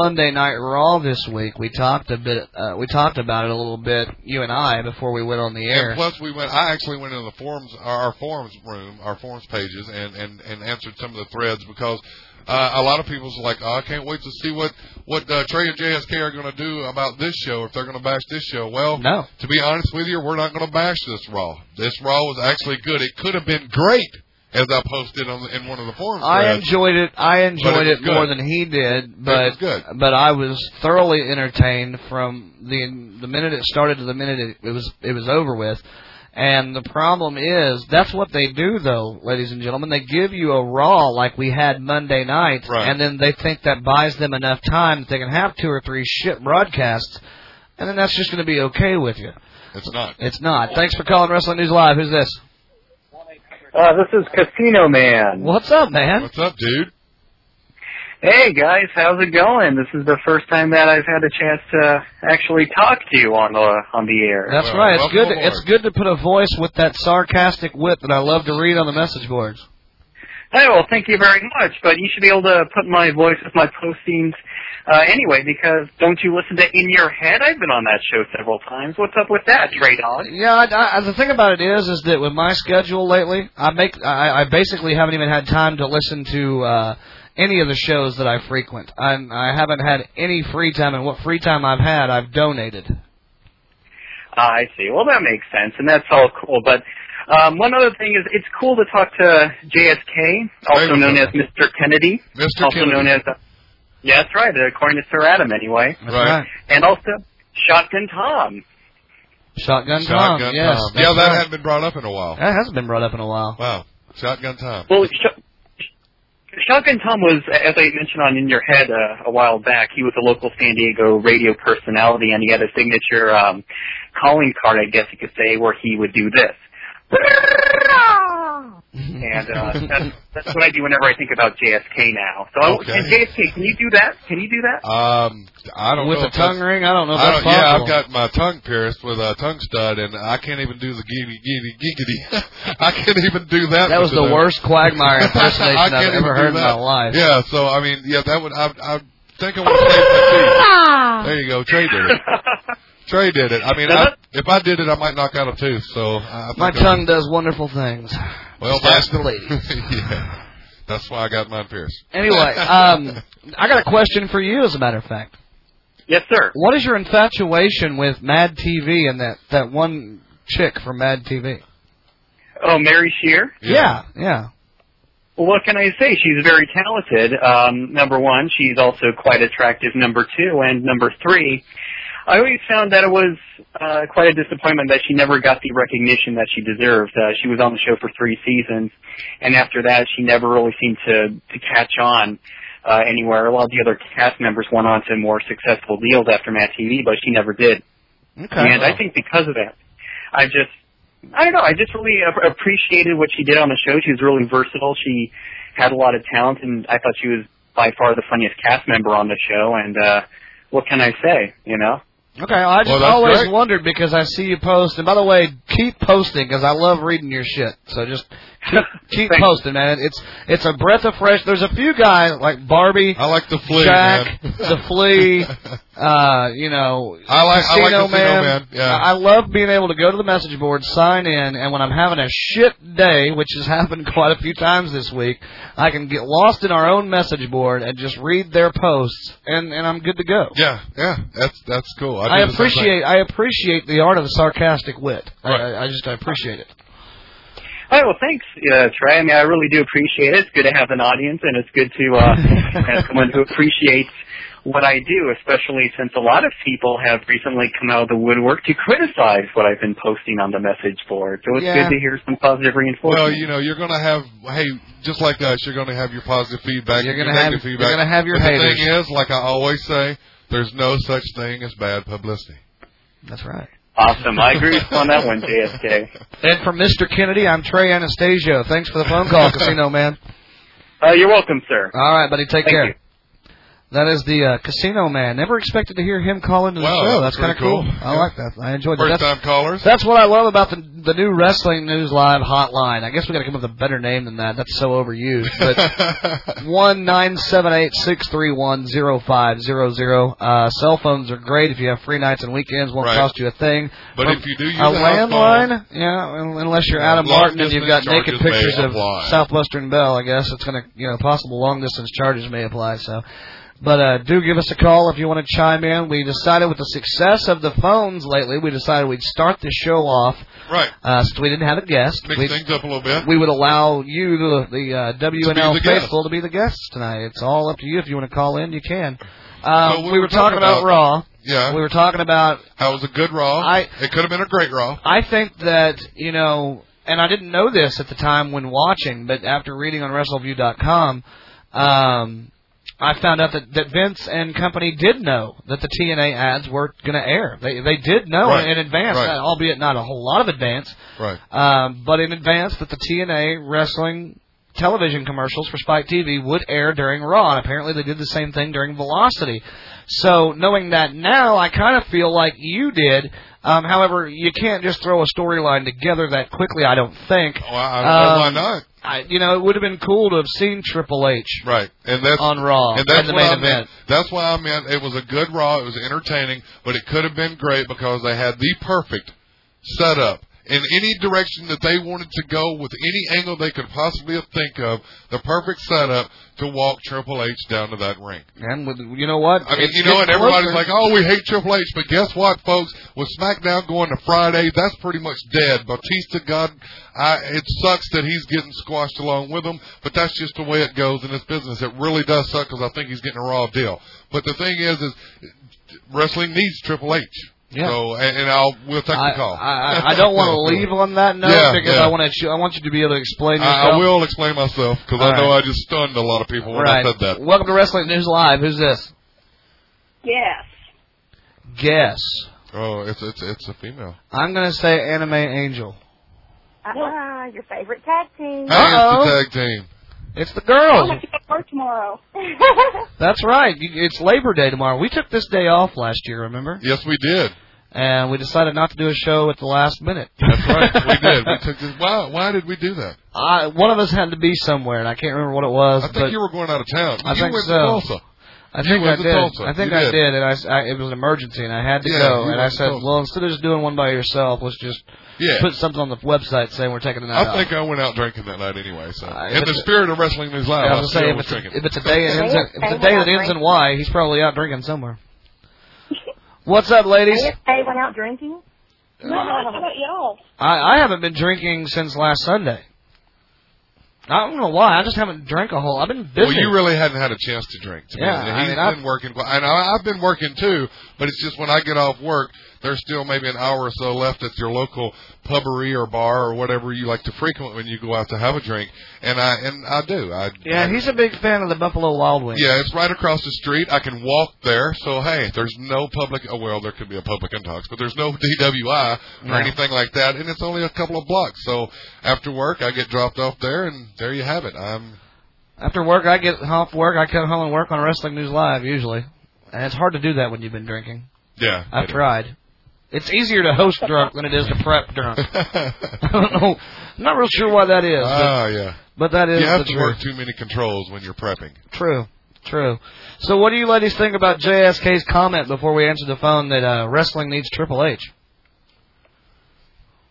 Monday Night Raw this week. We talked a bit. Uh, we talked about it a little bit, you and I, before we went on the air. And plus, we went. I actually went into the forums, our forums room, our forums pages, and and and answered some of the threads because uh, a lot of people's like, oh, I can't wait to see what what uh, Trey and JSK are going to do about this show if they're going to bash this show. Well, No. To be honest with you, we're not going to bash this Raw. This Raw was actually good. It could have been great, as I posted on in one of the forums. I threads. enjoyed it. I enjoyed was it, more good. than he did, but was good. but I was thoroughly entertained from the the minute it started to the minute it, it was it was over with. And the problem is that's what they do though, ladies and gentlemen. They give you a raw like we had Monday night Right. and then they think that buys them enough time that they can have two or three shit broadcasts and then that's just going to be okay with you. It's not. It's not. Thanks for calling Wrestling News Live. Who's this? Uh, this is Casino Man. What's up, man? What's up, dude? Hey guys, how's it going? This is the first time that I've had a chance to actually talk to you on the on the air. That's Well, right. It's welcome good. To, aboard. it's good to put a voice with that sarcastic wit that I love to read on the message boards. Hey, well, thank you very much. But you should be able to put my voice with my postings uh, anyway, because don't you listen to In Your Head? I've been on that show several times. What's up with that, Trey Dog? Yeah. I, I, the thing about it is, is that with my schedule lately, I make. I, I basically haven't even had time to listen to uh, any of the shows that I frequent. I, I haven't had any free time, and what free time I've had, I've donated. Ah, I see. Well, that makes sense, and that's all cool. But um, one other thing is, it's cool to talk to JSK, also Hey, known what's as up? Mr. Kennedy, Mr. also Kennedy. known as. yeah, that's right. According to Sir Adam, anyway, That's Right. and also Shotgun Tom. Shotgun, Tom. Shotgun Yes. Tom. that's Yeah, that right. hadn't been brought up in a while. that hasn't been brought up in a while. Wow. Shotgun Tom. Well, Sh- Shotgun Tom was, as I mentioned on In Your Head uh, a while back, he was a local San Diego radio personality, and he had a signature um, calling card, I guess you could say, where he would do this. and uh, that's, that's what I do whenever I think about JSK now. So, I- Okay. and JSK, can you do that? Can you do that? Um, I don't with know a if tongue that's- ring, I don't know. If I that's don't, yeah, I've possible. got my tongue pierced with a tongue stud, and I can't even do the giggity, giggity, giggity. I can't even do that. That was with the other- worst Quagmire impersonation I can't I've even ever do heard in my that. life. Yeah, so I mean, yeah, that would I, I think I want to save my teeth. There you go, Trey did it. Trey did it. I mean, I, if I did it, I might knock out a tooth. So I I think My I'm- tongue does wonderful things. Well, Just ask that- the ladies. yeah, that's why I got mine pierced. Anyway, um, I got a question for you, as a matter of fact. yes, sir. What is your infatuation with Mad TV and that, that one chick from Mad TV? Oh, Mary Shear. Yeah, yeah. Well, what can I say? She's very talented. Um, number one, she's also quite attractive. Number two, and number three, I always found that it was uh, quite a disappointment that she never got the recognition that she deserved. Uh, she was on the show for three seasons, and after that, she never really seemed to to catch on uh, anywhere. A lot of the other cast members went on to more successful deals after Matt TV, but she never did. Okay. And I think because of that, I just, I don't know, I just really ap- appreciated what she did on the show. She was really versatile. She had a lot of talent, and I thought she was by far the funniest cast member on the show. And uh, what can I say? You know, Okay, I just Well, that's always great. wondered because I see you post, and by the way, keep posting because I love reading your shit. So just keep, keep Thanks. posting, man. It's it's a breath of fresh. There's a few guys like Barbie, I like the flea, Jack, man. the flea, uh, you know, I like I like Casino Casino Man. Yeah, I I love being able to go to the message board, sign in, and when I'm having a shit day, which has happened quite a few times this week, I can get lost in our own message board and just read their posts, and and I'm good to go. yeah, yeah. That's that's cool. I, I do the same thing. appreciate I appreciate the art of the sarcastic wit. I- Right. I, I just I appreciate it. all right. Well, thanks, uh, Trey. I mean, I really do appreciate it. It's good to have an audience, and it's good to uh, have someone who appreciates what I do, especially since a lot of people have recently come out of the woodwork to criticize what I've been posting on the message board. So it's Yeah. good to hear some positive reinforcement. Well, you know, you're gonna have hey, just like us, you're gonna have your positive feedback. You're and gonna your have- negative you're feedback. gonna have your but haters. The thing is, like I always say, there's no such thing as bad publicity. That's right. Awesome. I agree with you on that one, JSK. And from Mr. Kennedy, I'm Trey Anastasio. Thanks for the phone call, Casino Man. Uh, you're welcome, sir. All right, buddy. Take Thank care. you. That is the uh, Casino Man. Never expected to hear him call into the Wow, show. that's Oh, That's kind of pretty cool. cool. I Yeah. like that. I enjoyed that. First That's- time callers. That's what I love about the the new Wrestling News Live hotline. I guess we got to come up with a better name than that. That's so overused. But one nine seven eight six three one zero five zero zero. Uh, cell phones are great if you have free nights and weekends. Won't Right. cost you a thing. but From if you do use a the house phone, landline, yeah, un- unless you're Adam Long Martin and you've got distance naked charges may pictures of apply. Southwestern Bell, I guess it's gonna you know possible long distance charges may apply. So. But uh, do give us a call if you want to chime in. We decided with the success of the phones lately, we decided we'd start the show off right? uh, so we didn't have a guest. Mix We, things up a little bit. we would allow you, the, the uh, WNL the guest. faithful, to be the guests tonight. It's all up to you. If you want to call in, you can. Um, So we, were talking about, Raw. yeah, We were talking about. that was a good raw. I- it could have been a great raw. I think that you know, and I didn't know this at the time when watching, but after reading on WrestleView.com, um, I found out that, that Vince and company did know that the TNA ads were going to air. They they did know Right. in advance, Right. albeit not a whole lot of advance. Right. um, but in advance that the TNA wrestling television commercials for Spike TV would air during Raw, and apparently they did the same thing during Velocity. So knowing that now, I kind of feel like you did. Um, however, you can't just throw a storyline together that quickly. I don't think. Well, Oh, I don't know why Um, not. I, you know, it would have been cool to have seen Triple H Right, and that's on Raw and that's in the what main I event. meant. That's why I meant it was a good Raw. It was entertaining, but it could have been great because they had the perfect setup in any direction that they wanted to go with any angle they could possibly think of. The perfect setup to walk Triple H down to that ring. And with, you know what? I mean, It's you know, and getting everybody's closer. like, "Oh, we hate Triple H," but guess what, folks? With SmackDown going to Friday, that's pretty much dead. Batista, God, I, it sucks that he's getting squashed along with him, but that's just the way it goes in this business. It really does suck because I think he's getting a raw deal. But the thing is, is wrestling needs Triple H. Yeah. So, and, and I'll we'll take I, the call. I, I- I don't want to leave on that note Yeah, because yeah. I want to. I want you to be able to explain yourself. I, I will explain myself because All I know I right. just stunned a lot of people when right. I said that. Welcome to Wrestling News Live. Who's this? Yes. Guess. Oh, it's it's it's a female. I'm going to say Anime Angel. Uh-uh, your favorite tag team. Hey, it's Uh-oh. the tag team. It's the Oh I'm girl. going to go to work tomorrow. That's right. You- It's Labor Day tomorrow. We took this day off last year, remember? Yes, we did. And we decided not to do a show at the last minute. That's right. We did. We took this. Why? Why did we do that? I, one of us had to be somewhere, and I can't remember what it was. I think but you were going out of town. I you think went so. to Tulsa. I think you I went to did. Tulsa. I think You I did. did, and I s I it was an emergency, and I had to Yeah, go. you And went I to said, Tulsa. well, instead of just doing one by yourself, let's just Yeah. put something on the website saying we're taking the night I off. think I went out drinking that night anyway. So, Uh, in if the it's- spirit of wrestling news live, Yeah, I I was still gonna say if was it's, a, drinking. if it's a day that ends in, if it's They a day went that out ends in drinking. Y, he's probably out drinking somewhere. What's up, ladies? Uh, they went out drinking? No, how about y'all? I, I haven't been drinking since last Sunday. I don't know why. I just haven't drank a whole. I've been busy. well, you really hadn't had a chance to drink. To be Yeah, honest. I He's mean, I've- been working, quite- and I- I've been working too. But it's just when I get off work, there's still maybe an hour or so left at your local pubbery or bar or whatever you like to frequent when you go out to have a drink. And I and I do. I yeah, I, he's a big fan of the Buffalo Wild Wings. Yeah, it's right across the street. I can walk there. So hey, there's no public. Oh, well, there could be a public intox, but there's no DWI or No. anything like that. And it's only a couple of blocks. So after work, I get dropped off there, and there you have it. I'm After work, I get off work. I come home and work on Wrestling News Live usually, and it's hard to do that when you've been drinking. yeah. I've tried. It's easier to host drunk than it is to prep drunk. I don't know. I'm not real sure why that is, but, Ah, yeah. but that is You have the to truth. work too many controls when you're prepping. True. True. So, what do you ladies think about JSK's comment before we answer the phone that uh, wrestling needs Triple H?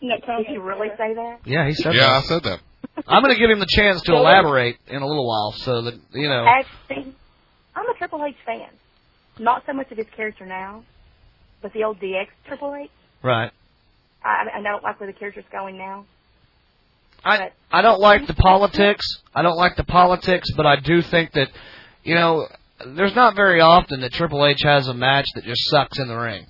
No, Did you really say that? Yeah, he said Yeah, I said that. that. I'm going to give him the chance to Yeah. elaborate in a little while, so that you know. Actually, I'm a Triple H fan. Not so much of his character now, but the old DX Triple H. Right. I, I don't like where the character's going now. I I don't like the politics. I don't like the politics, but I do think that you know there's not very often that Triple H has a match that just sucks in the ring.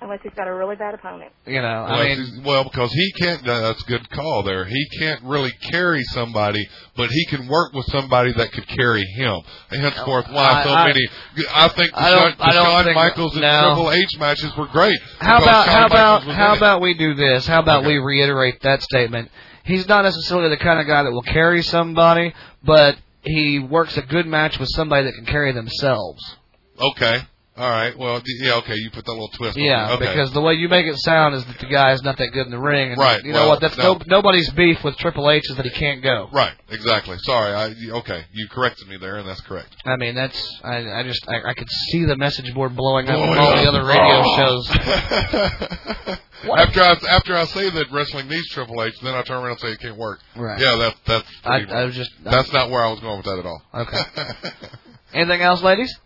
Unless he's got a really bad opponent. You know, well, I mean, it's- well, because he can't. uh, That's a good call there. He can't really carry somebody, but he can work with somebody that could carry him. And henceforth, why I- so I- many? I think the I don't- Shawn, the I don't Shawn think- Michaels and no. Triple H matches were great. How because about Shawn how Michaels about was how in it. about we do this? How about Okay. we reiterate that statement? He's not necessarily the kind of guy that will carry somebody, but he works a good match with somebody that can carry themselves. Okay. All right. Well, d- yeah. Okay. You put that little twist. Yeah, On it. Okay. because the way you make it sound is that the guy is not that good in the ring. And Right, You know well, what? That's no. no, nobody's beef with Triple H is that he can't go. Right. Exactly. Sorry. I. y- Okay. You corrected me there, and that's correct. I mean, that's I, I just I, I could see the message board blowing up Oh, from all yeah. Oh. the other radio shows. What? after I after I say that wrestling needs Triple H, then I turn around and say it can't work. Right. Yeah. That's that's. I, pretty- I was just that's not where I was going with that at all. okay. Anything else, ladies?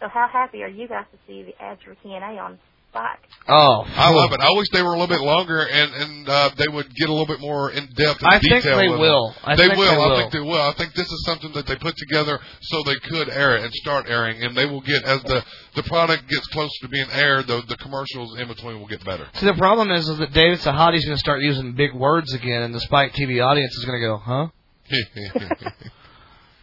So how happy are you guys to see the ads for TNA on Spike? Oh, I love it. I wish they were a little bit longer and and uh, they would get a little bit more in depth. I think they will. I they think will. they I will. think they will. I think this is something that they put together so they could air it and start airing, and they will get as the the product gets closer to being aired, the the commercials in between will get better. See, the problem is, is that David Sahadi's going to start using big words again, and the Spike TV audience is going to go, huh?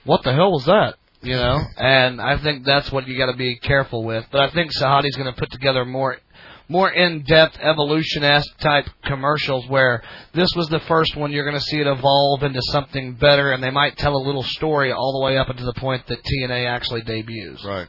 What the hell was that? You know? and I think that's what you got to be careful with. But I think Sahadi's going to put together more. More in-depth evolution-esque type commercials where this was the first one you're going to see it evolve into something better, and they might tell a little story all the way up until the point that TNA actually debuts. right.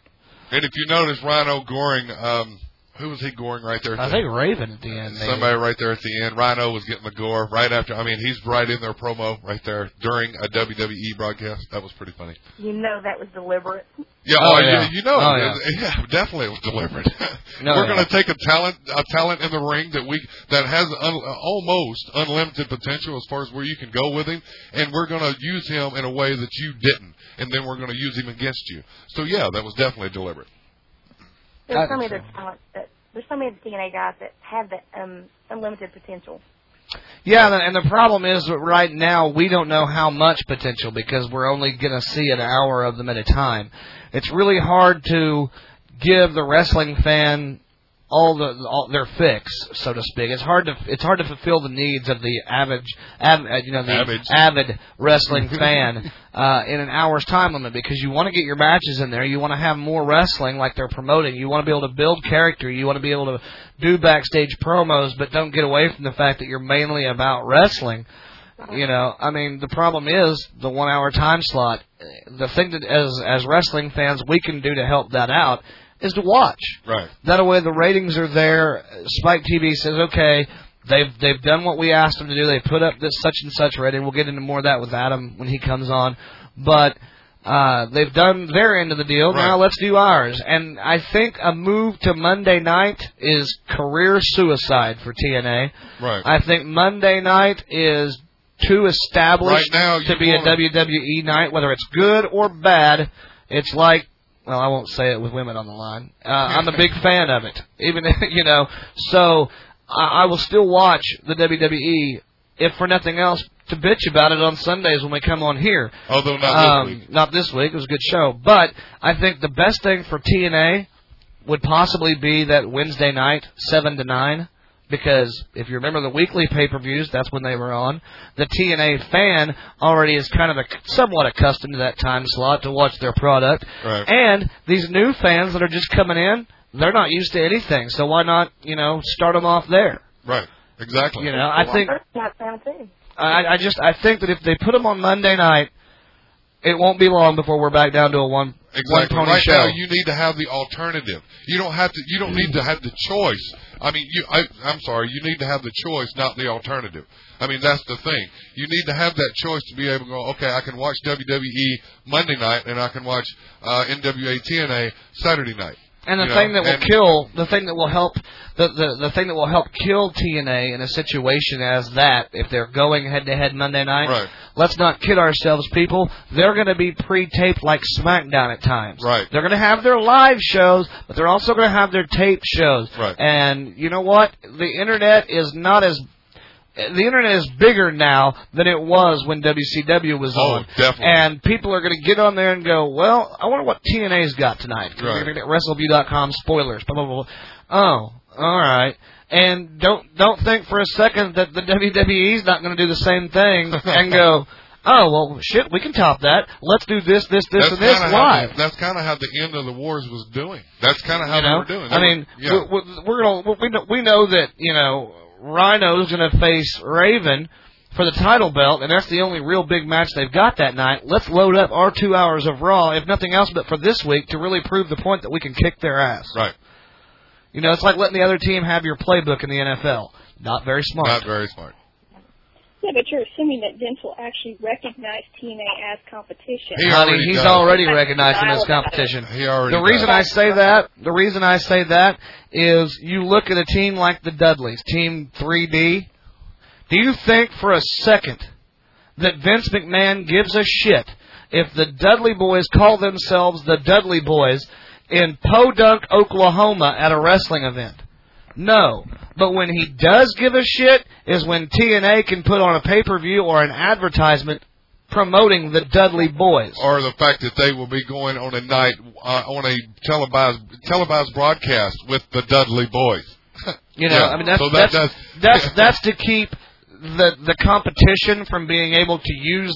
And if you notice, Rhino Goring, um, who was he goring right there? at I the- think Raven at the end. maybe. Somebody right there at the end. Rhino was getting the gore right after. I mean, he's right in their promo right there during a WWE broadcast. That was pretty funny. You know that was deliberate. Yeah, Oh, oh, yeah. You, you know, Oh, it was- yeah. definitely it was deliberate. No, We're yeah. going to take a talent, a talent in the ring that we that has un, almost unlimited potential as far as where you can go with him, and we're going to use him in a way that you didn't, and then we're going to use him against you. So yeah, that was definitely deliberate. I There's so many think other talents that there's so many TNA guys that have that um, unlimited potential. Yeah, and- and the problem is that right now we don't know how much potential because we're only going to see an hour of them at a time. It's really hard to give the wrestling fan all the all their fix, so to speak. It's hard to it's hard to fulfill the needs of the avid, av, uh, you know, the Avid. avid wrestling fan uh, in an hour's time limit because you want to get your matches in there. You want to have more wrestling like they're promoting. You want to be able to build character. You want to be able to do backstage promos, but don't get away from the fact that you're mainly about wrestling. You know, I mean, the problem is the one hour time slot. The thing that as as wrestling fans we can do to help that out is to watch. Right. That way, the ratings are there. Spike TV says, okay, they've they've done what we asked them to do. They put up this such and such rating. We'll get into more of that with Adam when he comes on, but. Uh, they've done their end of the deal. Right. Now let's do ours. And I think a move to Monday night is career suicide for TNA. Right. I think Monday night is too established Right now, you to be a wanna- WWE night, whether it's good or bad. It's like, well, I won't say it with women on the line. Uh, I'm a big fan of it, even if, you know. So I, I will still watch the WWE if for nothing else to bitch about it on Sundays when we come on here. Although not this Um, week. Not this week. It was a good show, but I think the best thing for TNA would possibly be that Wednesday night, seven to nine, because if you remember the weekly pay-per-views, that's when they were on. The TNA fan already is kind of a, somewhat accustomed to that time slot to watch their product, Right. and these new fans that are just coming in, they're not used to anything. So why not, you know, start them off there? Right. Exactly. You know, I think Not sound too. I, I just I think that if they put them on Monday night, it won't be long before we're back down to a one Exactly. one pony right show. now, you need to have the alternative. You don't have to. You don't need to have the choice. I mean, you. I, I'm sorry. You need to have the choice, not the alternative. I mean, that's the thing. You need to have that choice to be able to go. Okay, I can watch WWE Monday night, and I can watch uh, NWA TNA Saturday night. and the you know, thing that will and- kill the thing that will help the, the the thing that will help kill TNA in a situation as that if they're going head to head Monday night. Right. Let's not kid ourselves, people. They're going to be pre-taped like SmackDown at times. Right. They're going to have their live shows, but they're also going to have their taped shows. Right. And you know what? The internet is not as the internet is bigger now than it was when WCW was Oh, on. definitely. And people are going to get on there and go, "Well, I wonder what TNA's got tonight." 'Cause Right. they're gonna get WrestleView.com spoilers. Blah blah blah. Oh, all right. And don't don't think for a second that the WWE's not going to do the same thing and go, "Oh, well, shit, we can top that. Let's do this, this, this, That's and this kinda how live." the, that's kind of how the end of the wars was doing. That's kind of how you know? they were doing. They I mean, were, yeah. we're, we're, we're gonna we know, we know that you know Rhino's gonna face Raven for the title belt, and that's the only real big match they've got that night. Let's load up our two hours of Raw, if nothing else, but for this week to really prove the point that we can kick their ass. Right. You know, it's like letting the other team have your playbook in the NFL. Not very smart. Not very smart. Yeah, but you're assuming that Vince will actually recognize TNA as competition. He Honey, already he's does. already recognized in Dial this it up. competition. He already. The reason I does. say that, the reason I say that is you look at a team like the Dudleys, Team 3D. Do you think for a second that Vince McMahon gives a shit if the Dudley boys call themselves the Dudley boys in Podunk, Oklahoma at a wrestling event? No. But when he does give a shit is when TNA can put on a pay-per-view or an advertisement promoting the Dudley boys. or the fact that they will be going on a night uh, on a televised televised broadcast with the Dudley Boys. You know, Yeah, I mean that's so that that's, does- that's that's to keep the the competition from being able to use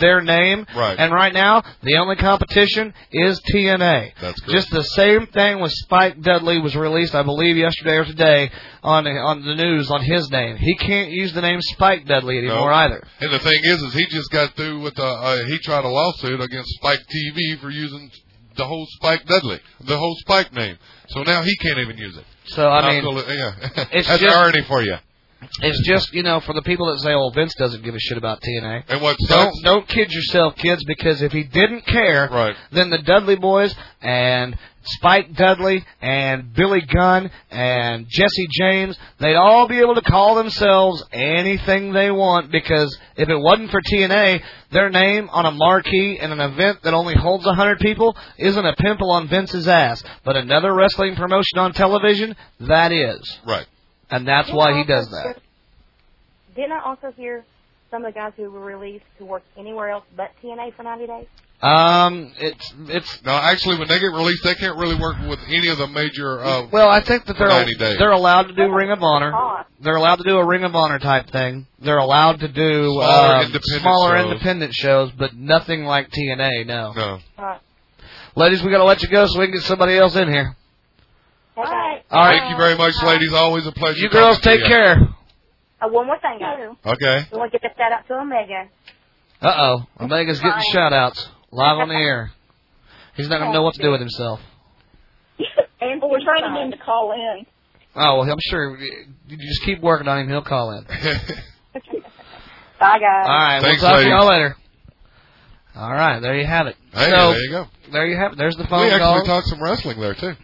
their name. Right. And right now, the only competition is TNA. That's correct. Just the same thing with Spike Dudley was released, I believe, yesterday or today on on the news on his name. He can't use the name Spike Dudley anymore No. either. And the thing is, is he just got through with a uh, he tried a lawsuit against Spike TV for using the whole Spike Dudley, the whole Spike name. So now he can't even use it. So I mean, Uncle- yeah, it's that's just- irony for you. it's just you know for the people that say, "Oh, Vince doesn't give a shit about TNA." And what Don't sucks? don't kid yourself, kids, because if he didn't care, Right. then the Dudley boys and Spike Dudley and Billy Gunn and Jesse James, they'd all be able to call themselves anything they want because if it wasn't for TNA, their name on a marquee in an event that only holds a 100 people isn't a pimple on Vince's ass, but another wrestling promotion on television, that is. Right. And that's why he does that. Didn't I also hear some of the guys who were released who worked anywhere else but TNA for 90 days? Um it's it's Now, actually, when they get released, they can't really work with any of the major. Uh, Well, I think that 90 they're days. they're allowed to do Ring of Honor. They're allowed to do a Ring of Honor type thing. They're allowed to do Smaller um, independent smaller shows. independent shows, but nothing like TNA. No, no. Right. ladies, we gotta let you go so we can get somebody else in here. All right. All right, Thank you very much, ladies. Always a pleasure. you girls talking take to care. Uh, one more thing, guys. Okay. We want to get the shout out to Omega. Uh oh, Omega's getting Bye. shout outs live on the air. He's not gonna know what to do with himself. And Well, we're trying to Team get him Pride. to call in. Oh well, I'm sure. You just keep working on him. He'll call in. Bye, guys. All right, Thanks, we'll talk ladies. to y'all later. All right, there you have it. hey, so there you go. there you have it. There's the We phone call. actually talked some wrestling there too.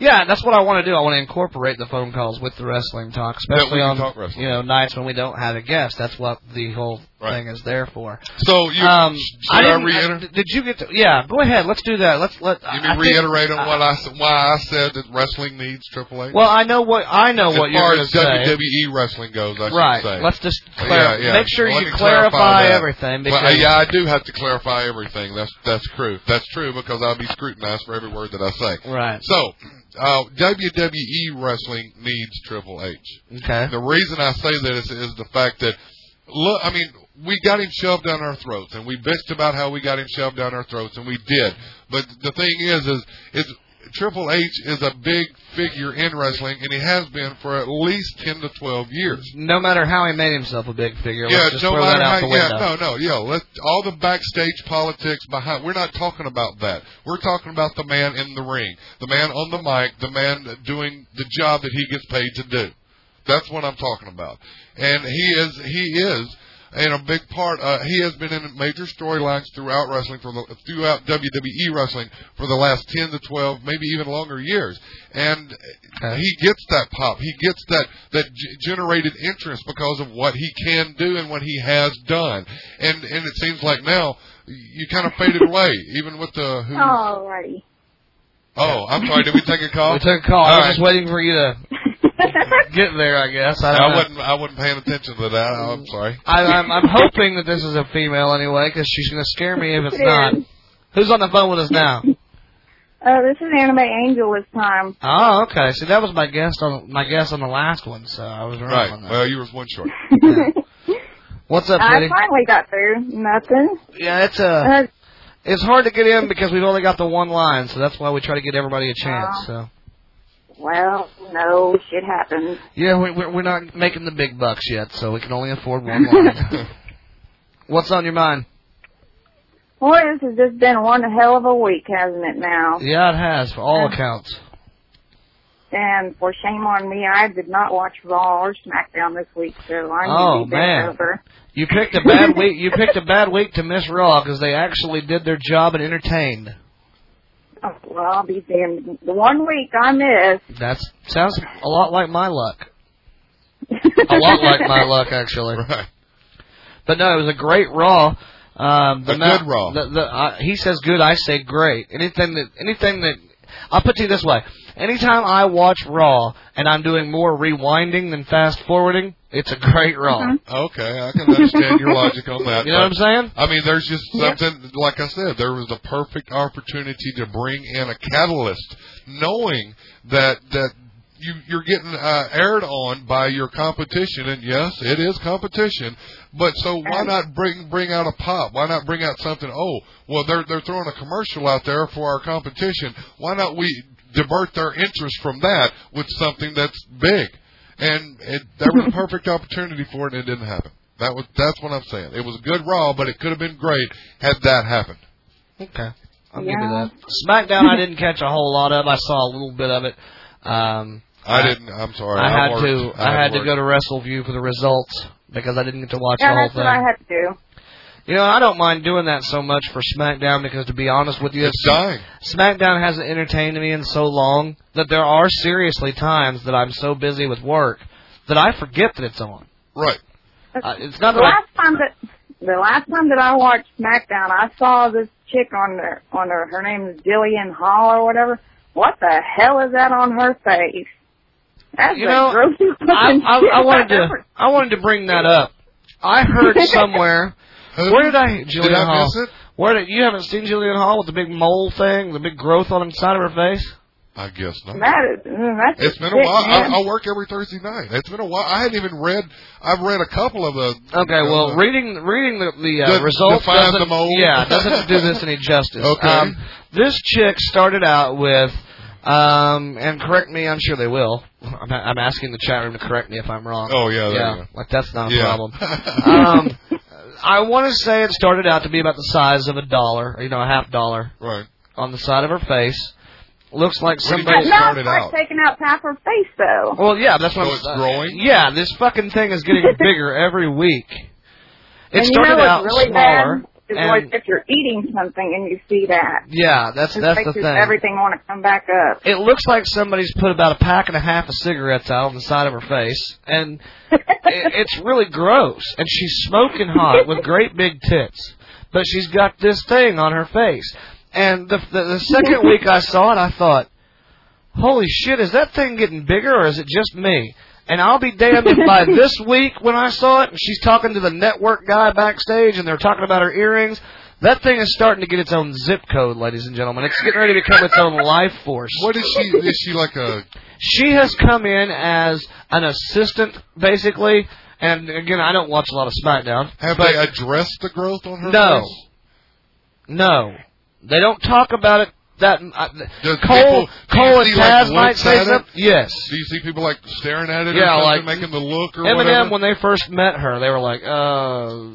Yeah, that's what I want to do. I want to incorporate the phone calls with the wrestling talk, especially we can on talk wrestling. you know nights when we don't have a guest. That's what the whole Right. thing is there for. So you um, should I I, didn't- reiterate? I- did you get to? Yeah, go ahead. Let's do that. Let's let. You I mean think- reiterate on I- what I s- why I said that wrestling needs Triple H? Well, I know what I know as what you're far going to as say. WWE wrestling goes, I Right. should say. Let's just Yeah, clar- yeah. make sure Let you me clarify, that. everything because Well, uh, yeah, I do have to clarify everything. That's that's true. That's true because I'll be scrutinized for every word that I say. right. So, uh, WWE wrestling needs Triple H. Okay. The reason I say that is, is the fact that, look, I mean, we got him shoved down our throats, and we bitched about how we got him shoved down our throats, and we did. But the thing is, is is Triple H is a big figure in wrestling, and he has been for at least ten to twelve years. No matter how he made himself a big figure, let's just no throw matter that out how- the yeah, window. no, no, yeah. Let all the backstage politics behind. We're not talking about that. We're talking about the man in the ring, the man on the mic, the man doing the job that he gets paid to do. That's what I'm talking about. And he is, he is, and a big part. Uh, he has been in major storylines throughout wrestling for the throughout WWE wrestling for the last ten to twelve, maybe even longer years. And Okay. he gets that pop. He gets that that g- generated interest because of what he can do and what he has done. And and it seems like now you kind of faded away, even with the who. Alrighty. Oh, I'm sorry. Did we take a call? We took a call. I All was right. just waiting for you to get there. I guess I don't I know. wasn't. I wasn't paying attention to that. I'm sorry. I, I'm, I'm hoping that this is a female anyway, because she's going to scare me if it's It not. is. Who's on the phone with us now? Uh, this is Anime Angel this time. Oh, okay. See, that was my guest on my guest on the last one, so I was wrong Right. on that. Well, you was one short. What's up, I lady? finally got through. Nothing. Yeah, it's uh, Uh, Oh. it's hard to get in because we've only got the one line, so that's why we try to get everybody a chance. So Well, no, shit happens. Yeah, we, we're, we're not making the big bucks yet, so we can only afford one line. What's on your mind? Boy, this has just been one hell of a week, hasn't it Um, now? Yeah, it has, for uh, all accounts. And for shame on me, I did not watch Raw or SmackDown this week, so I need Oh, to be man. back over. You picked a bad week. You picked a bad week to miss Raw because they actually did their job and entertained. Oh, well, I'll be damned. The one week I missed. That sounds a lot like my luck. A lot like my luck, actually. Right. But no, it was a great Raw. Um, the A ma- good Raw. The, the, uh, he says good, I say great. Anything that, anything that, I'll put it to you this way. Anytime I watch Raw and I'm doing more rewinding than fast forwarding, it's a great Raw. Mm-hmm. Okay, I can understand your logic on that. You know what I'm saying? I mean, there's just something, like I said, there was a perfect opportunity to bring in a catalyst, knowing that, that you, you're getting uh, aired on by your competition, and yes, it is competition, but so why not bring, bring out a pop? Why not bring out something, oh, well, they're, they're throwing a commercial out there for our competition. Why not we divert their interest from that with something that's big? And it, that was a perfect opportunity for it, and it didn't happen. That was that's what I'm saying. It was a good Raw, but it could have been great had that happened. Okay. I'll give you that. SmackDown I didn't catch a whole lot of. I saw a little bit of it. Um, I I- didn't. I'm sorry. I had worked. to I had to worked. go to WrestleView for the results because I didn't get to watch Yeah, the whole that's thing. what I had to do. You know, I don't mind doing that so much for SmackDown because, to be honest with you, It's dying. SmackDown hasn't entertained me in so long that there are seriously times that I'm so busy with work that I forget that it's on. Right. Uh, it's not The that I, last time that the last time that I watched SmackDown, I saw this chick on her on her her name is Jillian Hall or whatever. What the hell is that on her face? That's You the know, grossest I, fucking I, shit I wanted I've to ever- I wanted to bring that up. I heard somewhere. Who? Where did I Jillian Did I Hall? miss it? Where did you haven't seen Jillian Hall with the big mole thing, the big growth on the side of her face? I guess not. That is mm, that's It's been a sick, while. man. I, I work every Thursday night. It's been a while. I hadn't even read. I've read a couple of the. Okay, well, uh, reading reading the, the, uh, The- results define the doesn't mold. yeah doesn't do this any justice. Okay. Um, this chick started out with, um, and correct me, I'm sure they will. I'm, I'm asking the chat room to correct me if I'm wrong. Oh yeah. There yeah, You like that's not a Yeah. problem. um, I want to say it started out to be about the size of a dollar, or, you know, a half dollar go. Right. on the side of her face. Looks like What did somebody. you- now started it's like out. taking out half her face though. Well, yeah, that's what So I'm it's uh, growing? Yeah, this fucking thing is getting bigger every week. It and you started know what's out really smaller. bad is and- like if you're eating something and you see that. Yeah, that's It that's makes the thing. everything want to come back up. It looks like somebody's put about a pack and a half of cigarettes out on the side of her face, and it, it's really gross. And she's smoking hot with great big tits, but she's got this thing on her face. And the the, the second week I saw it, I thought, "Holy shit, is that thing getting bigger, or is it just me?" And I'll be damned if by this week when I saw it, and she's talking to the network guy backstage, and they're talking about her earrings. That thing is starting to get its own zip code, ladies and gentlemen. It's getting ready to become its own life force. What is she? Is she like a? She has come in as an assistant, basically. And again, I don't watch a lot of SmackDown. Have but they uh, addressed the growth on her? No. face? no, they don't talk about it. That uh, Does Cole, people- do you Cole and see, like, Taz might looks say at it? something. Yes, Do you see people like staring at it? Yeah, or like something, making the look or Eminem whatever. when they first met her, they were like, uh, uh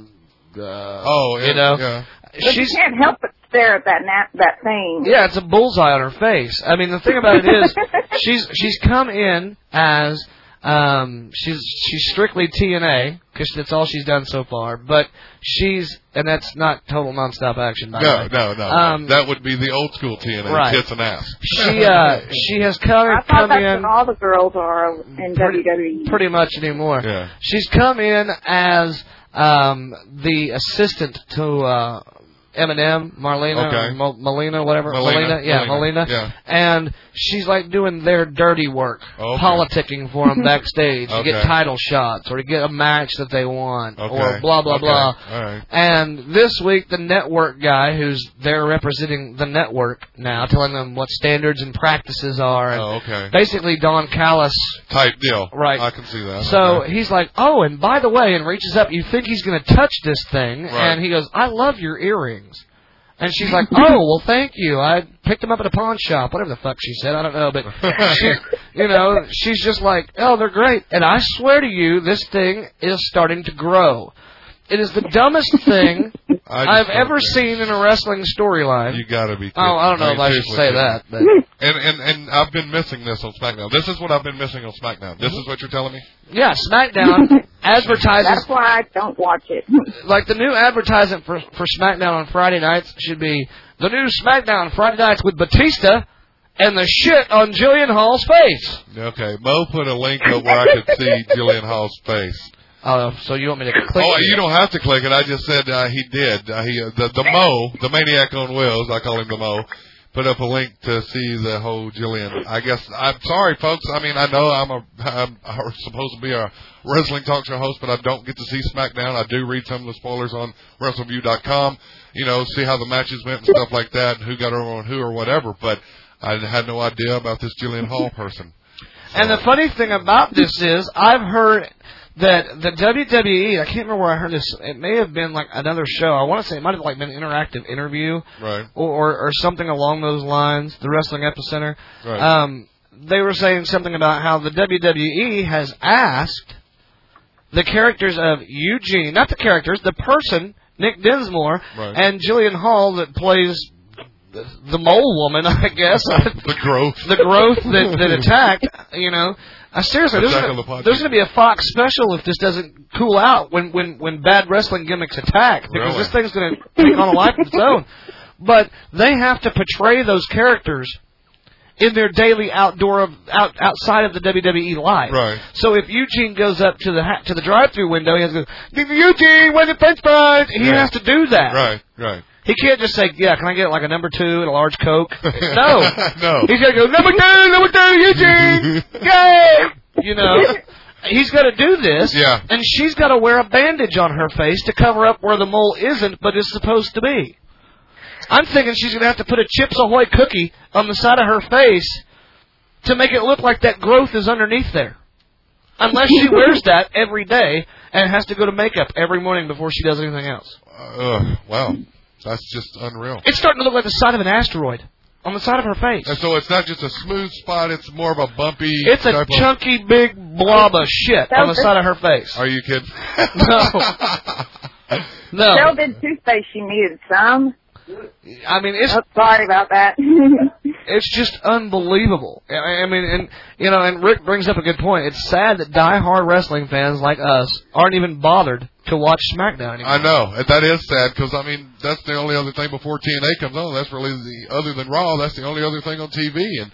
oh, yeah, you know, Yeah. But she's you can't help but stare at that nap, that thing. Yeah, it's a bullseye on her face. I mean, the thing about it is, she's she's come in as um, she's she's strictly TNA because that's all she's done so far. But she's and that's not total nonstop action. By the No, way. no, no. Um, that would be the old school TNA, Right. tits and ass. She uh, she has come I thought come that's in what all the girls are in E. Pretty- WWE. pretty much anymore. Yeah. She's come in as um, the assistant to uh, Eminem, Marlena, Okay. or Mo- Melina, whatever. Melina, yeah, Melina, Melina. yeah. And she's like doing their dirty work, Okay. politicking for them backstage to get Okay. title shots or to get a match that they want Okay. or blah, blah, Okay. blah. All right. And this week, the network guy who's there representing the network now, telling them what standards and practices are. And Oh, okay. Basically, Don Callis Type deal. Right. I can see that. so Okay. he's like, "Oh, and by the way," and reaches up. You think he's going to touch this thing, Right. and he goes, "I love your earrings." And she's like, "Oh, well, thank you. I picked them up at a pawn shop, whatever the fuck she said. I don't know, but you know, she's just like, oh, they're great. And I swear to you, this thing is starting to grow. It is the dumbest thing I just I've don't ever think- seen in a wrestling storyline. You gotta be. Kidding. Oh, I don't know mean, if I should seriously, say kidding. that, but And and and I've been missing this on SmackDown. This is what I've been missing on SmackDown. Mm-hmm. This is what you're telling me. yeah, SmackDown advertises That's why I don't watch it. like the new advertisement for for SmackDown on Friday nights should be the new SmackDown Friday nights with Batista and the shit on Jillian Hall's face. Okay, Mo put a link up where I could see Jillian Hall's face. Oh, so you want me to click? oh, it? you don't have to click it. I just said uh, he did. Uh, he uh, the the Mo, the maniac on wheels. I call him the Mo. Put up a link to see the whole Jillian. I guess I'm sorry, folks. I mean, I know I'm a I'm, I'm supposed to be a wrestling talk show host, but I don't get to see SmackDown. I do read some of the spoilers on WrestleView.com. You know, see how the matches went and stuff like that, and who got over on who or whatever. But I had no idea about this Jillian Hall person. And the funny thing about this is, I've heard that the WWE, I can't remember where I heard this, it may have been like another show. I want to say it might have like been an interactive interview Right, or, or, or something along those lines, the Wrestling Epicenter. right. Um, they were saying something about how the WWE has asked the characters of Eugene, not the characters, the person, Nick Dinsmore, Right. and Jillian Hall that plays the, the mole woman, I guess. the growth. the growth that, that attacked, you know. Uh, seriously, there's Attack gonna, on the podcast. there's gonna be a Fox special if this doesn't cool out when when when bad wrestling gimmicks attack because Really? this thing's gonna take on a life of its own. But they have to portray those characters in their daily outdoor of, out outside of the WWE life. Right. So if Eugene goes up to the ha- to the drive-through window, he has to go, Eugene, where's the French fries? He Yeah. has to do that. Right, right. He can't just say, yeah, can I get like a number two and a large Coke? No. No. He's got to go, number two, number two, Eugene! Yay! You know? He's got to do this. Yeah. And she's got to wear a bandage on her face to cover up where the mole isn't, but is supposed to be. I'm thinking she's going to have to put a Chips Ahoy cookie on the side of her face to make it look like that growth is underneath there. Unless she wears that every day and has to go to makeup every morning before she does anything else. Uh, wow, that's just unreal. It's starting to look like the side of an asteroid on the side of her face. And so it's not just a smooth spot; it's more of a bumpy. It's a type of- chunky, big blob of shit on the side of her face. Are you kidding? No. No, Cheryl did toothpaste. She needed some. I mean it's Oh, sorry about that. it's just unbelievable. I- I mean, and you know, and Rick brings up a good point. It's sad that die-hard wrestling fans like us aren't even bothered to watch SmackDown anymore. I know and that is sad because I mean that's the only other thing before TNA comes on. That's really the other than Raw. That's the only other thing on TV. And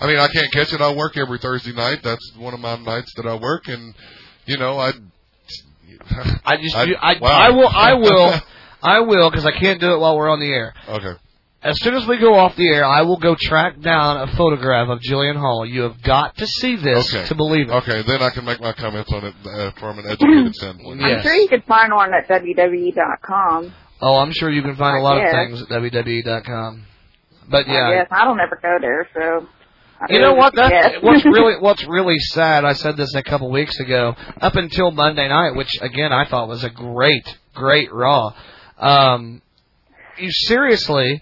I mean I can't catch it. I work every Thursday night. That's one of my nights that I work, and you know I. I just, I- I, I, wow. will, I will, I will, because I can't do it while we're on the air. okay. As soon as we go off the air, I will go track down a photograph of Jillian Hall. You have got to see this Okay. to believe it. Okay, then I can make my comments on it uh, from an educated standpoint. Yeah. I'm sure you could find one at E WWE.com. Oh, I'm sure you can find a I lot of guess. things at WWE.com. But I yeah, guess I don't ever go there, so. I you know really what? That guess. what's really what's really sad. I said this a couple weeks ago. Up until Monday night, which again I thought was a great, great Raw. Um, you seriously,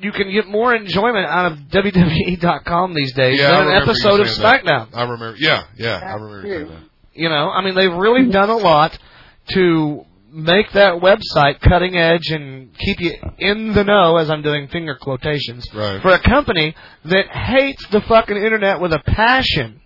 you can get more enjoyment out of WWE.com these days Yeah, I than an remember you episode of saying that. SmackDown. I remember. Yeah, yeah, I That's remember you saying true. that. You know, I mean, they've really done a lot to make that website cutting edge and keep you in the know, as I'm doing finger quotations, Right. for a company that hates the fucking internet with a passion.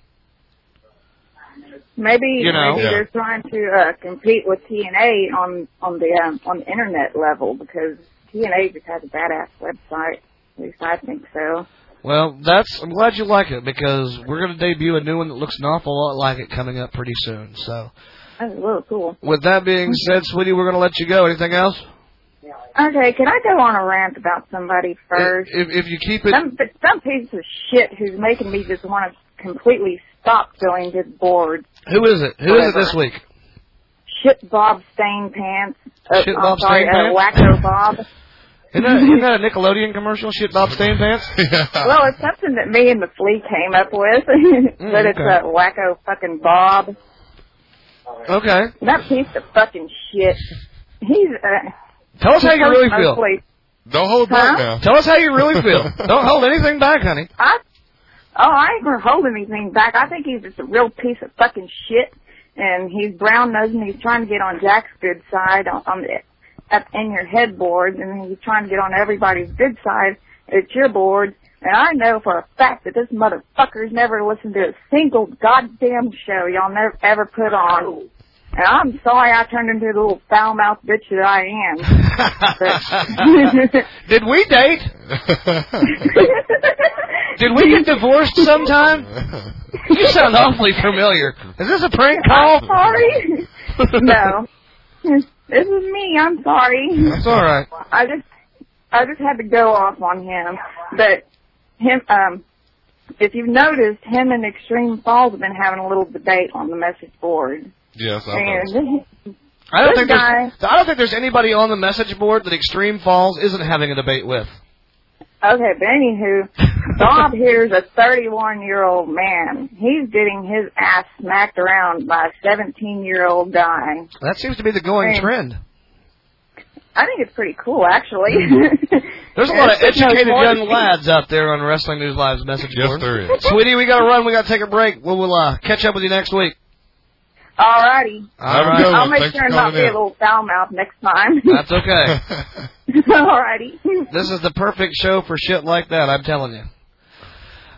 Maybe You know. maybe Yeah. they're trying to uh, compete with TNA on on the um, on the internet level because TNA just has a badass website. At least I think so. Well, that's I'm glad you like it because we're going to debut a new one that looks an awful lot like it coming up pretty soon. So, That's a little cool. with that being Mm-hmm. said, sweetie, we're going to let you go. Anything else? Okay, can I go on a rant about somebody first? Um, If, if you Uh, keep it, some but some piece of shit who's making me just want to completely stop feeling this bored. who is it? Who is it this Whatever. week? Shit, Bob Stain Pants. Uh, Shit I'm Bob sorry, Stain uh, Pants? Wacko Bob. Isn't that, isn't that a Nickelodeon commercial? Shit, Bob Stain pants. Ah. Yeah. Well, it's something that me and the flea came up with, but it's Mm, okay. a wacko fucking Bob. Okay. That piece of fucking shit. He's. Uh, Tell us how you really feel. mostly- Don't hold Huh? back now. Tell us how you really feel. Don't hold anything back, honey. I Oh, I ain't gonna hold anything back. I think he's just a real piece of fucking shit, and he's brown nosing. He's trying to get on Jack's good side on, on the up in your headboards, and he's trying to get on everybody's good side at your board. And I know for a fact that this motherfucker's never listened to a single goddamn show y'all never ever put on. And I'm sorry I turned into the little foul mouthed bitch that I am. But Did we date? Did we get divorced sometime? You sound awfully familiar. Is this a prank call? I'm sorry. no. This is me. I'm sorry. It's all right. I just I just had to go off on him. But him um if you've noticed, him and Extreme Falls have been having a little debate on the message board. yes, I know. And I don't This think there's, I don't think there's anybody on the message board that Extreme Falls isn't having a debate with. okay, but anywho, Bob here's a 31 year old man. He's getting his ass smacked around by a 17 year old guy. That seems to be the going Hey. trend. I think it's pretty cool, actually. There's a lot of There's no educated shortage. young lads out there on Wrestling News Live's message Yes, board. there is. Sweetie, we gotta run. We gotta take a break. We will uh, catch up with you next week. Alrighty. Have a All right. good one. I'll make Thanks sure for and not calling be a in. little foul mouth next time. That's okay. Alrighty. This is the perfect show for shit like that. I'm telling you.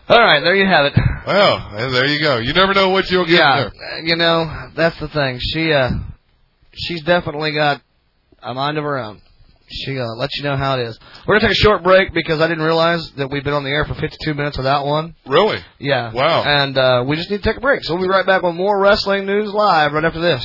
All right, there you have it. well, and there you go. You never know what you'll get Yeah, there. uh, you know that's the thing. She uh, she's definitely got a mind of her own. She uh, lets you know how it is. We're gonna take a short break because I didn't realize that we've been on the air for 52 minutes without one. Really? Yeah. Wow. And uh, we just need to take a break. So we'll be right back with more wrestling news live right after this.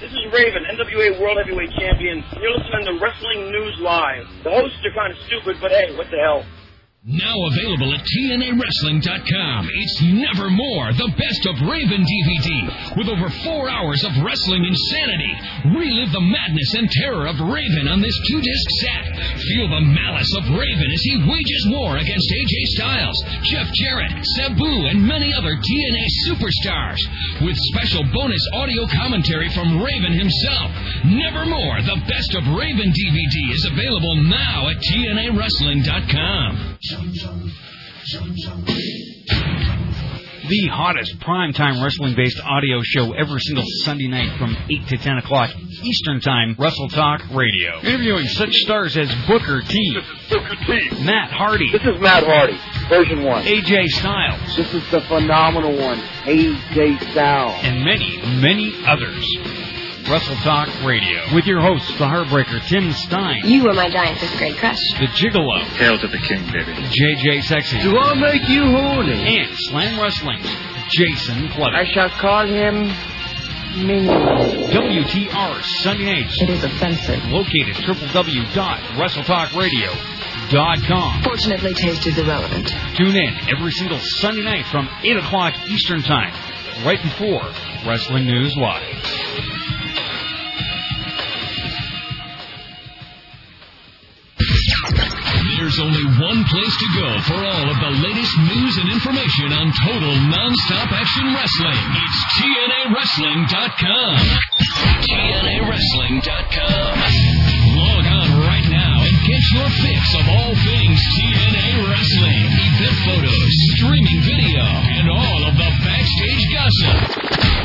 This is Raven, NWA World Heavyweight Champion. and You're listening to Wrestling News Live. The hosts are kind of stupid, but hey, what the hell? Now available at TNAWrestling.com. It's Nevermore, the best of Raven DVD, with over four hours of wrestling insanity. Relive the madness and terror of Raven on this two disc set. Feel the malice of Raven as he wages war against AJ Styles, Jeff Jarrett, Sabu, and many other TNA superstars. With special bonus audio commentary from Raven himself. Nevermore, the best of Raven DVD is available now at TNAWrestling.com. the hottest primetime wrestling based audio show every single Sunday night from 8 to 10 o'clock Eastern Time, Wrestle Talk Radio. Interviewing such stars as Booker T, Booker T. Matt Hardy, This is Matt Hardy, version one. AJ Styles, This is the phenomenal one, AJ Styles. and many, many others. Wrestle Talk Radio. With your hosts, the Heartbreaker Tim Stein. You were my giant fifth grade crush. The Gigolo. Tales of the King, baby. JJ Sexy. Do I make you horny? And Slam Wrestling's Jason Clutter. shall call him WTR Sunday nights. It is offensive. Located www.wrestletalkradio.com. Fortunately, taste is irrelevant. Tune in every single Sunday night from 8 o'clock Eastern Time, right before Wrestling News Live. There's only one place to go for all of the latest news and information on total nonstop action wrestling. It's TNAWrestling.com. TNAWrestling.com. Log on right now and get your fix of all things TNA Wrestling. Event photos, streaming video, and all of the backstage gossip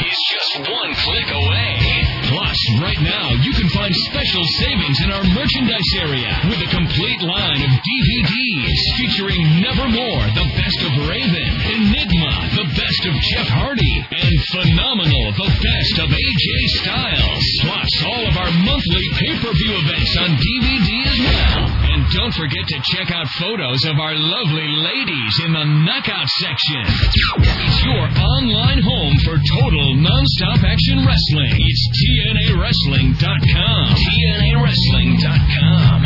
is just one click away. Plus, right now, you can find special savings in our merchandise area with a complete line of DVDs featuring Nevermore, the best of Raven, Enigma, the best of Jeff Hardy, and Phenomenal, the best of AJ Styles. Plus, all of our monthly pay-per-view events on DVD as well. And don't forget to check out photos of our lovely ladies in the knockout section. It's your online home for total nonstop action wrestling. It's TNAWrestling.com. TNAWrestling.com.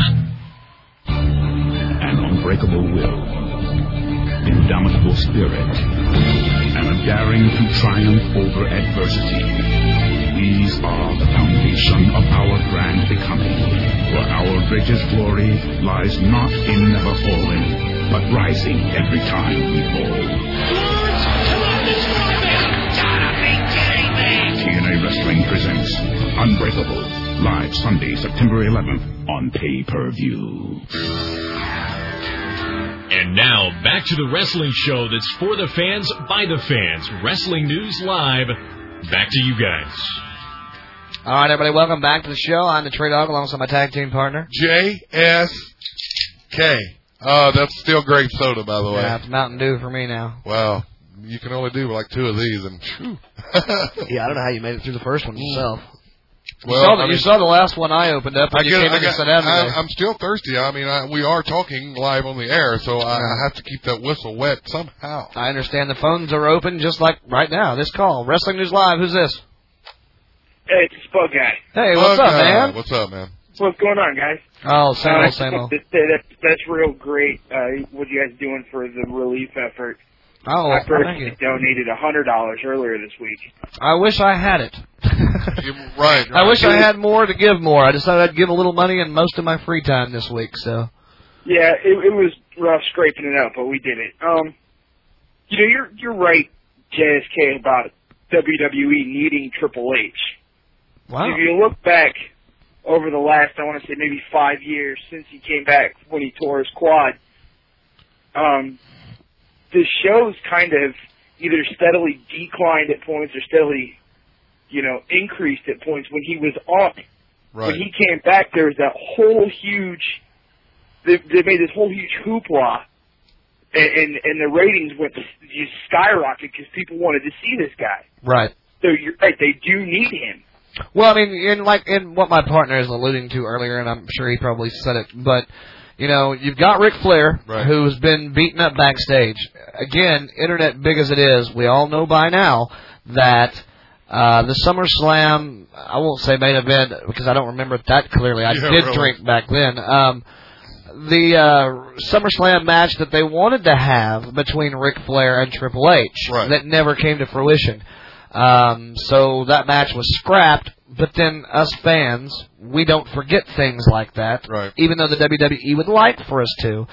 An unbreakable will, indomitable spirit, and a daring to triumph over adversity. These are the foundation of our grand becoming. For our greatest glory lies not in never falling, but rising every time we fall. TNA Pride Wrestling presents Unbreakable, live Sunday, September 11th on pay per view. And now, back to the wrestling show that's for the fans, by the fans. Wrestling News Live. Back to you guys. All right, everybody, welcome back to the show. I'm the Trey Dog alongside my tag team partner. JSK. Uh, that's still grape soda, by the way. Yeah, it's Mountain Dew for me now. Wow. You can only do like two of these, and phew. yeah, I don't know how you made it through the first one yourself. you, saw the, you saw the last one I opened up when I you guess- came I in and guess- sat down today. I, am still thirsty. I mean, I, we are talking live on the air, so I, I have to keep that whistle wet somehow. I understand the phones are open just like right now. This call, Wrestling News Live. Who's this? Hey, it's Bug Guy. Hey, what's up, man? Oh, What's up, man? What's going on, guys? Oh, same Uh, I old, just same old. wanted to say that- that's real great. Uh, what you guys doing for the relief effort? Oh, I thank personally you. donated a hundred dollars earlier this week. I wish I had it. right, I wish I had more to give more. I decided I'd give a little money and most of my free time this week. So Yeah, it, it was rough scraping it up, but we did it. Um, you know, you're you're right, JSK, about WWE needing Triple H. wow, If you look back over the last, I want to say maybe five years since he came back when he tore his quad, um, the show's kind of either steadily declined at points or steadily, you know, increased at points. When he was on, Right. when he came back, there was that whole huge. They, they made this whole huge hoopla, and and, and the ratings went just skyrocketed because people wanted to see this guy. right. So you're right; they do need him. Well, I mean, in like in what my partner is alluding to earlier, and I'm sure he probably said it, but you know, you've got Ric Flair who's been beaten up backstage. Again, internet big as it is, we all know by now that uh the SummerSlam, I won't say main event because I don't remember it that clearly. I Yeah, did really. drink back then. Um the uh, SummerSlam match that they wanted to have between Ric Flair and Triple H that never came to fruition. Um, so that match was scrapped. But then us fans, we don't forget things like that. Right. Even though the WWE would like for us to.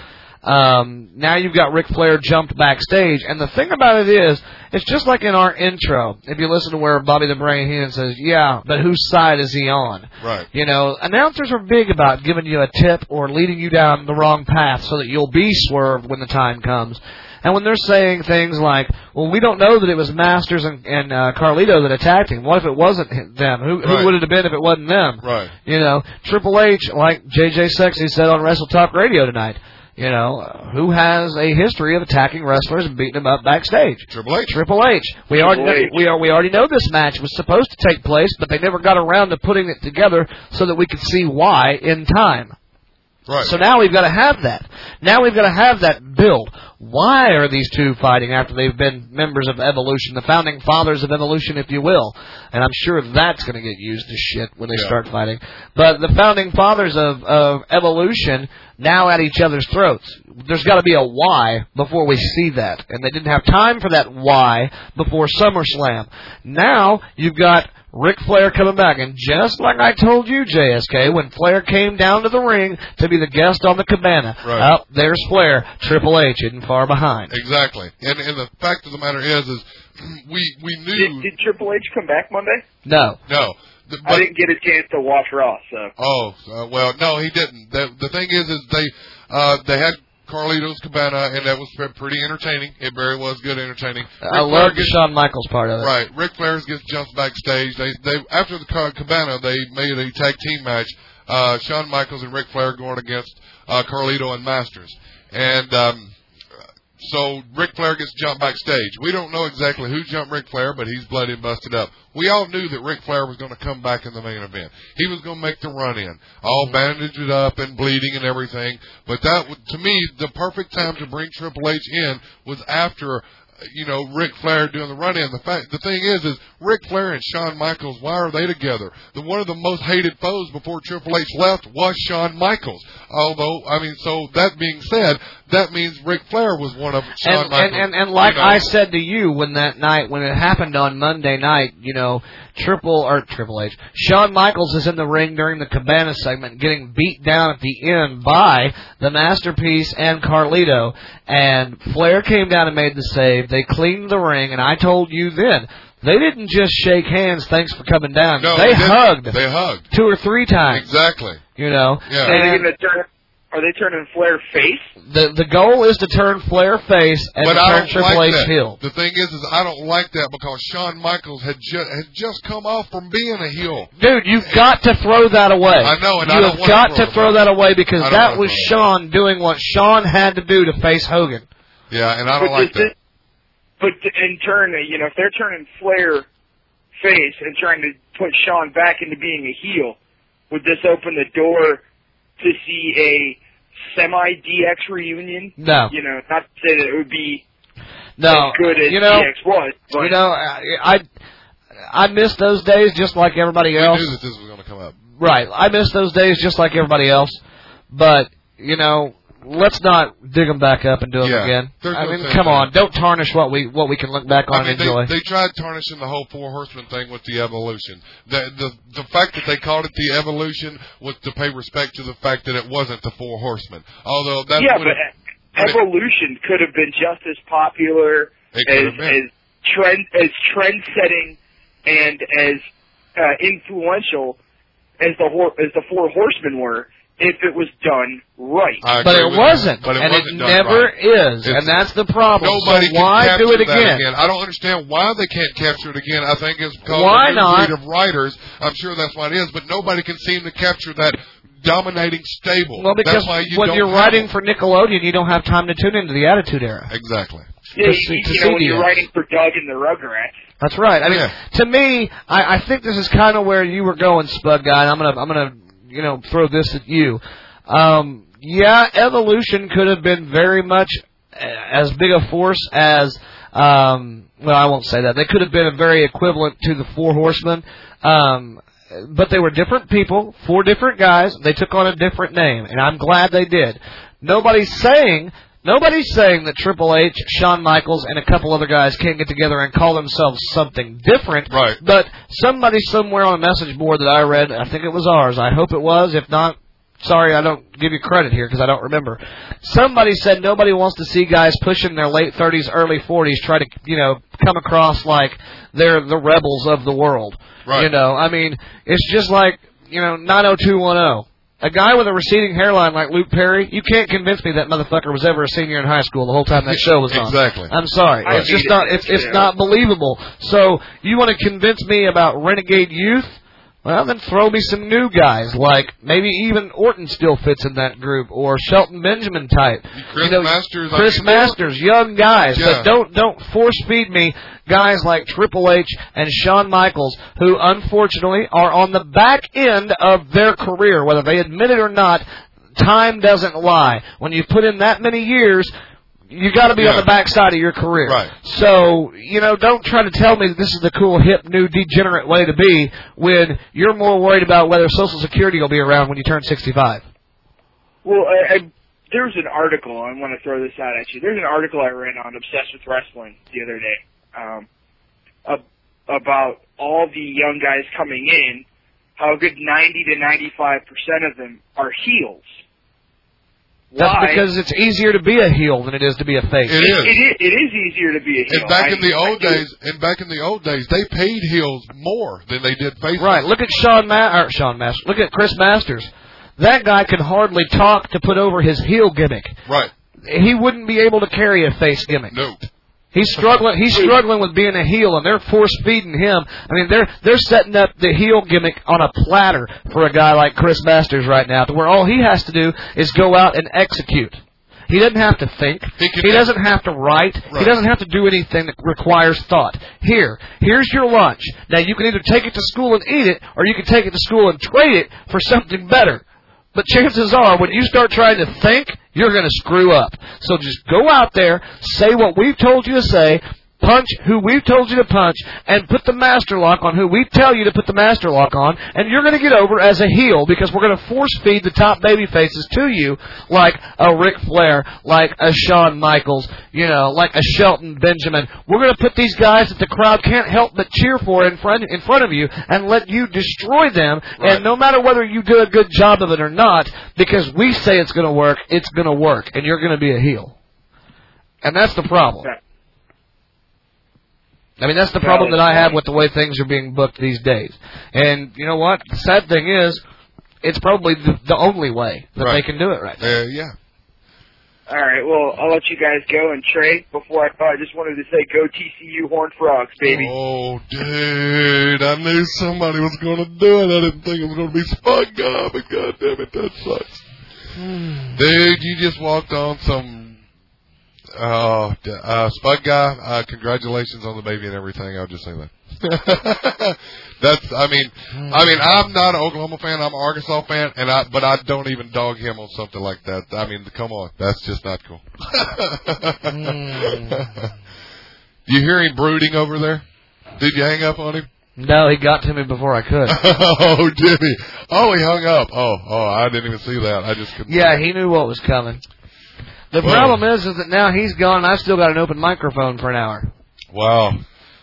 Um, now you've got Ric Flair jumped backstage, and the thing about it is, it's just like in our intro. If you listen to where Bobby the Brain Heenan says, "Yeah, but whose side is he on?" Right. You know, announcers are big about giving you a tip or leading you down the wrong path so that you'll be swerved when the time comes. And when they're saying things like, "Well, we don't know that it was Masters and, and uh, Carlito that attacked him. What if it wasn't hi- them? Who, who Right. would it have been if it wasn't them?" Right. You know, Triple H, like JJ Sexy said on Wrestle Talk Radio tonight. You know, uh, who has a history of attacking wrestlers and beating them up backstage? Triple H. Triple H. We Triple already know, H. we are we already know this match was supposed to take place, but they never got around to putting it together so that we could see why in time. Right. So now we've got to have that. Now we've got to have that build. Why are these two fighting after they've been members of Evolution, the founding fathers of Evolution, if you will? And I'm sure that's going to get used as shit when they Yeah. start fighting. But the founding fathers of, of Evolution now at each other's throats. There's got to be a why before we see that. And they didn't have time for that why before SummerSlam. Now you've got Ric Flair coming back, and just like I told you, JSK, when Flair came down to the ring to be the guest on the cabana, Right. up there's Flair, Triple H isn't far behind. Exactly. And and the fact of the matter is, is we we knew. Did Triple H come back Monday? No. No. The- I but- didn't get a chance to watch Raw, so. Oh uh, well, no, he didn't. The, the thing is, is they uh, they had Carlito's Cabana, and that was pre- pretty entertaining. It very was good entertaining. I Ric Flair love the gets- Shawn Michaels part of it. Right, Ric Flair gets jumped backstage. They they after the Ca- Cabana, they made a tag team match. Uh, Shawn Michaels and Ric Flair going against uh, Carlito and Masters, and um, so Ric Flair gets jumped backstage. We don't know exactly who jumped Ric Flair, but he's bloody and busted up. We all knew that Ric Flair was going to come back in the main event. He was going to make the run in, Mm-hmm. all bandaged it up and bleeding and everything. But that, w- to me, the perfect time to bring Triple H in was after. You know, Ric Flair doing the run in. The fact, the thing is, is Ric Flair and Shawn Michaels. Why are they together? The one of the most hated foes before Triple H left was Shawn Michaels. Although, I mean, so that being said, that means Ric Flair was one of Shawn and, Michaels. and, and, and like you know. I said to you when that night when it happened on Monday night, you know, triple or triple H, Shawn Michaels is in the ring during the Cabana segment, getting beat down at the end by the Masterpiece and Carlito, and Flair came down and made the save. They cleaned the ring, and I told you then. They didn't just shake hands. Thanks for coming down. No, they, they didn't. hugged. They hugged. two or three times. Exactly. You know. Are they And gonna turn? Are they turning Flair face? the the goal is to turn Flair face and but to I turn don't Triple like H that. heel. The thing is, is I don't like that because Shawn Michaels had just had just come off from being a heel. Dude, you've got to throw that away. I know, and I you don't have wanna got throw it to throw away. that away because I don't that wanna was throw it Sean doing what Sean had to do to face Hogan. Yeah, and I But don't like does that. it- But t- in turn, uh, you know, if they're turning Flair face and trying to put Sean back into being a heel, would this open the door to see a semi DX reunion? No. You know, not to say that it would be No, as good as you know, DX was, but you know, I I I miss those days just like everybody else. knew that this was going to come up. Right. I miss those days just like everybody else. But, you know, let's not dig them back up and do them Yeah. again. There's I no mean, sense come in on. it. Don't tarnish what we what we can look back on I mean, and enjoy. they, they tried tarnishing the whole four horsemen thing with the evolution. The, the the fact that they called it the evolution was to pay respect to the fact that it wasn't the four horsemen. Although that yeah, would but would it- Evolution could have been just as popular It could as have as been. trend as trend setting and as uh, influential as the hor- as the Four Horsemen were if it was done right. I but agree it with wasn't. you, But it and wasn't it done never right. It's- is. and that's the problem. Nobody so can why do capture it that again? I don't understand why they can't capture it again. I think it's because Why of the new not? breed of writers. I'm sure that's why it is, but nobody can seem to capture that dominating stable. Well, because that's why you when don't you're have writing them. for Nickelodeon, you don't have time to tune into the Attitude Era. exactly. Yeah, to you, see- to you know, see when the you're end. writing for Doug and the Rugrats, That's right. I mean, Yeah. to me, I, I think this is kind of where you were going, Spud Guy. And I'm gonna, I'm gonna, you know, throw this at you. Um, yeah, evolution could have been very much a- as big a force as. Um, well, I won't say that. They could have been very equivalent to the Four Horsemen, um, but they were different people, four different guys. They took on a different name, and I'm glad they did. Nobody's saying Nobody's saying that Triple H, Shawn Michaels, and a couple other guys can't get together and call themselves something different. Right. But somebody somewhere on a message board that I read, I think it was ours. I hope it was. If not, sorry, I don't give you credit here because I don't remember. Somebody said nobody wants to see guys pushing their late 30s, early 40s try to, you know, come across like they're the rebels of the world. Right. You know, I mean, it's just like, you know, 90210. A guy with a receding hairline like Luke Perry, you can't convince me that motherfucker was ever a senior in high school the whole time that show was on. Exactly. I'm sorry. I it's just hate not it. it's it's Yeah. not believable. So you want to convince me about renegade youth? Well, then throw me some new guys like maybe even Orton still fits in that group or Shelton Benjamin type. Chris you know, Masters, I Chris mean, Masters, young guys, Yeah. but don't don't force feed me guys like Triple H and Shawn Michaels, who unfortunately are on the back end of their career, whether they admit it or not. Time doesn't lie. When you put in that many years, you got to be on Yeah. the backside of your career. Right. So you know, don't try to tell me that this is the cool, hip, new, degenerate way to be when you're more worried about whether Social Security will be around when you turn 65. well, I, I, there's an article. I want to throw this out at you. There's an article I read on Obsessed with Wrestling the other day um, ab- about all the young guys coming in, how a good 90 to 95 percent of them are heels. That's Why? because it's easier to be a heel than it is to be a face. It is. It, it, is, it is easier to be a heel. And back I- in the I old do. days, and back in the old days, they paid heels more than they did faces. Right. Look at Sean Ma- or Sean Masters. Look at Chris Masters. That guy could hardly talk to put over his heel gimmick. Right. He wouldn't be able to carry a face gimmick. No. He's struggling. He's struggling with being a heel, and they're force feeding him. I mean, they're they're setting up the heel gimmick on a platter for a guy like Chris Masters right now, to where all he has to do is go out and execute. He doesn't have to think. He can- doesn't have to write. He Right. doesn't have to do anything that requires thought. Here, here's your lunch. Now you can either take it to school and eat it, or you can take it to school and trade it for something better. But chances are, when you start trying to think, you're going to screw up. So just go out there, say what we've told you to say, punch who we've told you to punch, and put the master lock on who we tell you to put the master lock on, and you're going to get over as a heel because we're going to force feed the top baby faces to you, like a Ric Flair, like a Shawn Michaels, you know, like a Shelton Benjamin. We're going to put these guys that the crowd can't help but cheer for in front in front of you and let you destroy them. Right. And no matter whether you do a good job of it or not, because we say it's going to work, it's going to work, and you're going to be a heel. And that's the problem. I mean, that's the problem that I have with the way things are being booked these days. And you know what? The sad thing is, it's probably the, the only way that they can do it right. Uh, yeah. All right, well, I'll let you guys go. And Trey, before I go, I just wanted to say, go TCU Horned Frogs, baby. Oh, dude, I knew somebody was going to do it. I didn't think it was going to be SpongeBob, but goddamn it, that sucks. Dude, you just walked on some. Oh, d- uh, Spud Guy, uh, congratulations on the baby and everything. I'll just say that. That's, I mean, I mean, I'm not an Oklahoma fan. I'm an Arkansas fan, and I, but I don't even dog him on something like that. I mean, come on, that's just not cool. Hmm. you hear him brooding over there? Did you hang up on him? No, he got to me before I could. oh, did he? Oh, he hung up. Oh, oh, I didn't even see that. I just couldn't. Yeah, he knew what was coming. The Well. problem is, is that now he's gone. and I've still got an open microphone for an hour. Wow.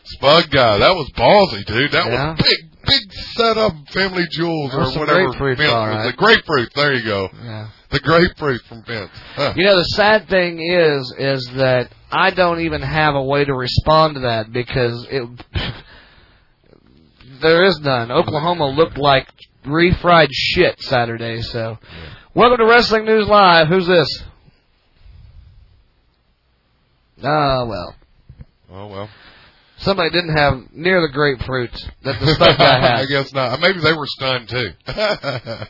Spud guy, that was ballsy, dude. That Yeah. was big, big setup family jewels That was or some whatever. grapefruit, Vince all was. right. The grapefruit, there you go. Yeah. The grapefruit from Vince. Huh. You know, the sad thing is, is that I don't even have a way to respond to that because it there is none. Oklahoma looked like refried shit Saturday. So, welcome to Wrestling News Live. Who's this? Ah, well, Oh, well. somebody didn't have near the grapefruit that the stuff guy had. I guess not. Maybe they were stunned, too.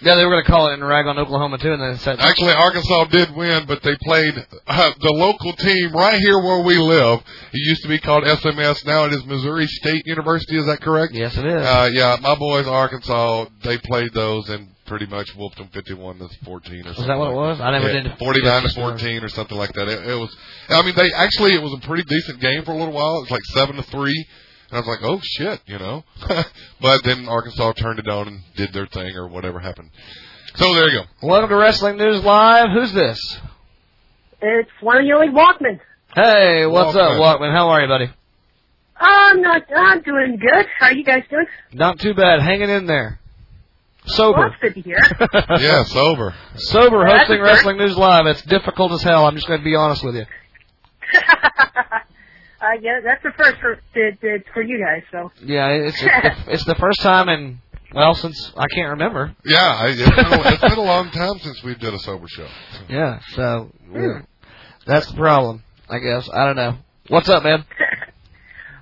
Yeah, they were going to call it and rag on Oklahoma too, and then said, Actually, Arkansas did win, but they played uh, the local team right here where we live. It used to be called SMS. Now it is Missouri State University. Is that correct? "Yes, it is." Uh, yeah, my boys, Arkansas, they played those and pretty much whooped them 51 to 14 or something. Was that what it was? I never Yeah, did. 49 to Yeah, sure. 14 or something like that. It, it was, I mean, they actually, it was a pretty decent game for a little while. It was like 7 to 3. And I was like, oh shit, you know. but then Arkansas turned it on and did their thing or whatever happened. So there you go. Welcome to Wrestling News Live. Who's this? It's one of your old Walkman. Hey, what's Walkman. up, Walkman? How are you, buddy? I'm not. I'm doing good. How are you guys doing? Not too bad. Hanging in there. Well, Sober. that's good to hear. yeah, sober. Sober Well, that's hosting a start. Wrestling News Live. It's difficult as hell. I'm just going to be honest with you. uh, yeah, that's the first for the, the, for you guys. So Yeah, it's it's the, it's the first time in well since I can't remember. Yeah, I- it's been, a, it's been a long time since we did a sober show. Yeah, so Hmm. yeah. that's the problem, I guess. I don't know. What's up, man?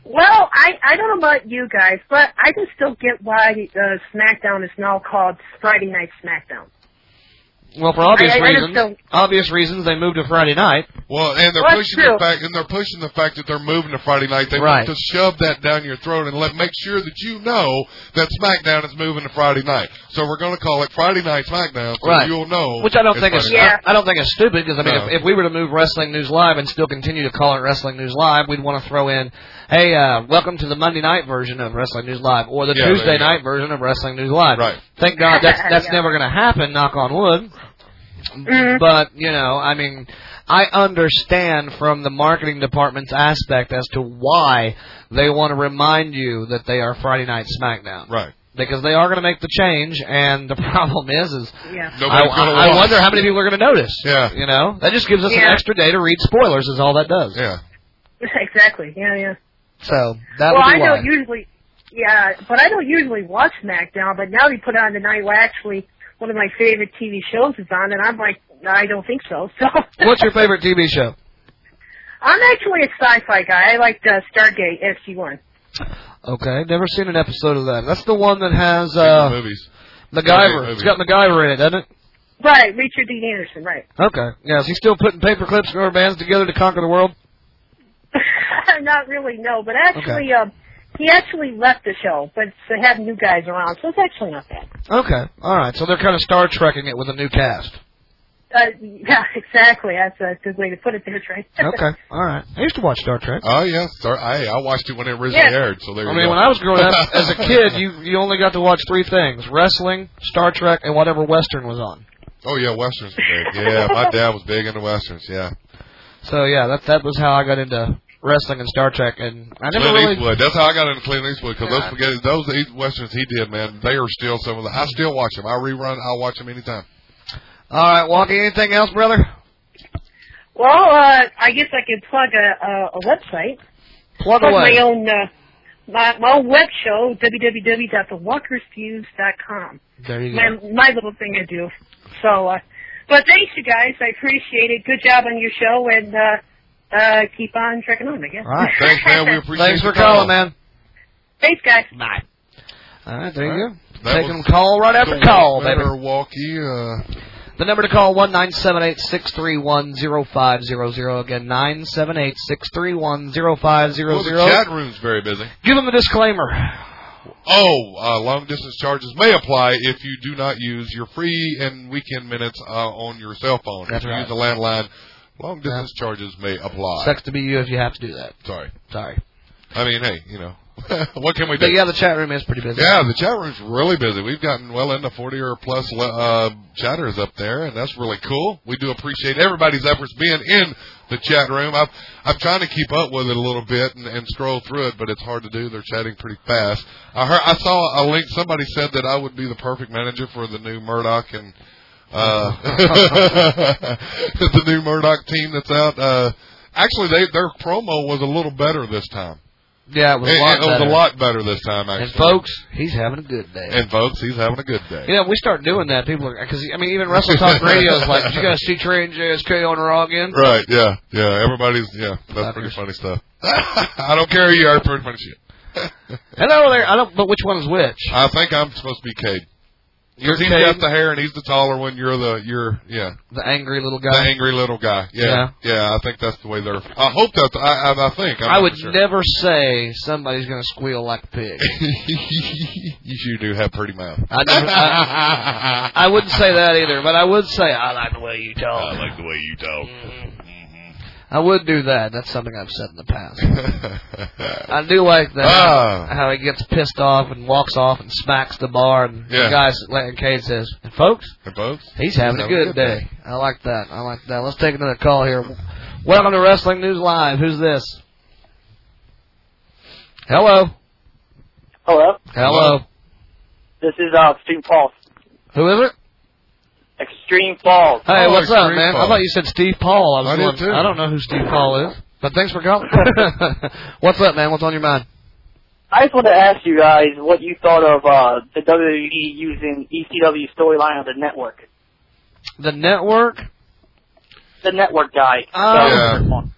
well, I I don't know about you guys, but I can still get why uh, SmackDown is now called Friday Night SmackDown. Well, for obvious I- I just reasons, don't- obvious reasons they moved to Friday night. Well, and they're Well, that's pushing the true. fact, and they're pushing the fact that they're moving to Friday night. They Right. want to shove that down your throat and let make sure that you know that SmackDown is moving to Friday night. So we're going to call it Friday Night SmackDown, so Right. you'll know. Which I don't it's think is Friday night. I, I don't think it's stupid because I mean No. if, if we were to move Wrestling News Live and still continue to call it Wrestling News Live, we'd want to throw in, hey, uh, welcome to the Monday night version of Wrestling News Live or the Yeah, there Tuesday you go. night version of Wrestling News Live. Right. Thank God that's that's Yeah. never going to happen. Knock on wood. But you know, I mean, I understand from the marketing department's aspect as to why they want to remind you that they are Friday Night SmackDown Right. because they are going to make the change, and the problem is, is Yeah. I, Nobody's gonna I- I watch. wonder how many people are going to notice. Yeah. You know, that just gives us an Yeah. extra day to read spoilers. Is all that does. Yeah. exactly. Yeah, yeah. So that would well, I be why. don't usually, yeah, but I don't usually watch SmackDown. But now they put on the night where actually one of my favorite TV shows is on, and I'm like, I don't think so. So What's your favorite TV show? I'm actually a sci-fi guy. I like uh, Stargate SG One. Okay, never seen an episode of that. That's the one that has Seen the uh, movies. MacGyver. Yeah, It's got MacGyver in it, doesn't it? Right, Richard Dean Anderson. Right. Okay. Yeah, is he still putting paper clips and rubber bands together to conquer the world? Not really, no. But actually, um, he actually left the show, but to have new guys around, so it's actually not bad. Okay. All right. So they're kind of Star Trekking it with a new cast. Uh, yeah, exactly. That's a good way to put it there, Trey. Okay. All right. I used to watch Star Trek. Oh yeah, sir. I I watched it when it originally Yeah. aired. So there I you mean, go. when I was growing up as a kid, you you only got to watch three things: wrestling, Star Trek, and whatever Western was on. oh yeah, westerns. were big. Yeah, my dad was big into westerns. Yeah. So yeah, that that was how I got into wrestling and Star Trek, and I never Clint really. Eastwood. That's how I got into Clint Eastwood because those Yeah. spaghetti, those East westerns he did, man, they are still some of the. I still watch them. I rerun. I watch them anytime. All right, Walkie, anything else, brother? Well, uh, I guess I could plug a, a, a website. Plug Plug away. my own uh, my, my own web show www.thewalkersfuse.com. There you go. My my little thing I do. So, uh, but thanks you guys. I appreciate it. Good job on your show, and uh, uh, keep on trekking on. I guess. All right. Thanks, man. We appreciate Thanks for the call. calling, man. Thanks, guys. Bye. All right, there you go. That Take was them call right after the call, Walk baby. Better Walkie. Uh, The number to call one nine seven eight six three one zero five zero zero again nine seven eight six three one zero five zero well, zero. the chat room's very busy. Give them a disclaimer. Oh, uh, long distance charges may apply if you do not use your free and weekend minutes uh, on your cell phone. That's if you right. use a landline, long distance charges may apply. Sucks to be you if you have to do that. Sorry. Sorry. I mean, hey, you know, what can we do? But yeah, the chat room is pretty busy. Yeah, the chat room's really busy. We've gotten well into 40 or plus le- uh, chatters up there, and that's really cool. We do appreciate everybody's efforts being in the chat room. I'm, I'm trying to keep up with it a little bit and, and scroll through it, but it's hard to do. They're chatting pretty fast. I heard, I saw a link. Somebody said that I would be the perfect manager for the new Murdoch and uh, the new Murdoch team that's out. Uh, actually, they, their promo was a little better this time. Yeah, it was a It- lot it was better. a lot better this time, actually. And folks, he's having a good day. And folks, he's having a good day. You know, we start doing that, people are because I mean, even Wrestle Talk Radio is like, "Did you guys see Trey and JSK on Raw again? Right? Yeah. Yeah. Everybody's. Yeah. That's pretty funny stuff. I don't care. You are pretty funny shit. Hello there. I don't. But which one's which? I think I'm supposed to be Cade. You're Because he's got Cade? the hair and he's the taller one. You're the. You're. Yeah. The angry little guy. The angry little guy. Yeah. Yeah. I think that's the way they're. I hope that's. I. I, I think. I'm I not would sure. never say somebody's going to squeal like a pig. you sure do have pretty mouth. I, never, I, I wouldn't say that either, but I would say I like the way you talk. I like the way you talk. I would do that. That's something I've said in the past. I do like that. Ah. How he gets pissed off and walks off and smacks the bar, and Yeah. the guy, s- like Cade says, and folks, And folks, he's having a good day. I like that. I like that. Let's take another call here. Welcome to Wrestling News Live. Who's this? Hello. Hello. Hello. This is uh, Extreme Falls. Who is it? Extreme Falls. Hey, what's up, man? I thought you said Steve Paul. I was I did going, too. I don't know who Steve Paul is, but thanks for calling. what's up, man? What's on your mind? I just want to ask you guys what you thought of uh, the WWE using ECW storyline on the network. The network? The network guy. Oh. So-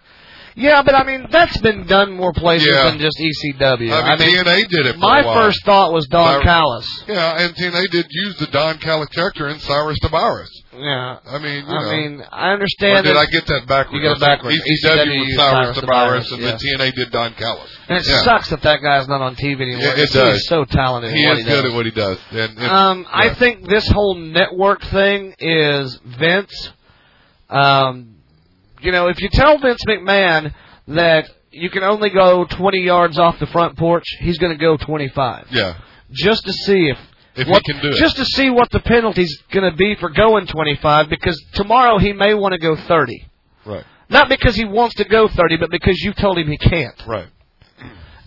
Yeah, but I mean that's been done more places Yeah. than just E ECW. I mean, TNA did it for my a while. first thought was Don Cyrus- Callis. Yeah, and TNA did use the Don Callis character in Cyrus Tabaris. Yeah, I mean, you I know. mean, I Or understand. did that- I get that backwards? E You got it backwards. E ECW, ECW was used Cyrus Cyrus Tabaris, Tabaris, and yeah. then TNA did Don Callis. And it yeah. sucks that that guy's not on TV anymore. Yeah, it 'cause does. He's so talented. He at what is he good does. at what he does. And it's- Um, yeah. I think this whole network thing is Vince. Um, you know, if you tell Vince McMahon that you can only go 20 yards off the front porch, he's going to go 25 Yeah. just to see if. If he what, can do it. Just to see what the penalty's going to be for going 25, because tomorrow he may want to go 30. Right. Not because he wants to go 30, but because you told him he can't. Right.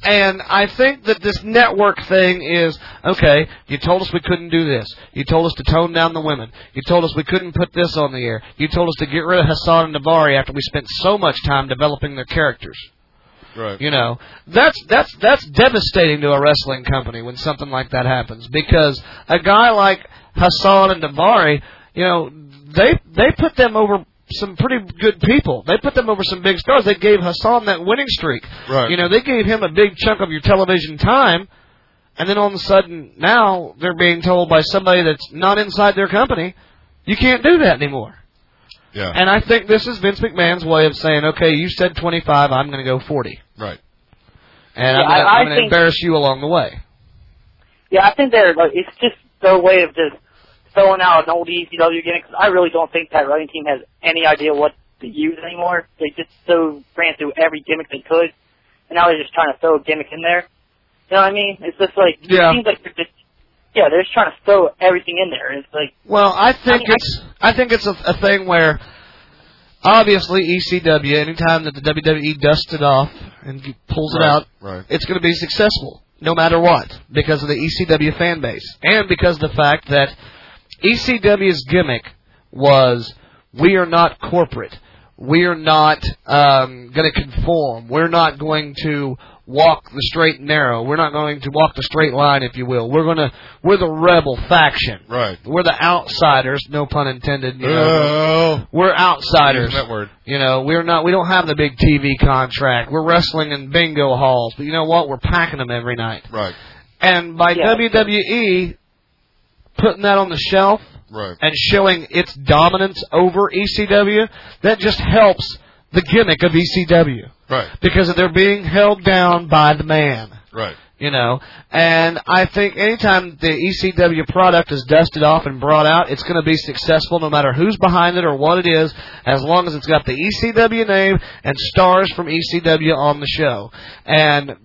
And I think that this network thing is okay. You told us we couldn't do this. You told us to tone down the women. You told us we couldn't put this on the air. You told us to get rid of Hassan and Navari after we spent so much time developing their characters. Right. You know, that's that's that's devastating to a wrestling company when something like that happens because a guy like Hassan and Davari, you know, they they put them over some pretty good people. They put them over some big stars. They gave Hassan that winning streak. Right. You know, they gave him a big chunk of your television time. And then all of a sudden, now they're being told by somebody that's not inside their company, you can't do that anymore. Yeah. And I think this is Vince McMahon's way of saying, okay, you said 25, I'm going to go 40 right. and Yeah, I'm gonna- I- I I'm going to think- embarrass you along the way. Yeah, I think they're like it's just their way of just throwing out an old ECW gimmick. 'cause I really don't think that writing team has any idea what to use anymore. They just so ran through every gimmick they could, and now they're just trying to throw a gimmick in there. You know what I mean? It's just like Yeah. it seems like they're just yeah, they're just trying to throw everything in there. It's like Well, I think I mean, I- it's I think it's a, a thing where obviously ECW, anytime that the WWE dusts it off and g- pulls Right, it out, right. it's going to be successful no matter what because of the ECW fan base and because of the fact E that ECW's gimmick was we are not corporate. we're not um, going to conform. We're not going to walk the straight and narrow. We're not going to walk the straight line, if you will. We're gonna we're the rebel faction. Right. We're the outsiders. No pun intended. You know. We're Use outsiders. that word. You know, we're not. We don't have the big TV contract. We're wrestling in bingo halls, but you know what? We're packing them every night. Right. And by Yeah. WWE putting that on the shelf Right. and showing its dominance over ECW, that just helps the gimmick of ECW Right. because they're being held down by the man. Right. You know, and I think anytime the ECW product is dusted off and brought out, it's going to be successful no matter who's behind it or what it is, as long as it's got the ECW name and stars from ECW on the show. And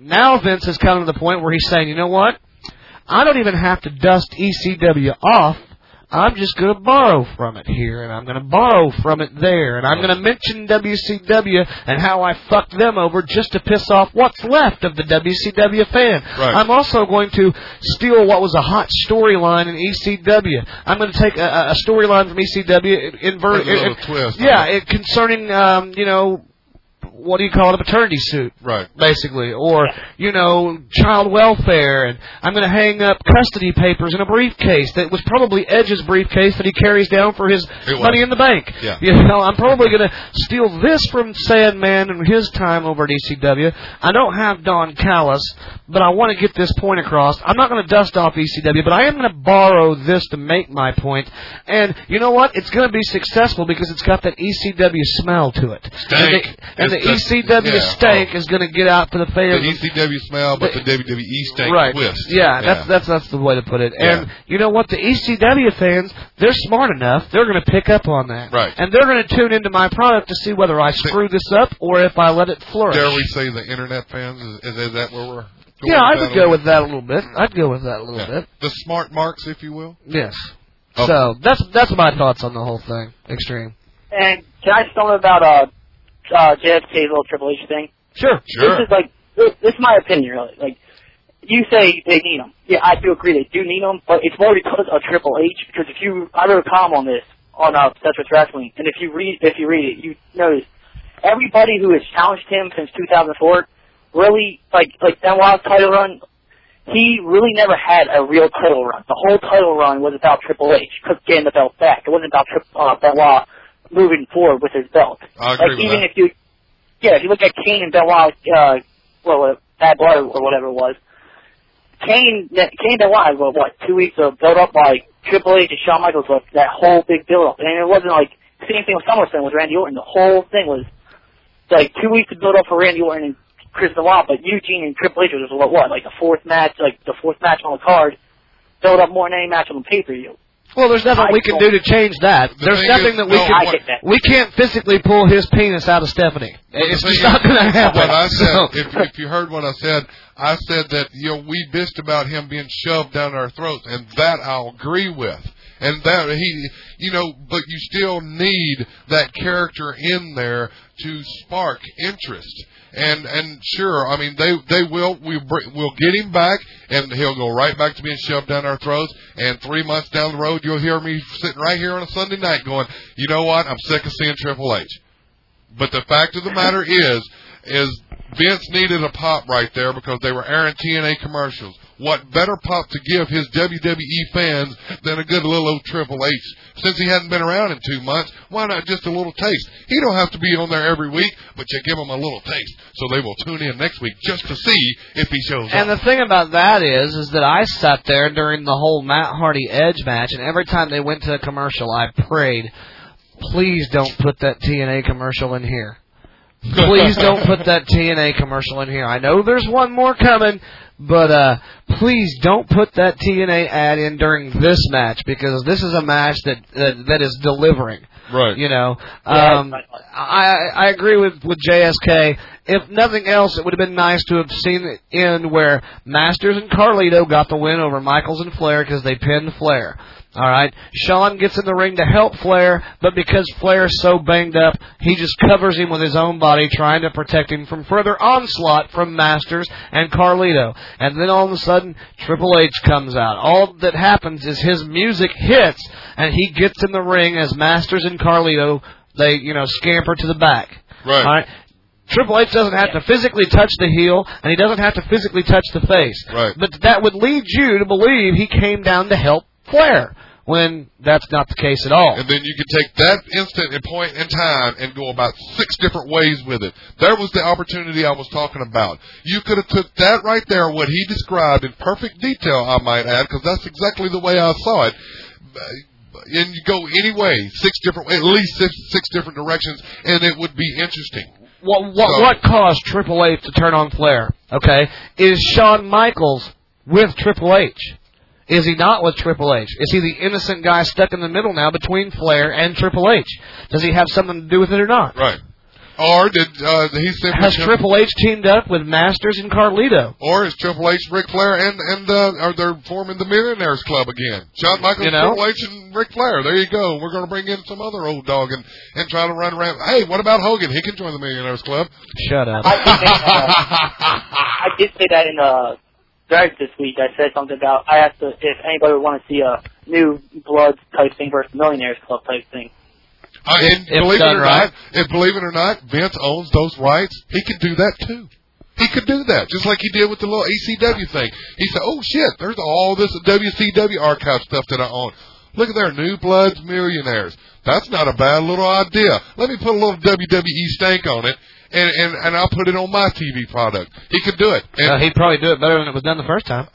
now Vince has come to the point where he's saying, you know what? I don't even have to dust ECW off. I'm just going to borrow from it here, and I'm going to borrow from it there, and I'm going to mention WCW and how I fucked them over just to piss off what's left of the WCW fan. Right. I'm also going to steal what was a hot storyline in ECW. I'm going to take a, a- a storyline from E ECW, invert, Put a little twist on yeah, it. it, concerning um, you know what do you call it, a paternity suit, Right. basically, or you know, child welfare, and I'm going to hang up custody papers in a briefcase that was probably Edge's briefcase that he carries down for his It was. money in the bank. Yeah. You know, I'm probably going to steal this from Sandman and his time over at ECW. I don't have Don Callis, but I want to get this point across. I'm not going to dust off ECW, but I am going to borrow this to make my point. And you know what? It's going to be successful because it's got that ECW smell to it. Stank. And the, and the It's the- ECW yeah, oh. stank is going to get out to the The fans. ECW smell, but the WWE stank right. twist. Yeah, that's that's that's the way to put it. And you know what? The ECW fans, they're smart enough. They're going to pick up on that. Right. And they're going to tune into my product to see whether I screw this up or if I let it flourish. Dare we say the internet fans? Is, is, is that where we're? Going yeah, I would a go little with that a little bit. I'd go with that a little Yeah. Oh. bit. The smart marks, if you will. Yes. Okay. So that's that's my thoughts on the whole thing. Extreme. And can I just tell them about uh, uh, JFK's little Triple H thing? Sure. This is like this, this is my opinion really. Like you say they need him. Yeah, I do agree they do need him, but it's more because of Triple H. Because if you, I wrote a column on this on uh, Tetris Wrestling, and if you read if you read it, you notice everybody who has challenged him since 2004 really like like that wild title run. He really never had a real title run. The whole title run was about Triple H cause getting the belt back. It wasn't about Trip, uh, Benoit moving forward with his belt. I agree like with even that. if you yeah, if you look at Kane and Benoit, uh, well, what, Bad Blood or whatever it was, Kane, Kane and Benoit, well, what, two weeks of build up by Triple H and Shawn Michaels, like that whole big build up. And it wasn't like, same thing with SummerSlam with Randy Orton. The whole thing was like two weeks of build up for Randy Orton and Chris Benoit, but Eugene and Triple H was what, what, like the fourth match, like the fourth match on the card, build up more than any match on the pay per view. Well, there's nothing we can do to change that. The there's thing nothing is- that we no, can. I get that. We can't physically pull his penis out of Stephanie. But the It's thing just is, not going to happen. What I said, So- if, if you heard what I said, I said that you know we bitched about him being shoved down our throats, and that I'll agree with. And that he, you know, but you still need that character in there to spark interest. And and sure, I mean they they will we br- we'll get him back, and he'll go right back to being shoved down our throats. And three months down the road, you'll hear me sitting right here on a Sunday night going, you know what? I'm sick of seeing Triple H. But the fact of the matter is, is Vince needed a pop right there because they were airing TNA commercials. What better pop to give his WWE fans than a good little old Triple H? Since he hadn't been around in two months, why not just a little taste? He don't have to be on there every week, but you give him a little taste, so they will tune in next week just to see if he shows And up. the thing about that is, is that I sat there during the whole Matt Hardy Edge match, and every time they went to a commercial, I prayed, please don't put that TNA commercial in here. Please don't put that TNA commercial in here. I know there's one more coming, but uh please don't put that TNA ad in during this match because this is a match that that, that is delivering. Right. You know, Yeah, um, I I agree with with JSK. If nothing else, it would have been nice to have seen it end where Masters and Carlito got the win over Michaels and Flair because they pinned Flair. All right, Sean gets in the ring to help Flair, but because Flair's so banged up, he just covers him with his own body, trying to protect him from further onslaught from Masters and Carlito. And then all of a sudden, Triple H comes out. All that happens is his music hits, and he gets in the ring as Masters and Carlito They you know scamper to the back. Right. All right. Triple H doesn't have to physically touch the heel, and he doesn't have to physically touch the face. Right. But that would lead you to believe he came down to help Flair, when that's not the case at all. And then you could take that instant and point in time and go about six different ways with it. There was the opportunity I was talking about. You could have took that right there, what he described in perfect detail, I might add, because that's exactly the way I saw it. And you go any way, six different, at least six, six different directions, and it would be interesting. What what, So- what caused Triple H to turn on Flair? Okay, is Shawn Michaels with Triple H? Is he not with Triple H? Is he the innocent guy stuck in the middle now between Flair and Triple H? Does he have something to do with it or not? Right. Or did uh, he simply Has Triple H teamed up with Masters and Carlito? Or is Triple H, Ric Flair, and and uh, are they forming the Millionaires Club again? Shawn Michaels, You know? Triple H, and Ric Flair. There you go. We're going to bring in some other old dog and and try to run around. Hey, what about Hogan? He can join the Millionaires Club. Shut up. I did, say, uh, I did say that in uh, Drive this week. I said something about I asked if anybody would want to see a new Bloods type thing versus Millionaires Club type thing. Uh, and If believe it done or right. not, if believe it or not, Vince owns those rights. He could do that too. He could do that, just like he did with the little ECW thing. He said, "Oh shit, there's all this WCW archive stuff that I own. Look at their New Bloods Millionaires. That's not a bad little idea. Let me put a little WWE stank on it, and and and I'll put it on my TV product. He could do it. And Uh, he'd probably do it better than it was done the first time.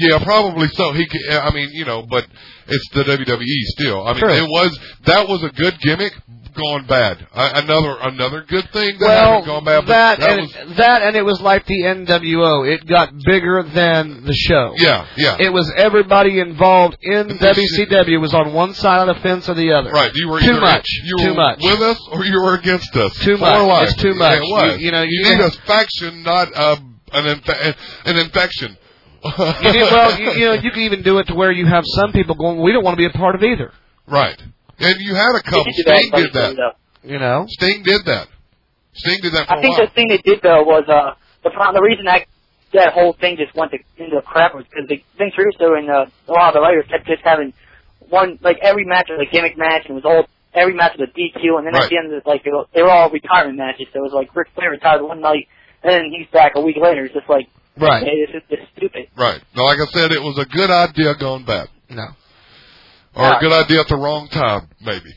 yeah, probably so. He, c- I mean, you know, but it's the WWE still. I mean, True. it was that was a good gimmick gone bad. I, another another good thing that well, happened gone bad. But that, that and was that and it was like the NWO. It got bigger than the show. Yeah, yeah. It was everybody involved in WCW was on one side of the fence or the other. right. You were too either, much. You too were much. with us or you were against us. Too For much. life. It's too Yeah, much. It was. You- you know, you, you need have- a faction, not uh, an inf- an infection. You did- well, you, you know, you can even do it to where you have some people going. We don't want to be a part of either. Right. And you had a couple. You do that, Sting but did that. it's, uh, You know. Sting did that. Sting did that for I a think while. the thing they did though was uh, the pro- the reason that that whole thing just went to, into the crap was because Vince Russo and uh, a lot of the writers kept just having one like every match was a gimmick match and it was all every match was a DQ and then at Right. the end of it, like they were, they were all retirement matches so it was like Ric Flair retired one night and then he's back a week later it's just like Right. okay, this is just stupid Right. Now, like I said, it was a good idea gone bad. No. Or a good idea at the wrong time, maybe.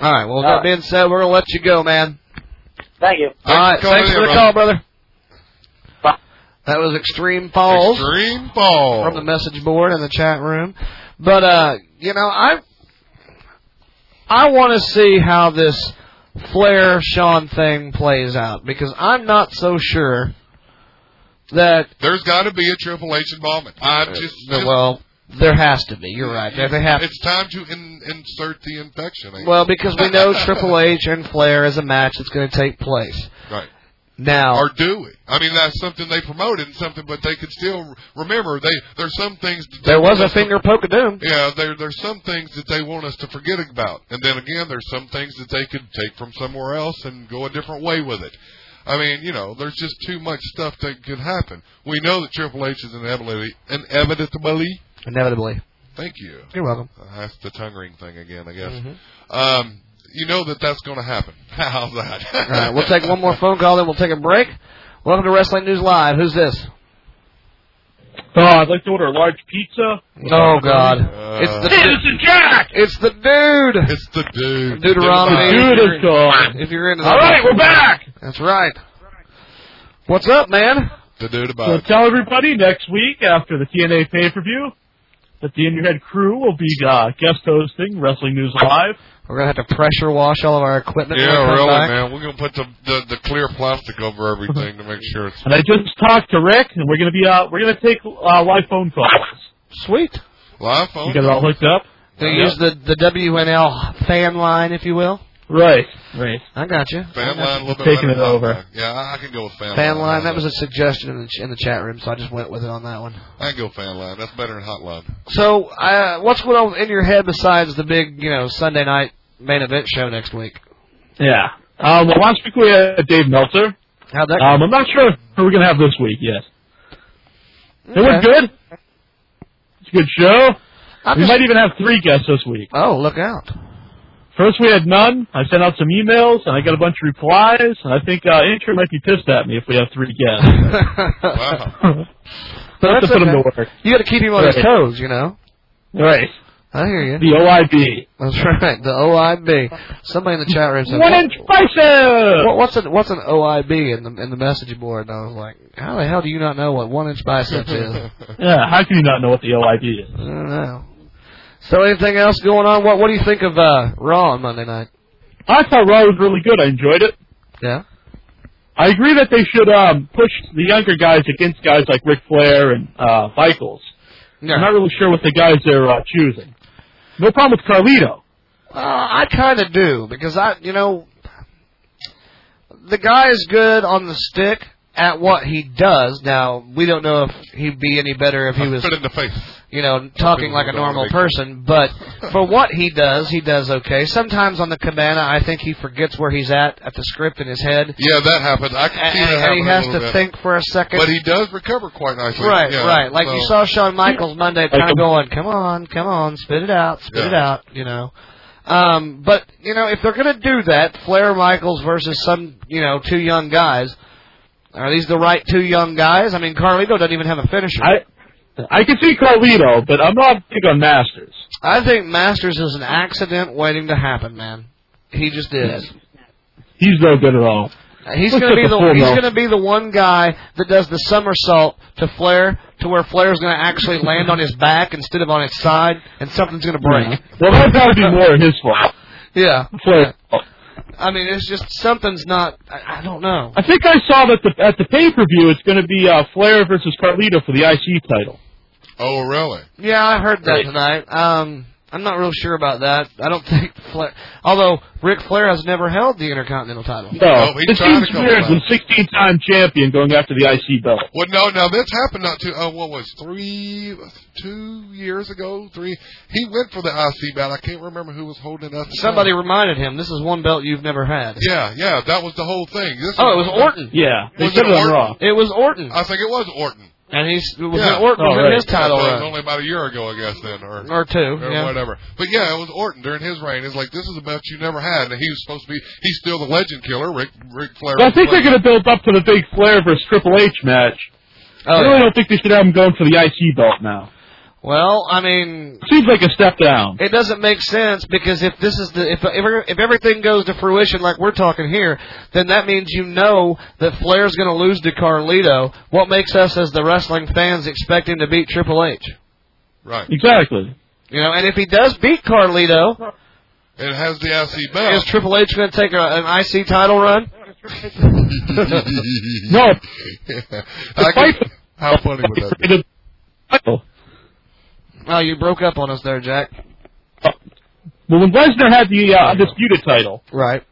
All right. Well, that being said, we're gonna let you go, man. Thank you. All right. Thanks for the call, brother. That was Extreme Falls. Extreme Falls. From the message board in the chat room. But uh, you know, I I want to see how this Flair Sean thing plays out because I'm not so sure that There's got to be a Triple H involvement. I'm just, just- well there has to be. You're right. There- They have It's time to in, insert the infection. I guess. Well, because we know Triple H and Flair is a match that's going to take place. Right. Now, Or do we? I mean, that's something they promoted and something, but they could still remember. They there's some things. that they there was want a us to- finger poke of doom. Yeah, there there's some things that they want us to forget about, and then again, there's some things that they could take from somewhere else and go a different way with it. I mean, you know, there's just too much stuff that could happen. We know that Triple H is inevitably, inevitably. Inevitably. Thank you. You're welcome. That's the tongue ring thing again, I guess. Mhm. Mm-hmm. Um, you know that that's going to happen. How's that? All right, we'll take one more phone call, then we'll take a break. Welcome to Wrestling News Live. Who's this? Oh, I'd like to order a large pizza. Oh God! Uh, it's the Citizen Jack. It's the dude. It's the dude. Deuteronomy. The dude is gone. If you're into that, All right, we're back. That's right. What's up, man? The dude about So tell everybody next week after the TNA pay per view that the In Your Head crew will be uh, guest hosting Wrestling News Live. We're gonna have to pressure wash all of our equipment. when we Yeah, come really, back. man. We're going to put the, the the clear plastic over everything to make sure it's. And I just talked to Rick, and we're gonna be uh, we're gonna take uh, live phone calls. Sweet. Live phone. You got it all hooked up. They use the the WNL fan line, if you will. Right. Right. I got you. Fan line a little bit Taking later it on. over. Yeah, I I can go with fan, Fan line. line. That was a suggestion in the ch- in the chat room, so I just went with it on that one. I can go fan line. That's better than hotline. So, uh, what's going on in your head besides the big, you know, Sunday night main event show next week? Yeah. Um, well, last week we had Dave Meltzer. How'd that? go? Um, I'm not sure who we're gonna have this week yet. It Okay. was good. It's a good show. I'm we just- might even have three guests this week. Oh, look out! First we had none. I sent out some emails and I got a bunch of replies. And I think uh, Intern might be pissed at me if we have three guests. wow. But have to put him to work. You got to keep him on his Right. toes, you know. Right. I hear you. The OIB. That's right. The OIB. Somebody in the chat room said One "What- inch bicep. What, what's an what's an OIB in the in the message board? And I was like, how the hell do you not know what one inch biceps is? Yeah. How can you not know what the OIB is? I don't know. So anything else going on? What what do you think of uh Raw on Monday night? I thought Raw was really good. I enjoyed it. Yeah. I agree that they should um, push the younger guys against guys like Ric Flair and uh, Michaels. I'm not really sure what the guys they're uh, choosing. No problem with Carlito. Uh, I kind of do because I, you know, the guy is good on the stick at what he does. Now we don't know if he'd be any better if he was Spit in the face. you know, talking like a normal person, but for what he does, he does okay. Sometimes on the cabana, I think he forgets where he's at at the script in his head. Yeah, that happened. I can see that And- and he happening has a little to bit. think for a second. But he does recover quite nicely. Right, Yeah, right. Like you so- saw Shawn Michaels Monday, kind Like of a- going, "Come on, come on, spit it out, spit it Yeah. out," you know. Um, but you know, if they're gonna do that, Flair Michaels versus some, you know, two young guys, are these the right two young guys? I mean, Carlito doesn't even have a finisher. I I can see Carlito, but I'm not big on Masters. I think Masters is an accident waiting to happen, man. He just is. He's no good at all. Uh, He's Looks gonna like be a the fool, he's though. gonna be the one guy that does the somersault to Flair to where Flair's gonna actually land on his back instead of on his side, and something's gonna break. Well, that'd probably be more his fault. Yeah. Flair. I mean, it's just something's not. I, I don't know. I think I saw that the, at the pay per view it's going to be uh, Flair versus Carlito for the IC title. Oh, really? Yeah, I heard that tonight. Um, I'm not real sure about that. I don't think Flair. Although Ric Flair has never held the Intercontinental title. Oh, No, it seems weird when 16 time champion going after the IC belt. Well, no, now this happened not too. Uh, what was three, two years ago? Three. He went for the IC belt. I can't remember who was holding us. Somebody reminded him this is one belt you've never had. Yeah, yeah, that was the whole thing. This Oh, it was Orton. Yeah, they Was said it it on Orton? Raw. It was Orton. I think it was Orton. And he's it was yeah. Orton Oh, was in his title Yeah, so It run. Oh, was only about a year ago, I guess, then, or Or two, or yeah. whatever. But yeah, it was Orton during his reign. It's like this is a belt you never had, and he was supposed to be. He's still the legend killer, Rick Rick Flair. Well, I think they're going to build up to the big Flair versus Triple H match. Oh, I really yeah. don't think they should have him going for the IC belt now. Well, I mean, Seems like a step down. It doesn't make sense because if this is the if if, if everything goes to fruition like we're talking here, then that means you know that Flair's going to lose to Carlito. What makes us as the wrestling fans expect him to beat Triple H? Right. Exactly. You know, and if he does beat Carlito, It has the IC is belt. Triple H going to take a, an IC title run? No. I can- how funny would that be? Well, Oh, you broke up on us there, Jack. when Lesnar had the uh, undisputed title, Right.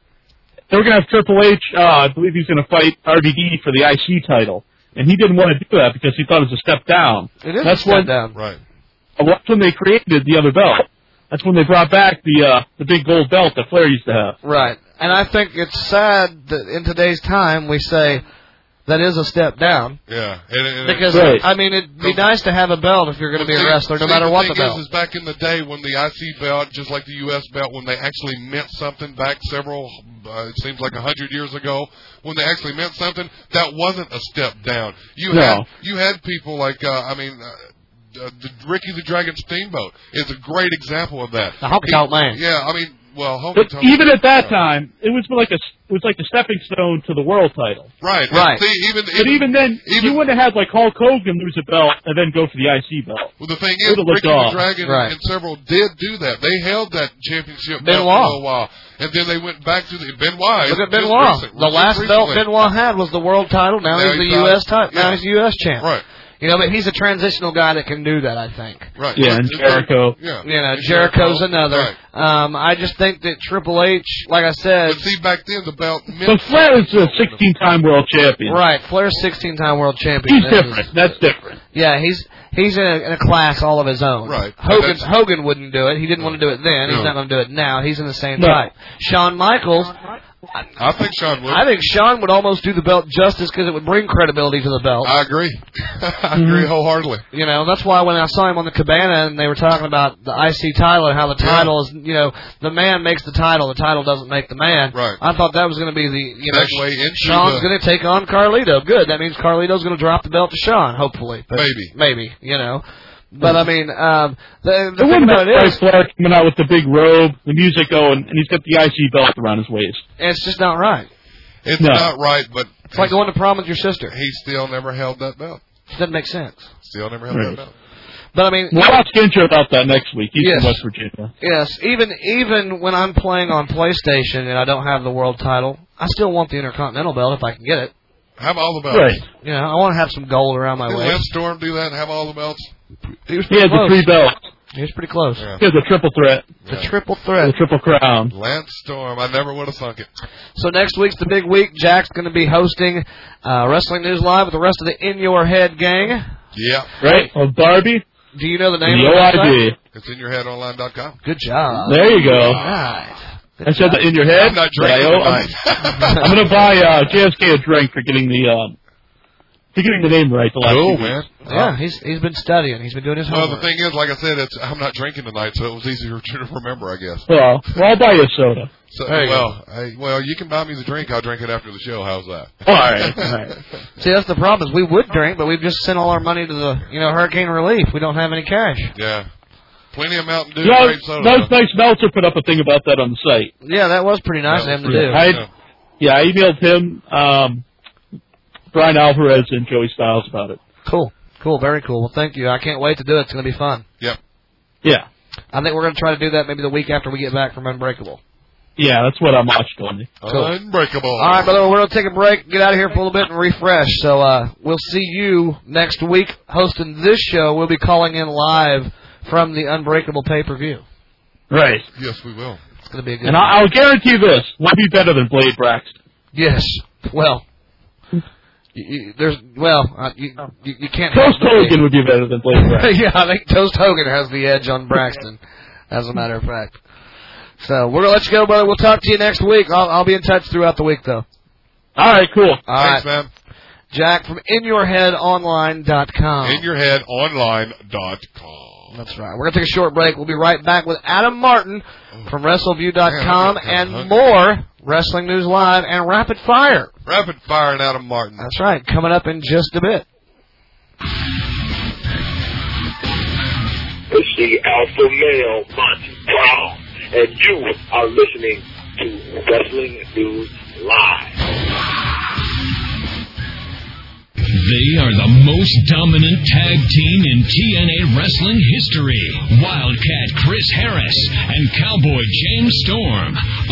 they were going to have Triple H. Uh, I believe he was going to fight RVD for the IC title, and he didn't want to do that because he thought it was a step down. It is That's a step when, down. Right. uh, That's when they created the other belt. That's when they brought back the uh, the big gold belt that Flair used to have. Right. And I think it's sad that in today's time we say that is a step down. Yeah, and, and Because I mean, it'd be nice to have a belt if you're going to be a wrestler, no See, matter the what thing the belt. Is, is back in the day when the IC belt, just like the US belt, when they actually meant something back several, uh, it seems like a hundred years ago, when they actually meant something, that wasn't a step down. You No. had you had people like uh, I mean. Uh, uh, the Ricky the Dragon Steamboat is a great example of that. The honky-tonk He- man. Yeah, I mean, well, honky But tonk. even at that uh, time, it was like a it was like a stepping stone to the world title. right, and Right. See, even, But even then, you wouldn't have had like Hulk Hogan lose a belt and then go for the IC belt. Well, the thing It is, would've looked Ricky off. the Dragon Right. and several did do that. They held that championship belt for a Benoit. little while, and then they went back to the Benoit. Look at just Benoit. recent- the just last belt recently. Benoit had was the world title. Now, Now he's the he's got- U.S. title. Now yeah. he's the U.S. champ. Right. You know, but he's a transitional guy that can do that. I think. Right. Yeah, and Jericho. Yeah. You know, And Jericho's Jericho. another. Um, I just think that Triple H, like I said, But see, back then the belt So meant Flair is a 16-time world champion. right? Flair's 16-time world champion. He's This is- different. That's different. Yeah, he's he's in a, in a class all of his own. Right. Hogan That's- Hogan wouldn't do it. He didn't want to do it then. He's No. not going to do it now. He's in the same No. type. Shawn Michaels I think Sean would. I think Sean would almost do the belt justice because it would bring credibility to the belt. I agree. I Mm-hmm. agree wholeheartedly. You know, that's why when I saw him on the cabana and they were talking about the IC title and how the title is, you know, the man makes the title, the title doesn't make the man. Right. I thought that was going to be the, you know, Segue into Sean's the- going to take on Carlito. Good. That means Carlito's going to drop the belt to Sean, hopefully. But Maybe. Maybe, you know. But I mean, um, the, the It thing wouldn't about have it Price is, Flair coming out with the big robe, the music going, and he's got the IC belt around his waist. it's just not right. It's No. not right, but It's like going to prom with your sister. he still never held that belt. Doesn't make sense. Still never held Right. that belt. But I mean, We'll ask Ginger about that next week. He's Yes. from West Virginia. Yes, even even when I'm playing on PlayStation and I don't have the world title, I still want the Intercontinental belt if I can get it. Have all the belts. You know, I want to have some gold around my Did waist. Lance Storm do that and have all the belts? He was He pretty had the close. three belts. He was pretty close. Yeah. He had the triple threat, The triple the threat. triple crown. Lance Storm. I never would have thunk it. So next week's the big week. Jack's going to be hosting uh, Wrestling News Live with the rest of the In Your Head gang. Yeah. Right? Of Barbie, Do you know the the name of the website? OIB. It's in your head online.com. Good job. There you go. Right. Good I said job. that in your head. I'm not but I drinking owe- I'm, tonight. I'm gonna buy uh, JSK a drink for getting the um, for getting the name right. The last cool, few man. weeks. Yeah, he's he's been studying. He's been doing his Well, the homework. thing is, like I said, it's I'm not drinking tonight, so it was easier to remember, I guess. Well, well, I'll buy you a soda. So, There you well, hey, well, you can buy me the drink. I'll drink it after the show. How's that? All right, all right. See, that's the problem. Is we would drink, but we've just sent all our money to the you know hurricane relief. We don't have any cash. yeah. Plenty of Mountain Dew You know, grape soda. that was nice. Meltzer put up a thing about that on the site. Yeah, that was pretty nice of That him to was do. pretty- I Yeah. yeah, I emailed him, um, Brian Alvarez, and Joey Styles about it. Cool, cool, very cool. Well, thank you. I can't wait to do it. It's going to be fun. Yeah, I think we're going to try to do that maybe the week after we get back from Unbreakable. yeah, that's what I'm watching on the Cool. Unbreakable. All right, brother. We're going to take a break, get out of here for a little bit, and refresh. So uh, we'll see you next week hosting this show. We'll be calling in live from the Unbreakable pay per view. Right, Yes, we will. It's going to be a good. and I, I'll guarantee this: we'll be better than Blade Braxton. Yes. Well. You, you, there's well, uh, you, you you can't. Coast help but be- Oh. Hogan would be better than Blade Braxton. yeah, I think Toast Hogan has the edge on Braxton, as a matter of fact. So we're gonna let you go, brother. We'll talk to you next week. I'll, I'll be in touch throughout the week, though. All right, cool. All right, Thanks, man. Jack from InYourHeadOnline.com. In your head online.com. That's right. We're gonna take a short break. We'll be right back with Adam Martin from Oh. WrestleView.com Man, I'm getting and hungry. more wrestling news live and rapid fire. Rapid fire and Adam Martin. That's right. Coming up in just a bit. It's the Alpha Male Monty Brown, and you are listening to Wrestling News Live. They are the most dominant tag team in TNA wrestling history. Wildcat Chris Harris and Cowboy James Storm,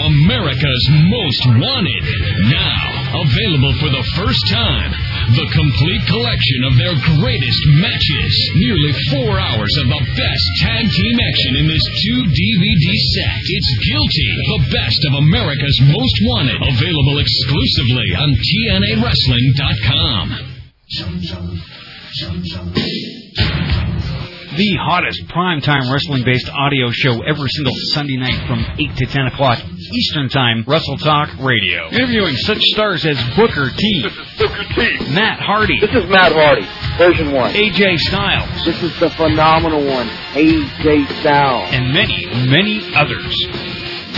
America's most wanted. Now available for the first time, the complete collection of their greatest matches. Nearly four hours of the best tag team action in this two DVD set. It's Guilty, the best of America's most wanted. Available exclusively on TNAWrestling.com. The hottest primetime wrestling based audio show every single Sunday night from 8 to 10 o'clock Eastern Time, Russell Talk Radio. Interviewing such stars as Booker T, Booker T. Matt Hardy, This is Matt Hardy, version one. AJ Styles, This is the phenomenal one, AJ Styles. and many, many others.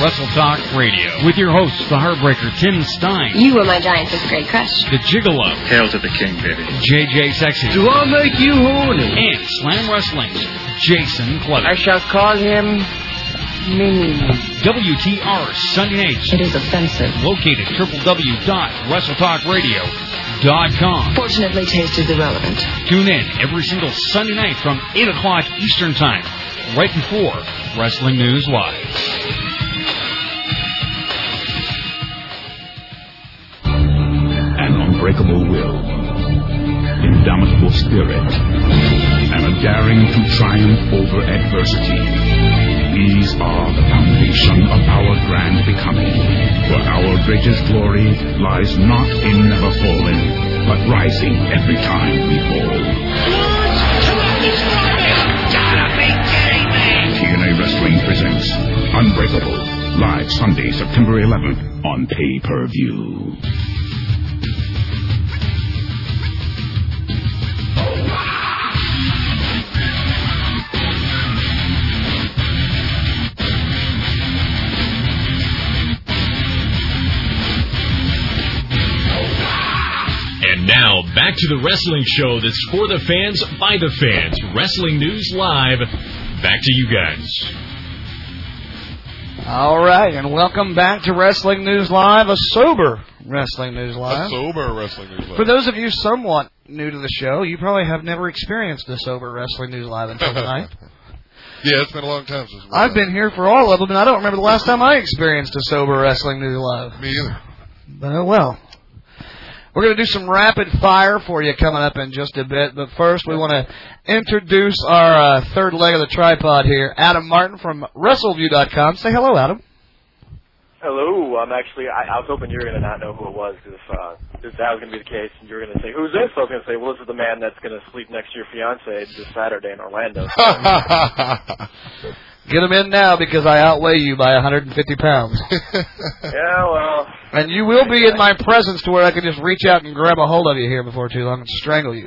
Russell Talk Radio. With your hosts, the Heartbreaker Tim Stein, You were my giant fifth grade crush. The Gigolo, Hail to the king, baby. JJ Sexy, Do I make you horny? and Slam Wrestling's Jason Clutter. I shall call him Mini. WTR Sunday nights. It is offensive. Located www.wrestletalkradio.com. Fortunately, taste is irrelevant. Tune in every single Sunday night from 8 o'clock Eastern Time, right before Wrestling News Live. an unbreakable will, indomitable spirit, and a daring to triumph over adversity. These are the foundation of our grand becoming, for our greatest glory lies not in never falling, but rising every time we fall. TNA Wrestling presents Unbreakable, Live Sunday, September 11th on pay per view. And now, back to the wrestling show that's for the fans, by the fans. Wrestling News Live. Back to you guys. All right, and welcome back to Wrestling News Live, a sober Wrestling News Live. A sober wrestling news. For those of you somewhat new to the show, you probably have never experienced a sober Wrestling News Live until tonight. yeah, it's been a long time since. I've been here for all of them, and I don't remember the last time I experienced a sober Wrestling News Live. Me either. But oh well. We're going to do some rapid fire for you coming up in just a bit, but first we want to introduce our uh, third leg of the tripod here, Adam Martin from WrestleView.com. Say hello, Adam. Hello, I'm actually. I, I was hoping you were going to not know who it was because if, uh, if that was going to be the case, and you were going to say, "Who's this?" I was going to say, "Well, this is the man that's going to sleep next to your fiance this Saturday in Orlando." Get him in now because I outweigh you by 150 pounds. yeah, well, and you will be in my presence to where I can just reach out and grab a hold of you here before too long and strangle you.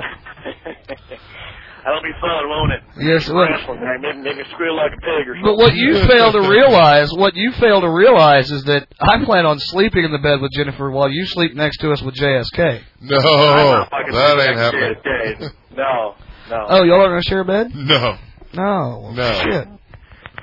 that'll be fun, won't it? Yes, it will. Wrestling, right? Make, make me squeal like a pig or something. But what you fail to realize, what you fail to realize is that I plan on sleeping in the bed with Jennifer while you sleep next to us with JSK. No, I'm not that fucking sleeping ain't next to happening. you today. No, no. Oh, y'all are gonna share a bed? No. No. well, No. Shit.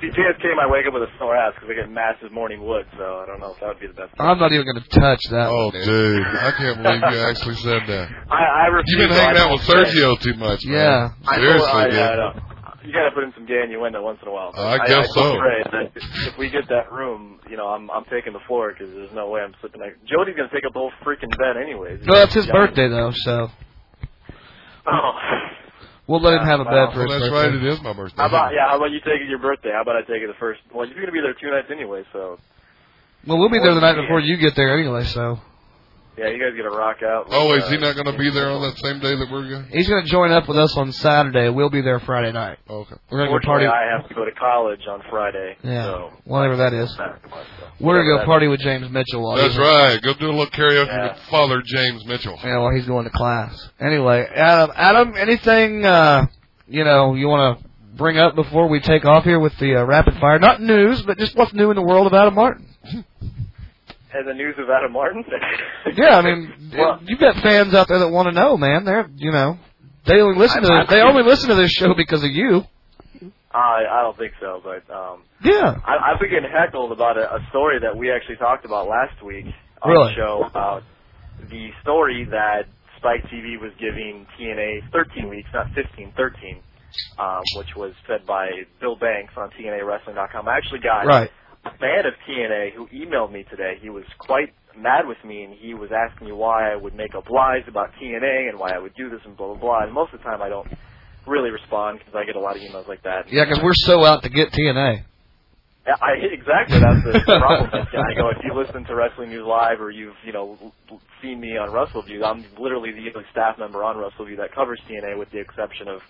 See, JFK might wake up with a sore ass because we get massive morning wood, so I don't know if that would be the best. I'm not even gonna touch that. Oh, one, dude, I can't believe you actually said that. I, I refuse. Uh, You've been hanging out with Sergio too much, Yeah. man. I, Seriously, I, dude. I, I know. You gotta put in some gay innuendo once in a while. I guess I, so. afraid that if we get that room, you know, I'm I'm taking the floor because there's no way I'm slipping. Like, Jody's gonna take up the whole freaking bed anyways. No, it's his Yeah. birthday though, so Oh. we'll let him have a bed for his Well, that's birthday. right. It is my birthday. How about yeah? How about you take it your birthday? How about I take it the first? Well, you're gonna be there two nights anyway, so Well, we'll be there the night before you get there anyway, so yeah, you guys gotta rock out. Oh, is Uh, he not going to be there on that same day that we're going? he's gonna join up with us on Saturday. We'll be there Friday night. Okay. We're gonna go party. Fortunately, I have to go to college on Friday. Yeah, So whatever that is. We're Whatever gonna that go party with James Mitchell. While That's he's- right. Go do a little karaoke Yeah. with Father James Mitchell. Yeah, well, he's going to class. Anyway, Adam, Adam, anything uh, you know you want to bring up before we take off here with the uh, rapid fire? Not news, but just what's new in the world of Adam Martin. and the news of Adam Martin. Yeah, I mean, Well- you've got fans out there that want to know, man. They're you know they only listen to I- this, I- they only listen to this show because of you. I I don't think so, but um, Yeah. I, I've been getting heckled about a, a story that we actually talked about last week on Really? the show about the story that Spike TV was giving TNA 13 weeks, not 15, 13, um, which was fed by Bill Banks on TNAWrestling.com. I actually got Right. a fan of TNA who emailed me today. He was quite mad with me, and he was asking me why I would make up lies about TNA and why I would do this and blah blah blah. And most of the time, I don't really respond because I get a lot of emails like that. Yeah, because we're so out to get TNA. Yeah, I exactly that's the problem. with that. I go if you listen to Wrestling News Live or you've you know l- l- seen me on WrestleView, I'm literally the only staff member on WrestleView that covers TNA, with the exception of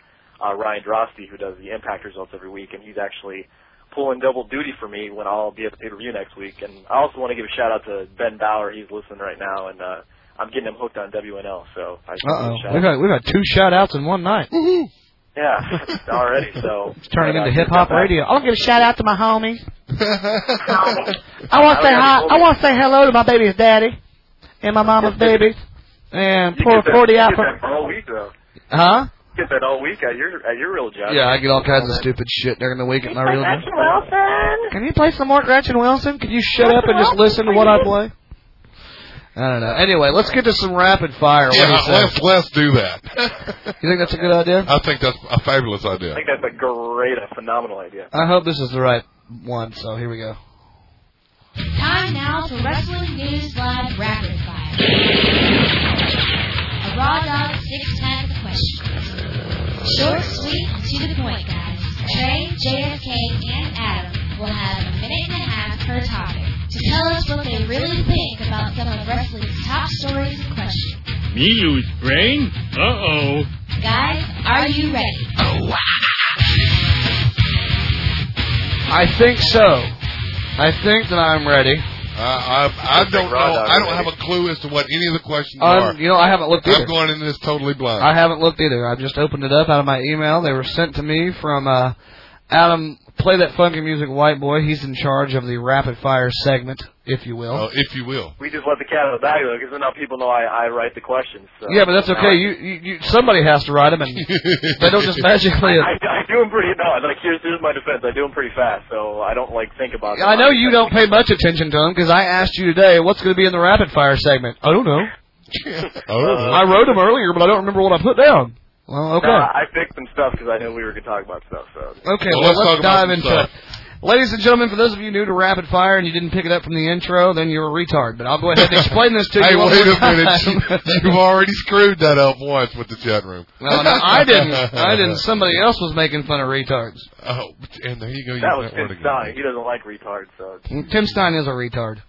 uh, Ryan Drosty, who does the Impact results every week, and he's actually pulling double duty for me when I'll be at the pay per view next week. And I also want to give a shout out to Ben Bauer. He's listening right now, and uh, I'm getting him hooked on WNL. So I just Uh wanna oh, shout we've out. got we've got two shout outs in one night. Mm-hmm. yeah already. So It's turning But, uh, into hip hop radio. I'll give a shout out to my homies. I want to say I hi. already told I want to say hello to my baby's daddy and my mama's baby and You poor get that- forty you out get for that all week though. huh? get that all week at your at your real job. Yeah, I get all kinds of stupid shit during the week at my real job. Wilson. Can you play some more Gretchen Wilson? Can you shut up and just listen to what I play? I don't know. Anyway, let's get to some rapid fire. What do you Yeah, say? let's let's do that. You think that's a good idea? I think that's a fabulous I idea. think that's a great, a phenomenal idea. I hope this is the right one. So here we go. Time now for Wrestling News Live Rapid Fire. A raw dog six pack of questions. Short, sweet, and to the point, guys. Trey, JFK, and Adam will have a minute and a half per topic to tell us what they really think about some of wrestling's top stories and questions. Me use brain? Uh-oh. Guys, are you ready? Oh, I think so. I think that I'm ready. Uh, I, I don't know. I don't have a clue as to what any of the questions Um, are. you know, I haven't looked either. I'm going into this totally blind. I haven't looked either. I just opened it up out of my email. They were sent to me from uh, Adam. Play that funky music, white boy. He's in charge of the rapid fire segment, if you will. Oh, if you will. We just let the cat out of the bag though, because now people know I, I write the questions. So. Yeah, but that's Now okay. I- You, you, you somebody has to write them, and they don't just magically. I, I, I do them pretty. No, like here's here's my defense. I do them pretty fast, so I don't like think about. them. I know you don't pay much attention to them because I asked you today what's going to be in the rapid fire segment. I don't know. Uh, I wrote them earlier, but I don't remember what I put down. Well, okay. No, I picked some stuff because I knew we were gonna talk about stuff. So Okay, well, let's, dive into it. Ladies and gentlemen, for those of you new to Rapid Fire and you didn't pick it up from the intro, then you're a retard. But I'll go ahead and explain this to you. Hey, one wait more a minute. time. You- You've already screwed that up once with the chat room. Well, no, I didn't. I didn't. Somebody else was making fun of retards. Oh, and there you go. that was Tim Stein. He doesn't like retards, so Tim Stein is a retard.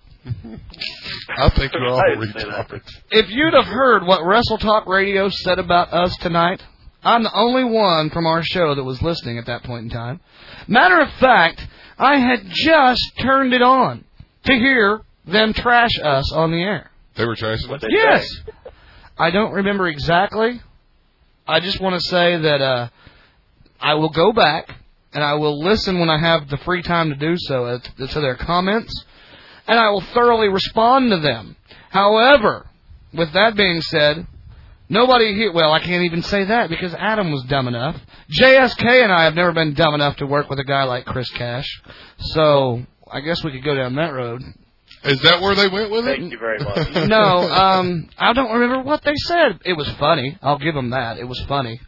I think you're all I didn't say that. retards. If you'd have heard what Wrestle Talk Radio said about us tonight, I'm the only one from our show that was listening at that point in time. Matter of fact, I had just turned it on to hear them trash us on the air. They were trashing. us? Yes. I don't remember exactly. I just want to say that uh, I will go back and I will listen when I have the free time to do so uh, to- to their comments, and I will thoroughly respond to them. However, with that being said, nobody here. Well, I can't even say that because Adam was dumb enough. JSK and I have never been dumb enough to work with a guy like Chris Cash, so I guess we could go down that road. Is that where they went with it? Thank you very much. no, um, I don't remember what they said. It was funny. I'll give them that. It was funny.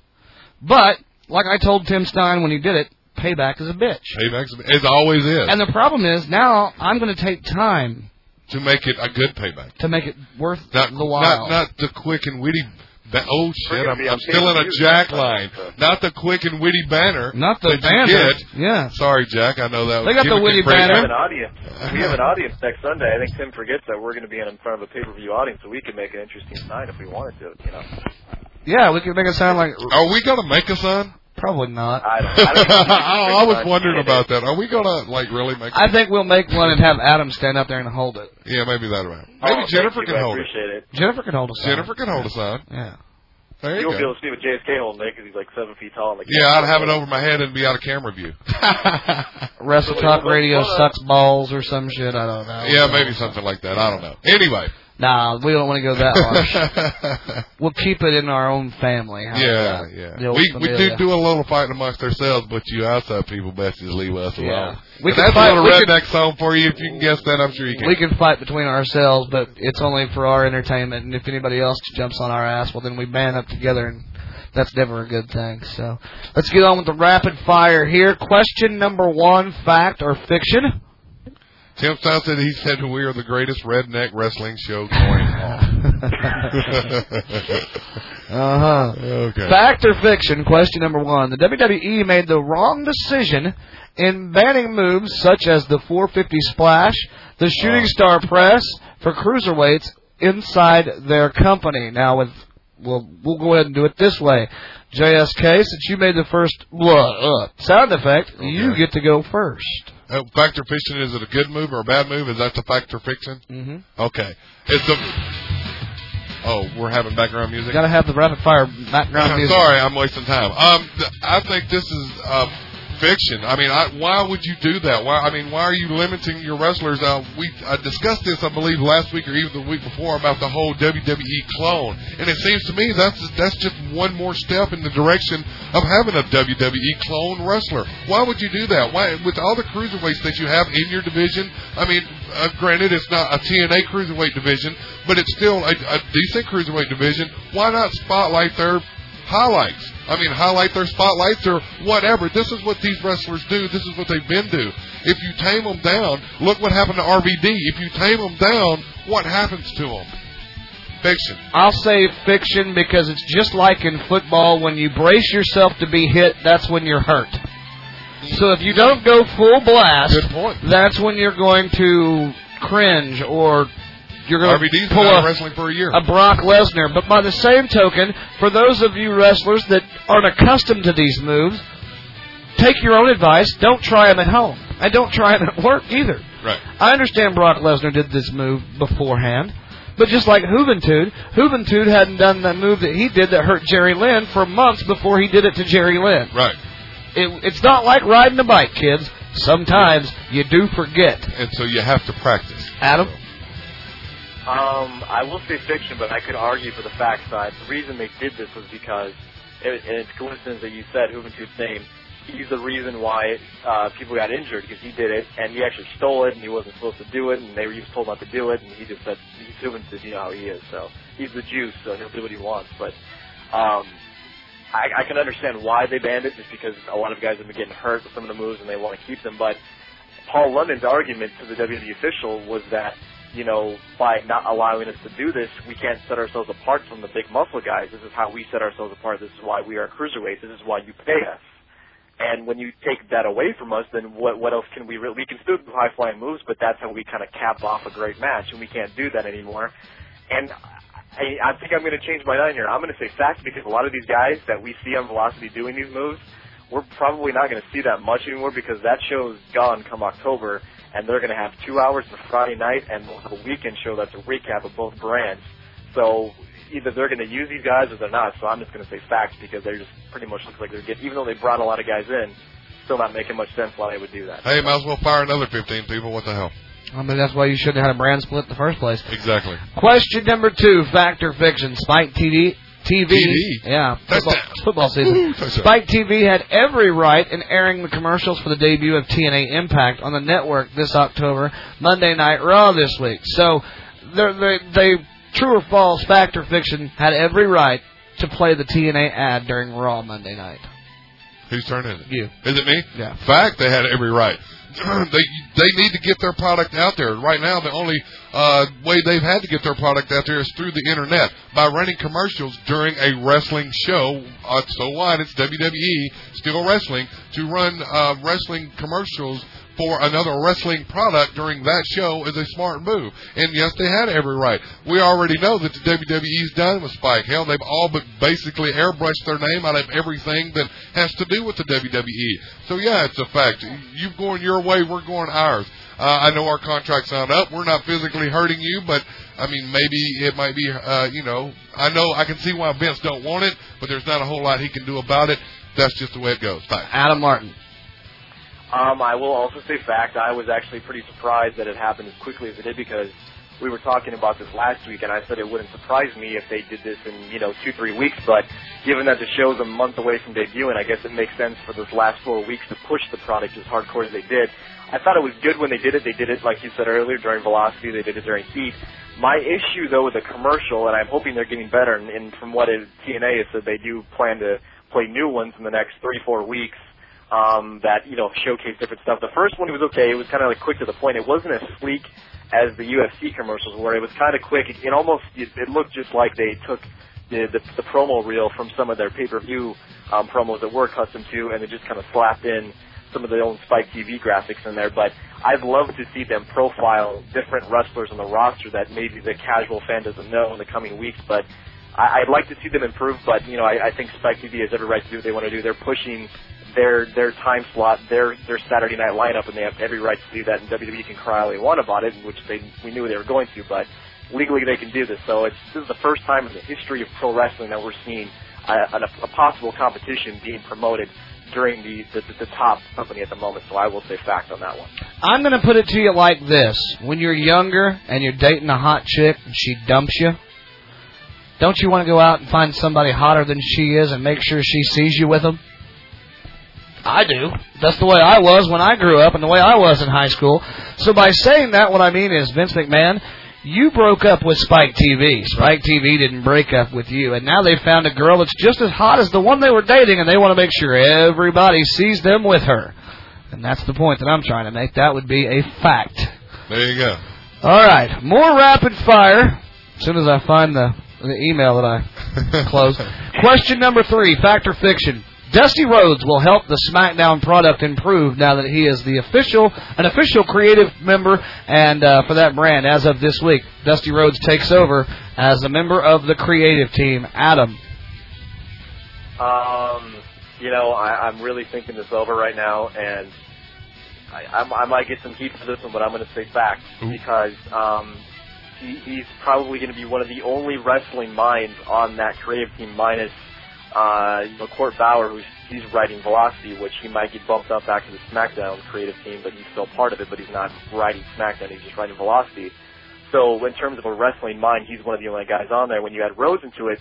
But, like I told Tim Stein when he did it, payback is a bitch. Payback's it always is And the problem is, now I'm going to take time to make it a good payback, to make it worth not the while. not not the quick and witty. Ba- oh We're shit! gonna I'm, be I'm on still in a pay-per-view. jack line. Not the quick and witty banner. Not the that you banner. get. Yeah. Sorry, Jack. I know that. They was got the gimmicky witty phrase. Oh, We have banner. an audience. We have an audience next Sunday. I think Tim forgets that we're going to be in front of a pay-per-view audience, so we can make an interesting sign if we wanted to. You know, yeah, we could make it sound like. Are we gonna make a son? Probably not. I don't. I, don't think we should I, I think was about wondering it. about that. Are we gonna like really make? I think we'll make one and have Adam stand up there and hold it. Yeah, maybe that around. Oh, Maybe thank Jennifer you. can I hold it. appreciate it. Jennifer can hold a sign. Jennifer can hold a sign. Yeah. There you You'll go. be able to see what JSK holding it because he's like seven feet tall. And like Yeah, I'd have it over my head and be out of camera view. Wrestle Talk Radio sucks balls or some shit. I don't know. Yeah, maybe something like that. I don't know. Anyway. Nah, we don't want to go that harsh. we'll keep it in our own family. How yeah, about that? The yeah. old We we do familiar. do a little fighting amongst ourselves, but you outside people best just leave us alone. Yeah. We We can that's fight- a little we can- redneck song for you. If you can guess that, I'm sure you can. We can fight between ourselves, but it's only for our entertainment. And if anybody else jumps on our ass, well, then we band up together, and that's never a good thing. So let's get on with the rapid fire here. Question number one: fact or fiction? Tim Stein said he said we are the greatest redneck wrestling show going on. Uh huh. okay. Fact or fiction? Question number one. The WWE made the wrong decision in banning moves such as the 450 splash, the shooting star press for cruiserweights inside their company. Now, with we'll, we'll go ahead and do it this way. JSK, since you made the first blah, uh, sound effect, you get to go first. Uh, factor fiction is it a good move or a bad move? Is that the factor fiction? Mm-hmm. Okay. It's a. Oh, we're having background music. Got to have the rapid fire background I'm music. sorry, I'm wasting time. Um, th- I think this is uh, fiction. I mean, I, why would you do that? Why? I mean, why are you limiting your wrestlers? Uh, we I discussed this, I believe, last week or even the week before about the whole WWE clone, and it seems to me that's that's just one more step in the direction of having a WWE clone wrestler. Why would you do that? Why, with all the cruiserweights that you have in your division? I mean, uh, granted, it's not a TNA cruiserweight division, but it's still a, a decent cruiserweight division. Why not spotlight their highlights. I mean, highlight their spotlights or whatever. This is what these wrestlers do. This is what they've been do. If you tame them down, look what happened to RVD. If you tame them down, what happens to them? Fiction. I'll say fiction because it's just like in football when you brace yourself to be hit, that's when you're hurt. So if you don't go full blast, Good point. that's when you're going to cringe or you're going RVD's been to pull out of a- wrestling for a year. a Brock Lesnar. But by the same token, for those of you wrestlers that aren't accustomed to these moves, take your own advice. Don't try them at home. And don't try them at work either. Right. I understand Brock Lesnar did this move beforehand, but just like Juventud, Juventud hadn't done that move that he did that hurt Jerry Lynn for months before he did it to Jerry Lynn. Right. It, it's not like riding a bike, kids. Sometimes you do forget. And so you have to practice. Adam? Um, I will say fiction, but I could argue for the fact side. The reason they did this was because, it, and it's coincidence that you said Juventude's name. He's the reason why uh, people got injured because he did it, and he actually stole it, and he wasn't supposed to do it, and they were just told not to do it, and he just said he's Juventude, you know how he is, so he's the juice, so he'll do what he wants. But um, I, I can understand why they banned it, just because a lot of guys have been getting hurt with some of the moves, and they want to keep them. But Paul London's argument to the WWE official was that, you know, by not allowing us to do this, we can't set ourselves apart from the big muscle guys. This is how we set ourselves apart. This is why we are cruiserweights. This is why you pay us. And when you take that away from us, then what what else can we really? We can still do high flying moves, but that's how we kind of cap off a great match, and we can't do that anymore. And I, I think I'm going to change my mind here. I'm going to say fact because a lot of these guys that we see on Velocity doing these moves, we're probably not going to see that much anymore because that show's gone come October, and they're going to have two hours for Friday night and we'll have a weekend show that's a recap of both brands. So either they're going to use these guys or they're not. So I'm just going to say facts because they're just pretty much looks like they're getting, even though they brought a lot of guys in, still not making much sense why they would do that. Hey, might as well fire another 15 people. What the hell? I mean, that's why you shouldn't have had a brand split in the first place. Exactly. Question number two, fact or fiction? Spike TV. TV. TV. Yeah. Football, football season. Spike TV had every right in airing the commercials for the debut of TNA Impact on the network this October, Monday Night Raw this week. So, they're, they, they, true or false, fact or fiction, had every right to play the TNA ad during Raw Monday night. Whose turn is it? You. Is it me? Yeah. Fact, they had every right. they they need to get their product out there. Right now, the only uh, way they've had to get their product out there is through the internet by running commercials during a wrestling show. Uh, so what? It's WWE still wrestling to run uh, wrestling commercials for another wrestling product during that show is a smart move. And yes, they had every right. We already know that the WWE's done with Spike. Hell, they've all but basically airbrushed their name out of everything that has to do with the WWE. So yeah, it's a fact. You've going your way, we're going ours. Uh, I know our contract's not up. We're not physically hurting you, but I mean, maybe it might be, uh, you know, I know I can see why Vince don't want it, but there's not a whole lot he can do about it. That's just the way it goes. Fact. Adam Martin. Um, I will also say fact. I was actually pretty surprised that it happened as quickly as it did because we were talking about this last week, and I said it wouldn't surprise me if they did this in you know two three weeks. But given that the show's a month away from debuting, I guess it makes sense for those last four weeks to push the product as hardcore as they did. I thought it was good when they did it. They did it like you said earlier during Velocity. They did it during Heat. My issue though with the commercial, and I'm hoping they're getting better. And, and from what it, TNA has said, they do plan to play new ones in the next three four weeks um, that you know showcase different stuff. The first one was okay; it was kind of like quick to the point. It wasn't as sleek as the UFC commercials were. It was kind of quick. It, it almost it, it looked just like they took the, the the promo reel from some of their pay-per-view um, promos that we're accustomed to, and they just kind of slapped in some of their own Spike TV graphics in there. But I'd love to see them profile different wrestlers on the roster that maybe the casual fan doesn't know in the coming weeks, but. I- I'd like to see them improve, but you know I, I think Spike TV has every right to do what they want to do. They're pushing their their time slot, their their Saturday night lineup, and they have every right to do that. And WWE can cry all they want about it, which they we knew they were going to, but legally they can do this. So it's this is the first time in the history of pro wrestling that we're seeing a, a, a possible competition being promoted during the, the the top company at the moment. So I will say fact on that one. I'm going to put it to you like this. When you're younger and you're dating a hot chick and she dumps you, don't you want to go out and find somebody hotter than she is and make sure she sees you with them? I do. That's the way I was when I grew up and the way I was in high school. So by saying that, what I mean is, Vince McMahon, you broke up with Spike TV. Spike TV didn't break up with you. And now they've found a girl that's just as hot as the one they were dating and they want to make sure everybody sees them with her. And that's the point that I'm trying to make. That would be a fact. There you go. All right, more rapid fire. As soon as I find the, the email that I closed. Question number three, fact or fiction? Dusty Rhodes will help the SmackDown product improve now that he is the official, an official creative member, and uh, for that brand as of this week, Dusty Rhodes takes over as a member of the creative team. Adam, Um, you know, I, I'm really thinking this over right now, and I, I'm- I might get some heat for this one, but I'm going to say fact Mm-hmm. because um, he, he's probably going to be one of the only wrestling minds on that creative team, minus uh, you know, Court Bauer, who's he's writing Velocity, which he might get bumped up back to the SmackDown creative team, but he's still part of it, but he's not writing SmackDown, he's just writing Velocity. So in terms of a wrestling mind, he's one of the only guys on there. When you add Rhodes into it,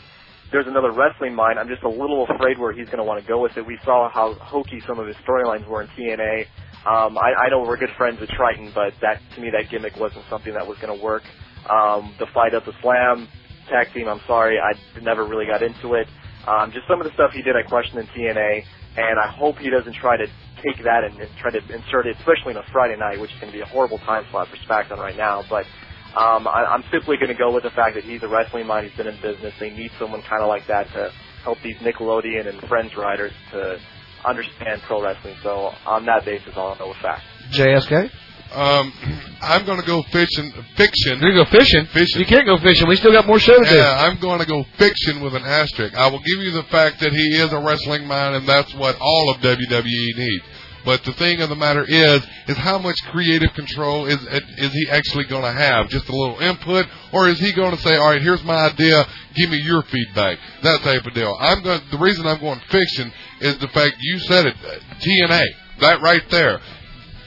there's another wrestling mind. I'm just a little afraid where he's going to want to go with it. We saw how hokey some of his storylines were in TNA. Um, I, I know we're good friends with Triton, but that to me that gimmick wasn't something that was going to work. Um, the fight at the Slam tag team, I'm sorry, I never really got into it. Um, just some of the stuff he did, I questioned in TNA, and I hope he doesn't try to take that and, and try to insert it, especially on a Friday night, which is going to be a horrible time slot for SmackDown right now. But um, I, I'm simply going to go with the fact that he's a wrestling mind. He's been in business. They need someone kind of like that to help these Nickelodeon and Friends writers to understand pro wrestling. So on that basis, I'll go with fact. JSK. Um, I'm going to go fishing. Fiction. You go fishing. Fishing. You can't go fishing. We still got more shows. to do. Yeah, I'm going to go fiction with an asterisk. I will give you the fact that he is a wrestling mind, and that's what all of WWE needs. But the thing of the matter is, is how much creative control is is he actually going to have? Just a little input, or is he going to say, "All right, here's my idea. Give me your feedback." That type of deal. I'm going. The reason I'm going fiction is the fact you said it. TNA. That right there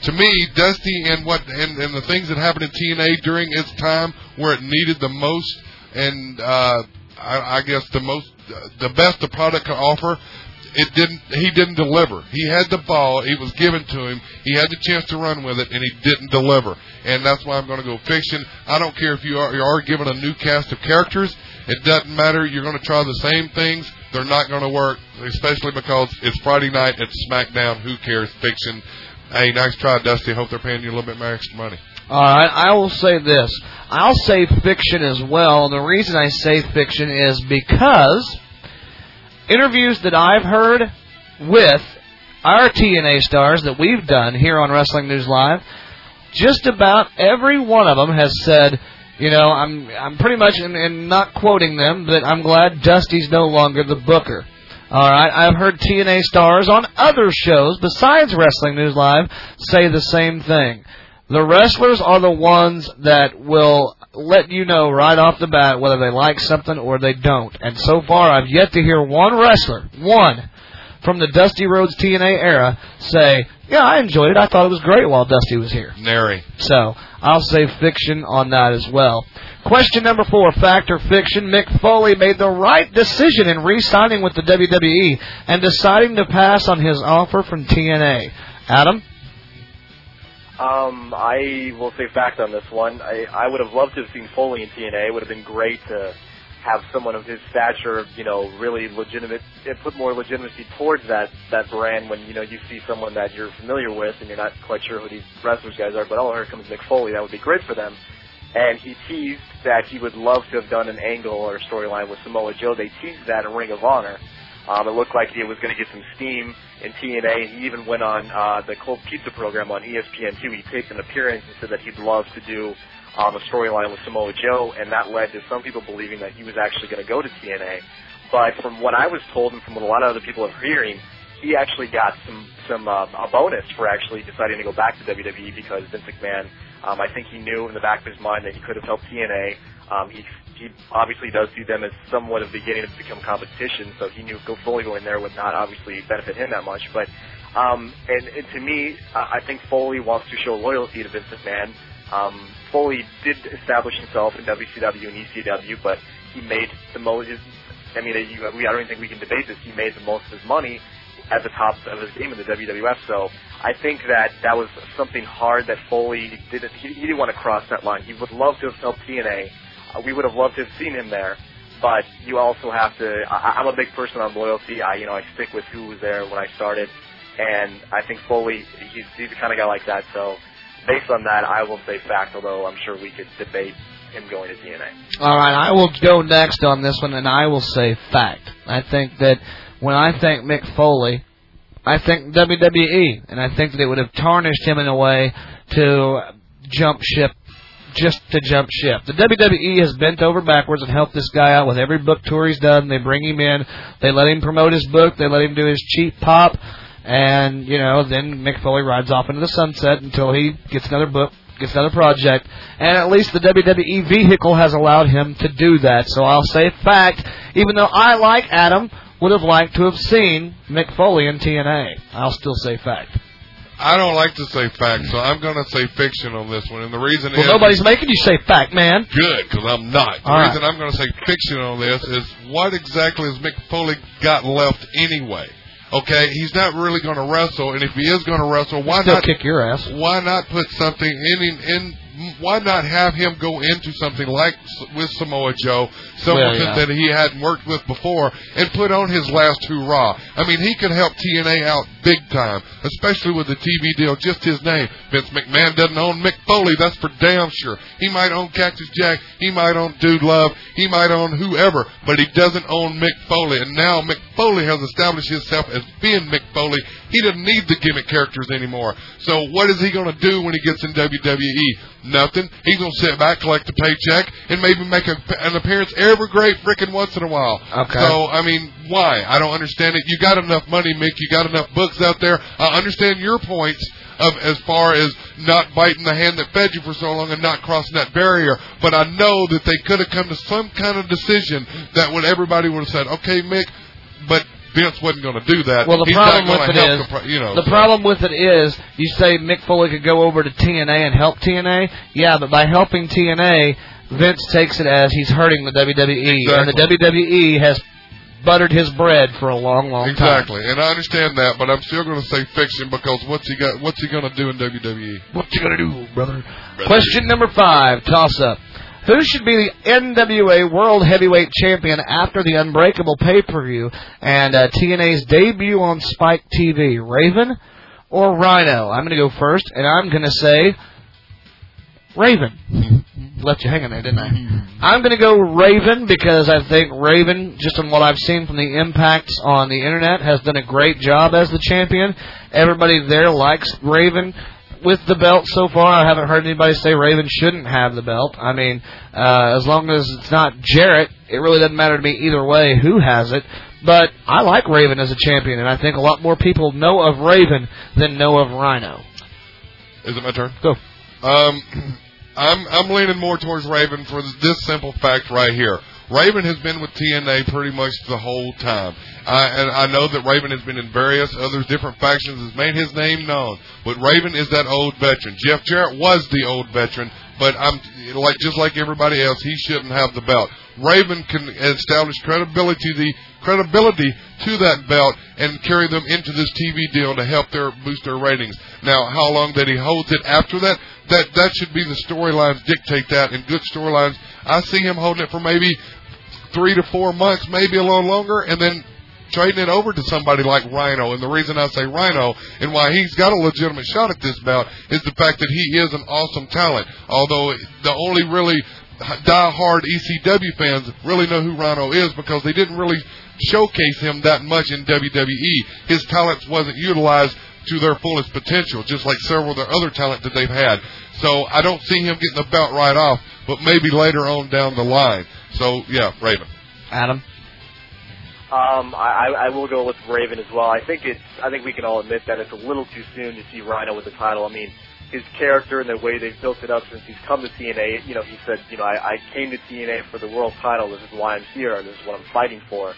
to me, Dusty and what and, and the things that happened in TNA during its time where it needed the most and uh, I, I guess the most the best the product could offer. It didn't. He didn't deliver. He had the ball. It was given to him. He had the chance to run with it, and he didn't deliver. And that's why I'm going to go fiction. I don't care if you are, you are given a new cast of characters. It doesn't matter. You're going to try the same things. They're not going to work, especially because it's Friday night. It's SmackDown. Who cares? Fiction. Hey, nice try, Dusty. Hope they're paying you a little bit more extra money. All right, I will say this. I'll say fiction as well. The reason I say fiction is because interviews that I've heard with our TNA stars that we've done here on Wrestling News Live, just about every one of them has said, you know, I'm I'm pretty much and, and not quoting them, but I'm glad Dusty's no longer the booker. All right, I've heard TNA stars on other shows besides Wrestling News Live say the same thing. The wrestlers are the ones that will let you know right off the bat whether they like something or they don't. And so far, I've yet to hear one wrestler, one, from the Dusty Rhodes TNA era say, "Yeah, I enjoyed it. I thought it was great while Dusty was here." Nary. So I'll say fiction on that as well. Question number four, fact or fiction? Mick Foley made the right decision in re-signing with the WWE and deciding to pass on his offer from TNA. Adam, Um, I will say fact on this one. I, I would have loved to have seen Foley in TNA. It would have been great to have someone of his stature, you know, really legitimate, it put more legitimacy towards that that brand when you know you see someone that you're familiar with and you're not quite sure who these wrestlers guys are. But oh, here comes Mick Foley. That would be great for them. And he teased that he would love to have done an angle or storyline with Samoa Joe. They teased that in Ring of Honor. Um, it looked like he was going to get some steam in TNA, and he even went on uh, the Cold Pizza program on E ESPN2. He taped an appearance and said that he'd love to do um, a storyline with Samoa Joe, and that led to some people believing that he was actually going to go to TNA. But from what I was told, and from what a lot of other people are hearing, he actually got some some uh, a bonus for actually deciding to go back to WWE because Vince McMahon, um, I think he knew in the back of his mind that he could have helped TNA. Um, he he obviously does see them as somewhat of beginning to become competition, so he knew go fully going there would not obviously benefit him that much. But um, and, and to me, I I think Foley wants to show loyalty to Vince McMahon. Um, Foley did establish himself in WCW and ECW, but he made the most. his- I mean, you, we, I don't even think we can debate this. He made the most of his money at the top of his game in the WWF. So I think that that was something hard that Foley didn't. He, he didn't want to cross that line. He would love to have helped TNA. Uh, we would have loved to have seen him there. But you also have to. I, I'm a big person on loyalty. I, you know, I stick with who was there when I started, and I think Foley, he's, he's the kind of guy like that. So, based on that, I will say fact. Although I'm sure we could debate him going to TNA. All right, I will go next on this one, and I will say fact. I think that when I think Mick Foley, I think WWE, E, and I think that it would have tarnished him in a way to jump ship, just to jump ship. The WWE has bent over backwards and helped this guy out with every book tour he's done. They bring him in, they let him promote his book, they let him do his cheap pop, And you know, then Mick Foley rides off into the sunset until he gets another book, gets another project, and at least the WWE vehicle has allowed him to do that. So I'll say fact, even though I like Adam, would have liked to have seen Mick Foley in TNA. I'll still say fact. I don't like to say fact, so I'm going to say fiction on this one. And the reason Well, is nobody's making you say fact, man. good because I'm not. The All right. reason I'm going to say fiction on this is what exactly has Mick Foley got left anyway? Okay, he's not really going to wrestle, and if he is going to wrestle, why Still not kick your ass. Why not put something in? in, in why not have him go into something like s- with Samoa Joe, someone Well, yeah. that he hadn't worked with before, and put on his last hurrah? I mean, he could help TNA out big time, especially with the TV deal. Just his name, Vince McMahon doesn't own Mick Foley. That's for damn sure. He might own Cactus Jack. He might own Dude Love. He might own whoever, but he doesn't own Mick Foley. And now Mick Foley has established himself as being Mick Foley. He doesn't need the gimmick characters anymore. So what is he going to do when he gets in E? WWE? Nothing. He's going to sit back, collect the paycheck, and maybe make a, an appearance every great frickin' once in a while. Okay. So I mean, why? I don't understand it. You got enough money, Mick. You got enough books out there. I understand your points of as far as not biting the hand that fed you for so long and not crossing that barrier. But I know that they could have come to some kind of decision that would everybody would have said, okay, Mick, but Vince wasn't going to do that. Well, the He's problem not gonna with it help is, the pro- you know, the so- problem with it is, you say Mick Foley could go over to TNA and help TNA. Yeah, but by helping TNA, Vince takes it as he's hurting the WWE, and the WWE has buttered his bread for a long, long time. Exactly, and I understand that, but I'm still going to say fiction because what's he got? What's he going to do in E? WWE? What you going to do, brother? Question number five, toss up. Who should be the NWA World Heavyweight Champion after the Unbreakable pay per view and uh, TNA's debut on Spike TV? Raven or Rhino? I'm going to go first, and I'm going to say Raven. Left you hanging there, didn't I? I'm going to go Raven because I think Raven, just on what I've seen from the impacts on the internet, has done a great job as the champion. Everybody there likes Raven. With the belt so far, I haven't heard anybody say Raven shouldn't have the belt. I mean, uh, as long as it's not Jarrett, it really doesn't matter to me either way who has it. But I like Raven as a champion, and I think a lot more people know of Raven than know of Rhino. Is it my turn? Go. Um, I'm I'm leaning more towards Raven for this simple fact right here. Raven has been with TNA pretty much the whole time. I, and I know that Raven has been in various other different factions, has made his name known. But Raven is that old veteran. Jeff Jarrett was the old veteran, but I'm like just like everybody else, he shouldn't have the belt. Raven can establish credibility the credibility to that belt and carry them into this TV deal to help their boost their ratings. Now, how long that he holds it after that, that that should be the storylines dictate that. And good storylines, I see him holding it for maybe three to four months, maybe a little longer, and then trading it over to somebody like Rhino. And the reason I say Rhino and why he's got a legitimate shot at this bout is the fact that he is an awesome talent. Although the only really die-hard ECW fans really know who Rhino is because they didn't really showcase him that much in WWE. His talents wasn't utilized to their fullest potential, just like several of their other talent that they've had. So I don't see him getting the belt right off, but maybe later on down the line. So yeah, Raven. Adam. Um, I, I I will go with Raven as well. I think it's I think we can all admit that it's a little too soon to see Rhino with the title. I mean, his character and the way they've built it up since he's come to TNA. You know, he said, you know, I, I came to TNA for the world title. This is why I'm here. This is what I'm fighting for.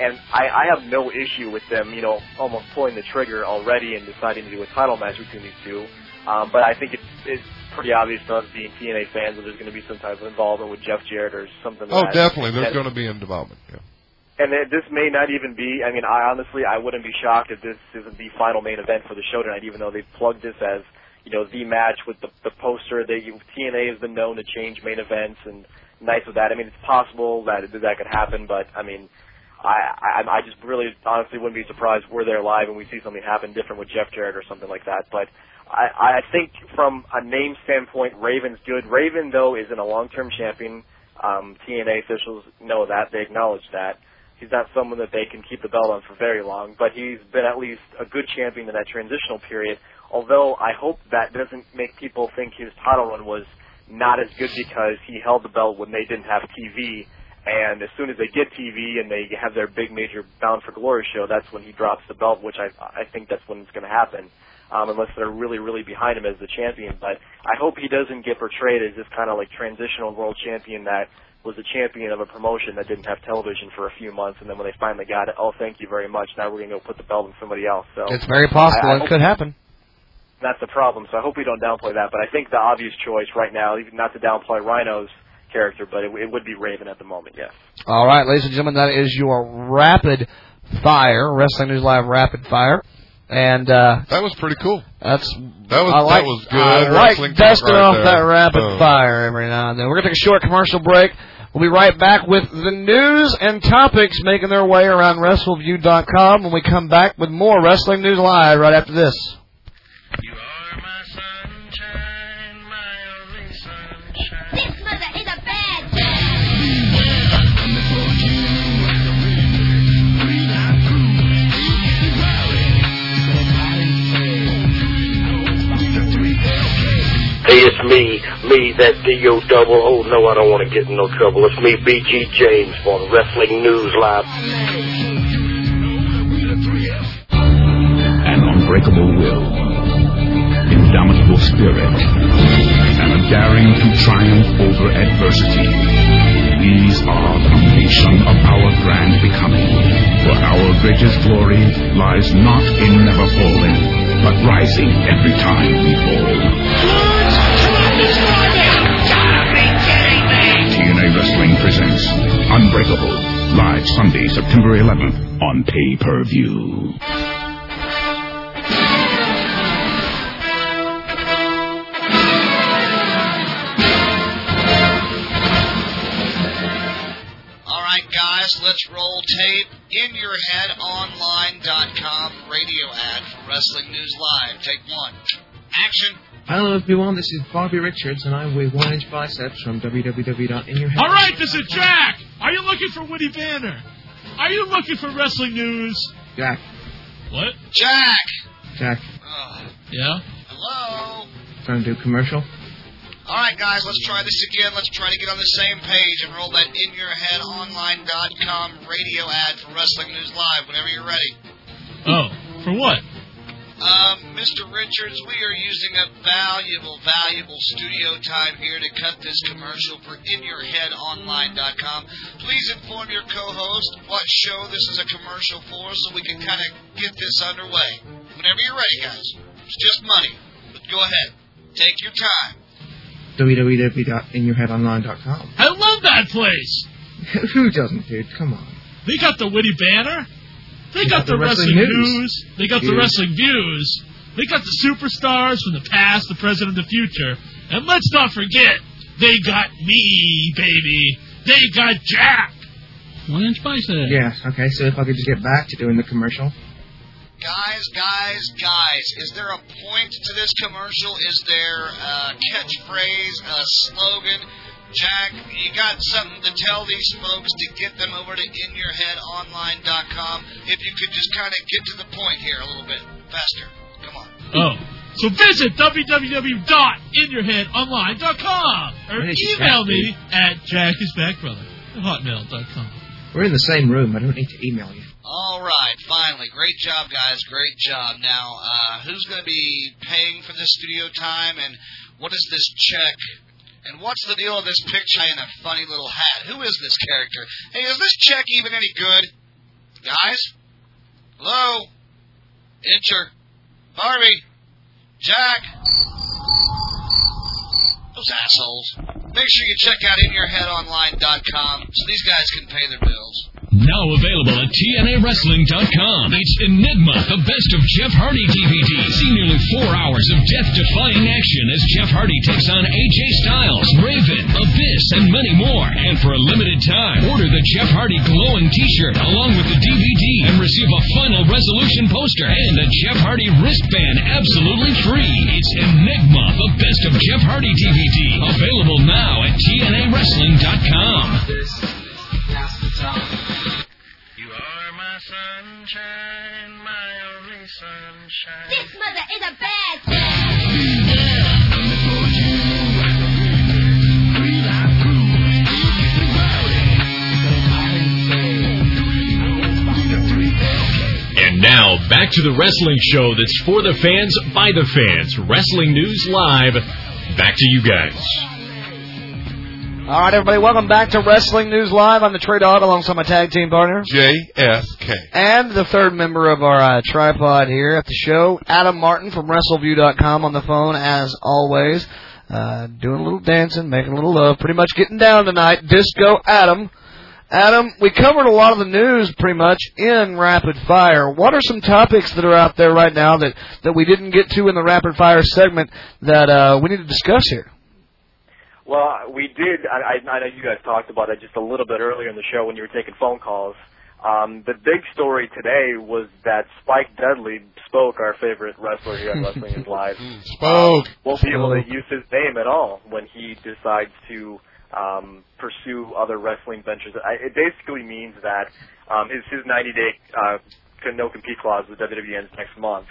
And I, I have no issue with them, you know, almost pulling the trigger already and deciding to do a title match between these two. Um, but I think it's, it's pretty obvious to us being TNA fans that there's going to be some type of involvement with Jeff Jarrett or something. Oh, that, definitely. There's that- going to be in development. Yeah. and it- this may not even be. I mean, I honestly, I wouldn't be shocked if this isn't the final main event for the show tonight. Even though they've plugged this as, you know, the match with the the poster. They TNA has been known to change main events and nights with that. I mean, it's possible that that that could happen, but I mean, I I, I just really honestly wouldn't be surprised. We're there live and we see something happen different with Jeff Jarrett or something like that. But I I think from a name standpoint, Raven's good. Raven though isn't a long term champion. Um, TNA officials know that. They acknowledge that he's not someone that they can keep the belt on for very long, but he's been at least a good champion in that transitional period. Although I hope that doesn't make people think his title run was not as good because he held the belt when they didn't have TV And as soon as they get TV and they have their big major Bound for Glory show, that's when he drops the belt, which I I think that's when it's going to happen, um, unless they're really really behind him as the champion. But I hope he doesn't get portrayed as this kind of like transitional world champion that was a champion of a promotion that didn't have television for a few months, and then when they finally got it, oh thank you very much, now we're going to go put the belt on somebody else. So It's very possible I- I it hope- could happen. that's the problem. So I hope we don't downplay that. But I think the obvious choice right now, even not to downplay Rhino's character, but it, it would be Raven at the moment. Yes. All right, ladies and gentlemen, that is your rapid fire Wrestling News Live rapid fire, and uh, that was pretty cool. That's That was- I that like, was good I wrestling like talk dusting right off there. Oh. that rapid Boom. fire every now and then. We're gonna take a short commercial break. We'll be right back with the news and topics making their way around WrestleView.com when we come back with more Wrestling News Live right after this. This mother is a bad Hey, it's me, me, that D.O. double. Oh, no, I don't want to get in no trouble. It's me, B.G. James, on Wrestling News Live. an unbreakable will, indomitable spirit, and a daring to triumph over adversity. These are the foundation of our grand becoming. For our greatest glory lies not in never falling, but rising every time we fall. TNA Wrestling presents Unbreakable, live Sunday, September 11th on pay-per-view. All right, guys, let's roll tape. InYourHeadOnline.com radio ad for Wrestling News Live. Take one. Action. Hello everyone, this is Bobby Richards and I'm with One Inch Biceps from www.inyourhead. All right, this is Jack. Are you looking for Woody Banner? Are you looking for wrestling news? Jack, What? Jack. Jack, Yeah. Hello. trying to do a commercial? All right, guys, let's try this again. Let's try to get on the same page and roll that InYourHeadOnline.com radio ad for Wrestling News Live whenever you're ready. Oh, for what? Um, Mr. Richards, we are using a valuable, valuable studio time here to cut this commercial for InYourHeadOnline.com. Please inform your co-host what show this is a commercial for so we can kind of get this underway. Whenever you're ready, guys. It's just money, but go ahead. Take your time. www.inyourheadonline.com. I love that place. Who doesn't, dude? Come on. They got the Woody Banner. They They got, the, wrestling, news. They got the Dude. wrestling views. They got the superstars from the past, the present, and the future. And let's not forget, they got me, baby. They got Jack. One Inch Biceps. Yeah, okay, so if I could just get back to doing the commercial. Guys, guys, guys, is there a point to this commercial? Is there a catchphrase, a slogan? Jack, you got something to tell these folks to get them over to inyourheadonline.com. If you could just kind of get to the point here a little bit faster. Come on. Oh. So visit www.inyourheadonline.com or Where did you email get me at jackisbackbrother at hotmail.com. We're in the same room, I don't need to email you. All right, finally. Great job, guys. Great job. Now, uh, who's going to be paying for this studio time, and what is this check? And what's the deal with this picture in a funny little hat? Who is this character? Hey, is this check even any good? Guys? Hello? Incher? Harvey? Jack? Those assholes. Make sure you check out inyourheadonline.com so these guys can pay their bills. Now available at TNAWrestling.com. It's Enigma, the best of Jeff Hardy DVD. See nearly four hours of death-defying action as Jeff Hardy takes on AJ Styles, Raven, Abyss, and many more. And for a limited time, order the Jeff Hardy glowing T-shirt along with the DVD and receive a final resolution poster and a Jeff Hardy wristband absolutely free. It's Enigma, the best of Jeff Hardy DVD. Available now at TNAWrestling.com. This mother is a bad back to the wrestling show that's for the fans, by the fans. Wrestling News Live. Back to you guys. All right, everybody, welcome back to Wrestling News Live. I'm the Trey Dodd alongside my tag team partner. JSK. And the third member of our uh, tripod here at the show, Adam Martin from WrestleView.com on the phone, as always. Uh, doing a little dancing, making a little love, pretty much getting down tonight. Disco Adam. Adam, we covered a lot of the news pretty much in rapid fire. What are some topics that are out there right now that, that we didn't get to in the rapid fire segment that uh, we need to discuss here? Well, we did. I, I, I know you guys talked about it just a little bit earlier in the show when you were taking phone calls. Um, the big story today was that Spike Dudley spoke, our favorite wrestler here at Wrestling is Live. Spoke. Won't be able to use his name at all when he decides to um, pursue other wrestling ventures. I, it basically means that um, his, his 90-day uh, no compete clause with WWE ends next month.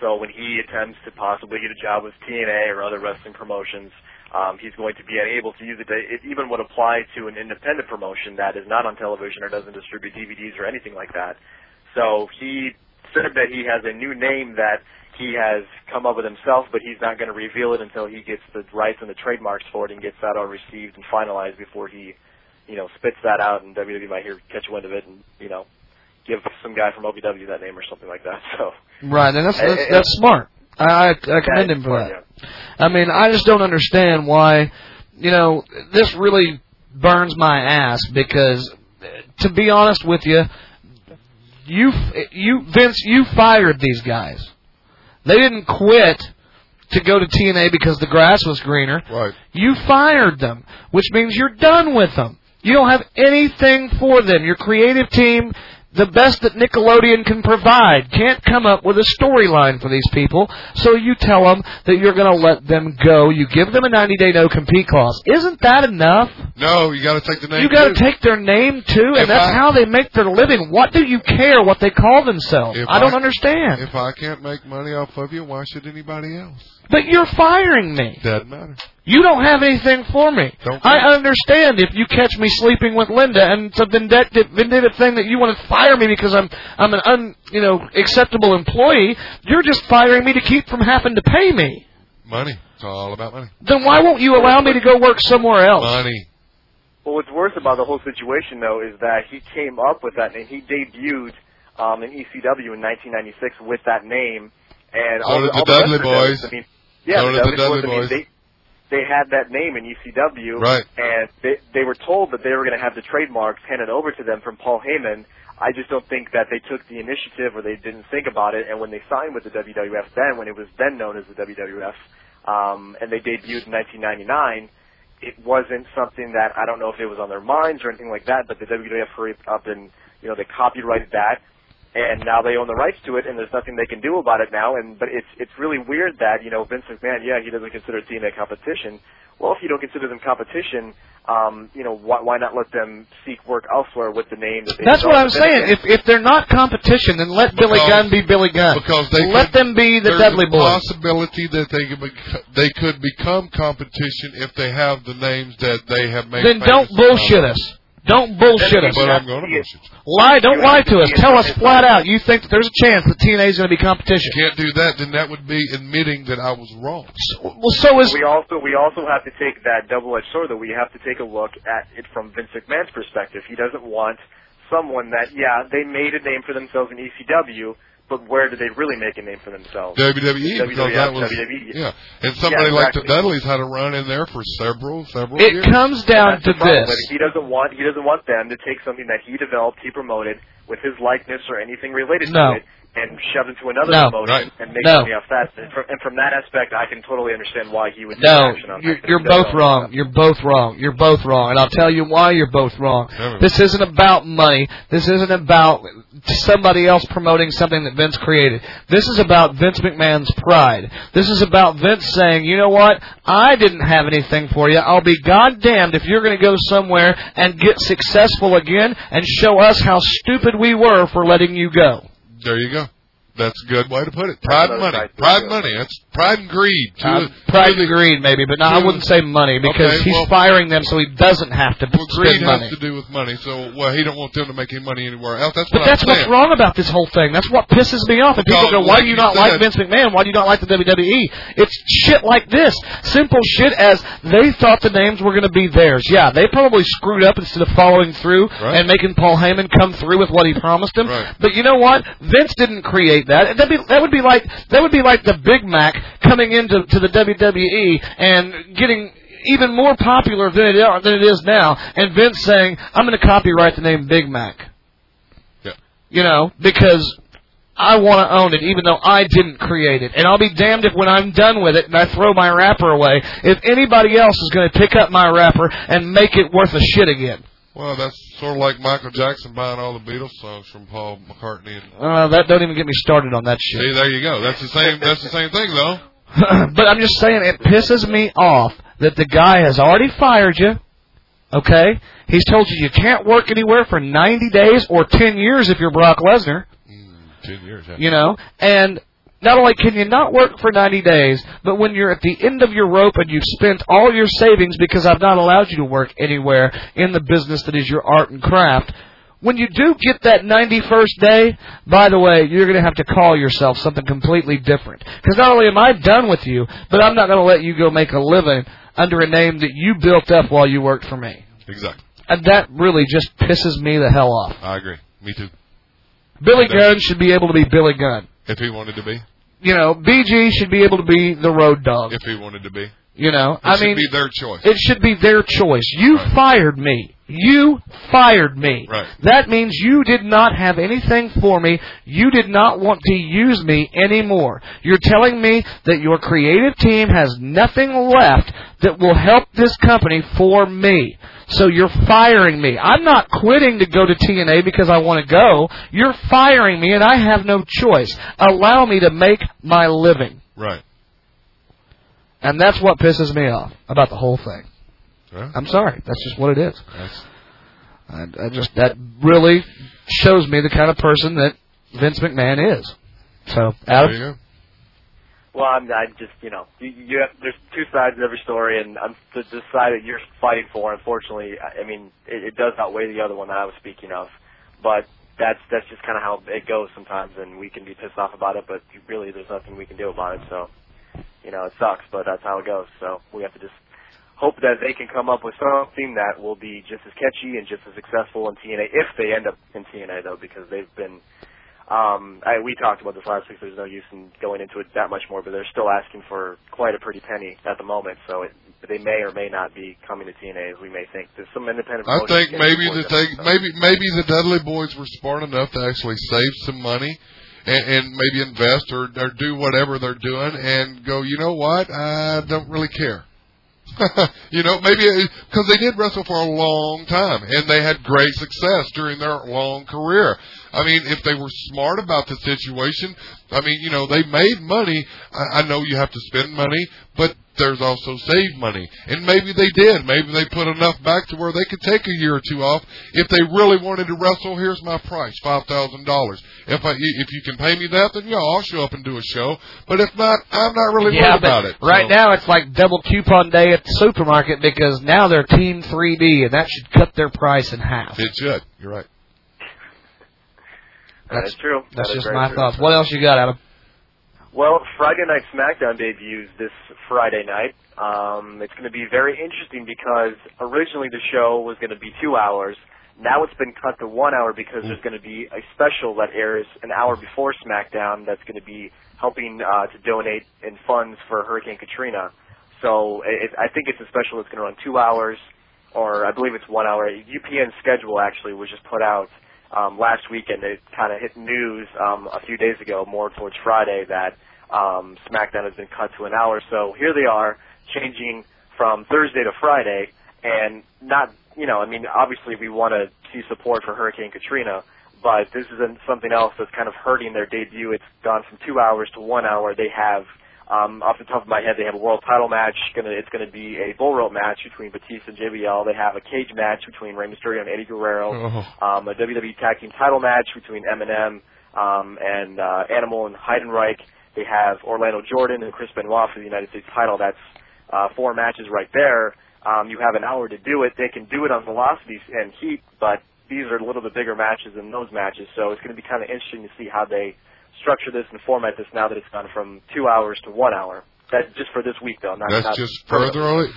So when he attempts to possibly get a job with TNA or other wrestling promotions, um, he's going to be unable to use it. It even would apply to an independent promotion that is not on television or doesn't distribute DVDs or anything like that. So he said that he has a new name that he has come up with himself, but he's not going to reveal it until he gets the rights and the trademarks for it and gets that all received and finalized before he, you know, spits that out and WWE might here catch wind of it and you know, give some guy from OVW that name or something like that. So Right, and that's I- that's, I- that's smart. I I, I commend him for that. I mean, I just don't understand why, you know, this really burns my ass because, uh, to be honest with you, you you Vince, you fired these guys. They didn't quit to go to TNA because the grass was greener. Right. You fired them, which means you're done with them. You don't have anything for them. Your creative team, the best that Nickelodeon can provide, can't come up with a storyline for these people. So you tell them that you're going to let them go. You give them a 90 day no compete clause. Isn't that enough? No, you got to take the name. you got to too. take their name too, and If that's I- how they make their living. What do you care what they call themselves? If I don't understand. If I can't make money off of you, why should anybody else? But you're firing me. Doesn't matter. You don't have anything for me. Don't I understand if you catch me sleeping with Linda and it's a vindictive, vindictive thing that you want to fire me because I'm I'm an un you know acceptable employee. You're just firing me to keep from having to pay me. Money. It's all about money. Then why won't you allow me to go work somewhere else? Money. Well, what's worse about the whole situation, though, is that he came up with that name. He debuted um, in ECW in 1996 with that name, and So all did the all Dudley rest of them, Boys. I mean, yeah, So the did the Dudley, Boys. Dudley I mean, Boys. they they had that name in E ECW, Right. And they they were told that they were going to have the trademarks handed over to them from Paul Heyman. I just don't think that they took the initiative or they didn't think about it. And when they signed with the WWF then, when it was then known as the WWF, um, and they debuted in 1999, it wasn't something that I don't know if it was on their minds or anything like that. But the WWF hurried up and you know they copyrighted that, and now they own the rights to it, and there's nothing they can do about it now. And but it's it's really weird that you know Vince McMahon, yeah, he doesn't consider TNA competition. Well, if you don't consider them competition, um, you know why, why not let them seek work elsewhere with the name that they That's what I'm developed? saying. If if they're not competition, then let Billy Because- Gunn be Billy Gunn. Because they let could- them be the there's Dudley a Boys. possibility that they could bec- they could become competition if they have the names that they have made. Then don't famous. bullshit us. Don't bullshit us. But I'm going to bullshit. Lie, don't You lie have to to us. be Tell us honest. flat out you think that there's a chance that TNA is going to be competition. Can't do that. Then that would be admitting that I was wrong. Well, so is we also we also have to take that double-edged sword. That we have to take a look at it from Vince McMahon's perspective. He doesn't want someone that yeah they made a name for themselves in ECW, but where did they really make a name for themselves? E, WWE, E, because that WWF, was WWE. yeah, and somebody Yeah, like the exactly. Dudleys had a run in there for several, several. years. That's the problem with it. He doesn't want he doesn't want them to take something that he developed, he promoted with his likeness or anything related No. to it, and shove it to another No. promotion Right. and make No. money off that. And from, and from that aspect, I can totally understand why he would take No, action on you're, that. you're both wrong. You're both wrong. You're both wrong. And I'll tell you why you're both wrong. Never. This isn't about money. This isn't about somebody else promoting something that Vince created. This is about Vince McMahon's pride. This is about Vince saying, you know what? I didn't have anything for you. I'll be goddamned if you're going to go somewhere and get successful again and show us how stupid we were for letting you go. There you go. That's a good way to put it. Pride and money. Pride and money. That's Pride and greed. Two Uh, of- pride and greed, maybe, but no, I wouldn't say money because Okay, he's well- firing them, so he doesn't have to greed spend money. has to do with money. So, well, he don't want them to make any money anywhere else. That's But what that's I'm what's saying. wrong about this whole thing. That's what pisses me off. And people Because, go, "Why like do you you not said- like Vince McMahon? Why do you not like the WWE?" It's shit like this. Simple shit as they thought the names were going to be theirs. Yeah, they probably screwed up instead of following through Right. and making Paul Heyman come through with what he promised him. Right. But you know what? Vince didn't create that. That'd be, that would be like that would be like the Big Mac coming into to the WWE and getting even more popular than it, are- than it is now, and Vince saying, "I'm going to copyright the name Big Mac." you know, because I want to own it, even though I didn't create it. And I'll be damned if when I'm done with it and I throw my wrapper away, if anybody else is going to pick up my wrapper and make it worth a shit again. Well, that's sort of like Michael Jackson buying all the Beatles songs from Paul McCartney. And, Uh, that don't even get me started on that shit. see, there you go. That's the same. That's the same thing, though. but I'm just saying it pisses me off that the guy has already fired you. Okay, he's told you you can't work anywhere for 90 days or 10 years if you're Brock Lesnar. Ten years. huh? you know and not only can you not work for 90 days but when you're at the end of your rope and you've spent all your savings because i've not allowed you to work anywhere in the business that is your art and craft when you do get that 91st day by the way you're going to have to call yourself something completely different because not only am i done with you but i'm not going to let you go make a living under a name that you built up while you worked for me Exactly. and that really just pisses me the hell off I agree. Me too. billy That- gunn should be able to be billy gunn If he wanted to be. you know, BG should be able to be the road dog. If he wanted to be. It You know, I should mean, be their choice. it should be their choice. You fired me. You fired me. Right. That means you did not have anything for me. You did not want to use me anymore. You're telling me that your creative team has nothing left that will help this company for me. So you're firing me. I'm not quitting to go to TNA because I want to go. You're firing me and I have no choice. Allow me to make my living. Right. And that's what pisses me off about the whole thing. Yeah. I'm sorry. That's just what it is. That's- I, I just that really shows me the kind of person that Vince McMahon is. So, There Adam, you go. Well, I'm, I just, you know, you, you have, there's two sides to every story, and I'm the, the side that you're fighting for. Unfortunately, I I mean, it, it does outweigh the other one that I was speaking of. But that's that's just kind of how it goes sometimes, and we can be pissed off about it, but really, there's nothing we can do about it. So, you know, it sucks, but that's how it goes. So we have to just hope that they can come up with something that will be just as catchy and just as successful in TNA if they end up in TNA though, because they've been um, I, we talked about this last week. There's no use in going into it that much more, but they're still asking for quite a pretty penny at the moment. So it, they may or may not be coming to TNA as we may think. There's some independent. I promotions think getting maybe towards that it, they so. maybe maybe the Dudley boys were smart enough to actually save some money and, and maybe invest or, or do whatever they're doing and go. You know what? I don't really care. you know, maybe because they did wrestle for a long time and they had great success during their long career. I mean, if they were smart about the situation, I mean, you know, they made money. I, I know you have to spend money, but there's also saved money. And maybe they did. Maybe they put enough back to where they could take a year or two off if they really wanted to wrestle. Here's my price, five thousand dollars. If I if you can pay me that, then yeah, I'll show up and do a show. But if not, I'm not really yeah, worried but about it. right So- now it's like double coupon day at the supermarket because now they're Team 3D and that should cut their price in half. It should. You're right. That is true. That That's is just very my true. thoughts. What else you got, Adam? Well, Friday Night SmackDown debuts this Friday night. Um, it's going to be very interesting because originally the show was going to be two hours. Now it's been cut to one hour because there's going to be a special that airs an hour before SmackDown that's going to be helping uh, to donate in funds for Hurricane Katrina. So it, I think it's a special that's going to run two hours, or I believe it's one hour. UPN schedule actually was just put out um, last weekend. It kind of hit news um, a few days ago, more towards Friday, that um, SmackDown has been cut to an hour. So here they are changing from Thursday to Friday, and not you know, I mean, obviously we want to see support for Hurricane Katrina, but this is an- something else that's kind of hurting their debut. It's gone from two hours to one hour. They have. Um, off the top of my head, they have a world title match. Gonna, it's going to be a bull rope match between Batista and JBL. They have a cage match between Rey Mysterio and Eddie Guerrero Uh-huh. Oh, um, a WWE Tag Team title match between Eminem um, and uh, Animal and Heidenreich. They have Orlando Jordan and Chris Benoit for the United States title. That's uh, four matches right there. Um, you have an hour to do it. They can do it on velocity and heat, but these are a little bit bigger matches than those matches. So it's going to be kind of interesting to see how they structure this and format this now that it's gone from two hours to one hour. That's just for this week, though. Not, That's not just further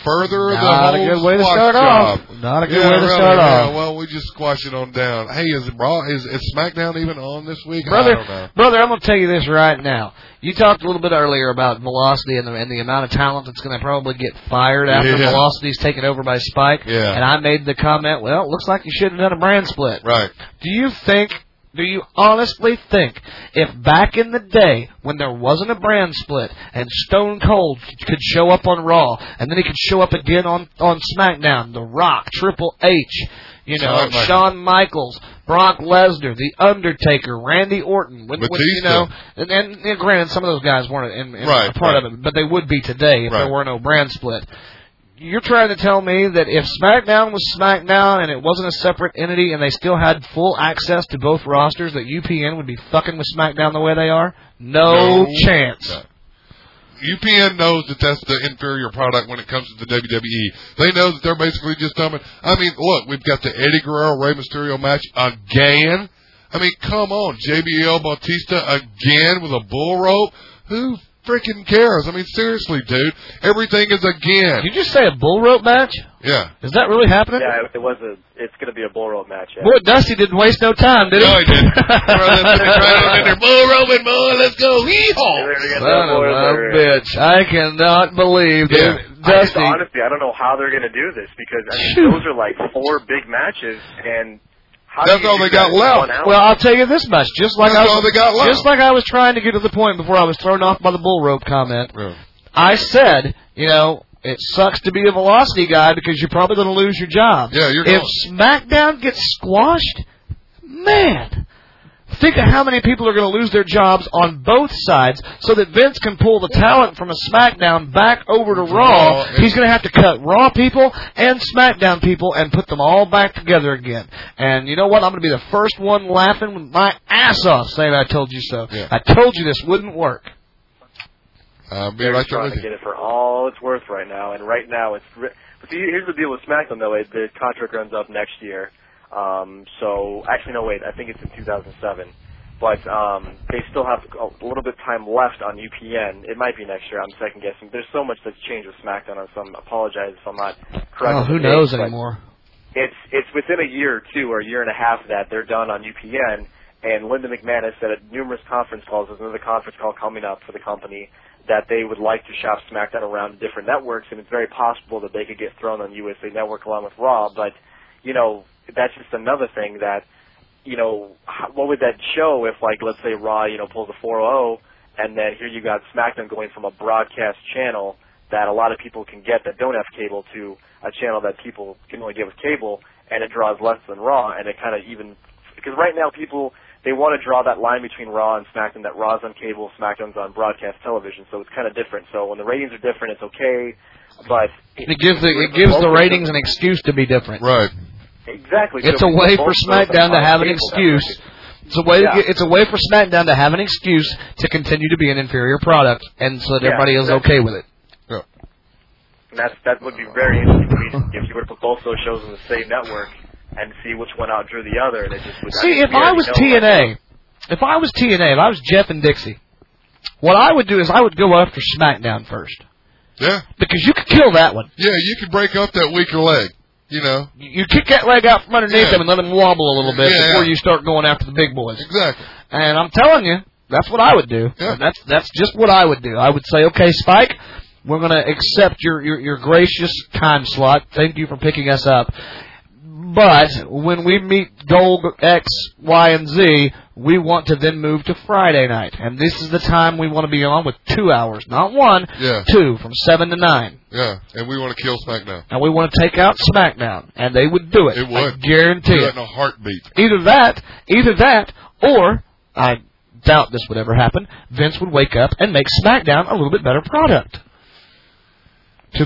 further Not the a whole good way to squash start off. job. Not a good yeah, way to really, start yeah. off. Well, we just squash it on down. Hey, is Raw is, is SmackDown even on this week? I don't know. Brother, brother, I'm going to tell you this right now. You talked a little bit earlier about velocity and the, and the amount of talent that's going to probably get fired after Yeah. velocity's taken over by Spike. Yeah. And I made the comment, well, it looks like you should have done a brand split. Right. Do you think? Do you honestly think if back in the day when there wasn't a brand split and Stone Cold could show up on Raw and then he could show up again on on SmackDown, The Rock, Triple H, you know, Shawn Michaels. Shawn Michaels, Brock Lesnar, The Undertaker, Randy Orton, when, when, you Batista. know, and, and, and granted some of those guys weren't in, in Right, a part right. of it, but they would be today if Right. there were no brand split. You're trying to tell me that if SmackDown was SmackDown and it wasn't a separate entity and they still had full access to both rosters, that UPN would be fucking with SmackDown the way they are? No, No. chance. UPN knows that that's the inferior product when it comes to the WWE. They know that they're basically just dumbing. I mean, look, we've got the Eddie Guerrero Rey Mysterio match again. I mean, come on, JBL Bautista again with a bull rope. Who freaking cares? I mean, seriously, dude, everything is again. Did you just say a bull rope match? Yeah. Is that really happening? Yeah, it was a. It's going to be a bull rope match. Yeah. Boy, Dusty didn't waste no time, did he? No, he didn't. Bull Roman, boy, let's go. Son of a bitch. I cannot believe that Yeah. I just, Dusty. honestly, I don't know how they're going to do this because I mean, Phew. those are like four big matches, and how That's do you all do they that got in left. one hour? Well, I'll tell you this much. Just like That's I all was, they got left. just like I was trying to get to the point before I was thrown off by the bull rope comment. Yeah. I said, you know, it sucks to be a velocity guy because you're probably going to lose your job. Yeah, you're if going. SmackDown gets squashed, man. Think of how many people are going to lose their jobs on both sides so that Vince can pull the talent from a SmackDown back over to Raw Raw. and- He's going to have to cut Raw people and SmackDown people and put them all back together again. And you know what? I'm going to be the first one laughing with my ass off saying I told you so. Yeah. I told you this wouldn't work. I'll Uh, be They're right just there trying with to you. get it for all it's worth right now, and right now it's. Ri- but see, here's the deal with SmackDown though: it, the contract runs up next year. Um, so actually, no, wait, I think it's in 2007. But um, they still have a little bit of time left on UPN. It might be next year. I'm second guessing. There's so much that's changed with SmackDown. I'm- So I'm apologize if I'm not correct. Oh, with the who dates, knows but- anymore? it's it's within a year or two or a year and a half that they're done on UPN. And Linda McMahon has said at numerous conference calls, there's another conference call coming up for the company, that they would like to shop SmackDown around different networks, and it's very possible that they could get thrown on USA Network along with Raw. But you know, that's just another thing that you know, h- what would that show if, like, let's say Raw, you know, pulls a 4-0, and then here you got SmackDown going from a broadcast channel that a lot of people can get that don't have cable to a channel that people can only get with cable, and it draws less than Raw, and it kind of even because right now people they want to draw that line between Raw and SmackDown that Raw's on cable, SmackDown's on broadcast television, so it's kind of different. So when the ratings are different, it's okay, but It gives the, it gives the ratings an excuse to be different. Right. exactly. It's so a way both for shows SmackDown to on have an cable excuse. network. It's a way. Yeah. It's a way for SmackDown to have an excuse to continue to be an inferior product, and so that Yeah, everybody is exactly. okay with it. And that's that would be very interesting if you were to put both those shows on the same network and see which one outdrew the other, and it just would. See, if we already I was know TNA, if I was TNA, if I was Jeff and Dixie, what I would do is I would go after SmackDown first Yeah. because you could kill that one. Yeah, you can break up that weaker leg. You know. You kick that leg out from underneath Yeah. them and let them wobble a little bit Yeah, before yeah. you start going after the big boys. Exactly. And I'm telling you, that's what I would do. Yeah. That's that's just what I would do. I would say, okay, Spike, we're going to accept your, your your gracious time slot. Thank you for picking us up. But when we meet Gold X, Y, and Z, we want to then move to Friday night, and this is the time we want to be on with two hours, not one, Yeah. two from seven to nine. Yeah. And we want to kill SmackDown. And we want to take out SmackDown, and they would do it. It would. I guarantee Do it it in a heartbeat. either that, either that, or I doubt this would ever happen. Vince would wake up and make SmackDown a little bit better product to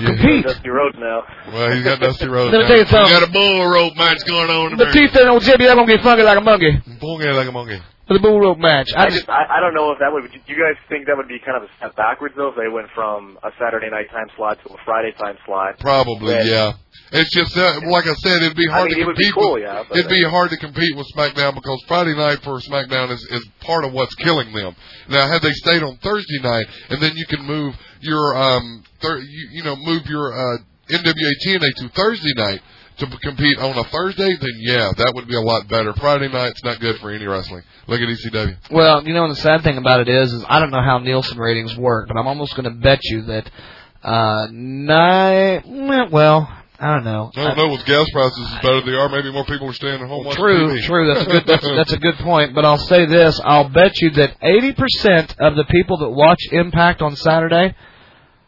Yeah. that. compete. Dusty Rhodes now. Well, he's got Dusty Rhodes. Let me now. tell you We something. got a bull rope match going on. in The America. teeth and old Jimmy, they're gonna get funky like a monkey. Boom, yeah, like a monkey. for the bull rope match. I just I, I don't know if that would. Do you guys think that would be kind of a step backwards though, if they went from a Saturday night time slot to a Friday time slot? Probably, yeah. It's just uh, like I said, it'd be I hard mean, it to would be compete. cool, with, yeah, but- it'd be hard to compete with SmackDown because Friday night for SmackDown is, is part of what's killing them. Now, had they stayed on Thursday night, and then you can move your um, thir- you, you know, move your uh, NWA TNA to Thursday night to p- compete on a Thursday, then yeah, that would be a lot better. Friday night's not good for any wrestling. Look at E ECW. Well, you know, and the sad thing about it is, is I don't know how Nielsen ratings work, but I'm almost going to bet you that uh, nine. Well, I don't know. I don't know with gas prices as bad as they are, maybe more people are staying at home watching True, TV. true. That's a good. That's, that's a good point. But I'll say this: I'll bet you that eighty percent of the people that watch Impact on Saturday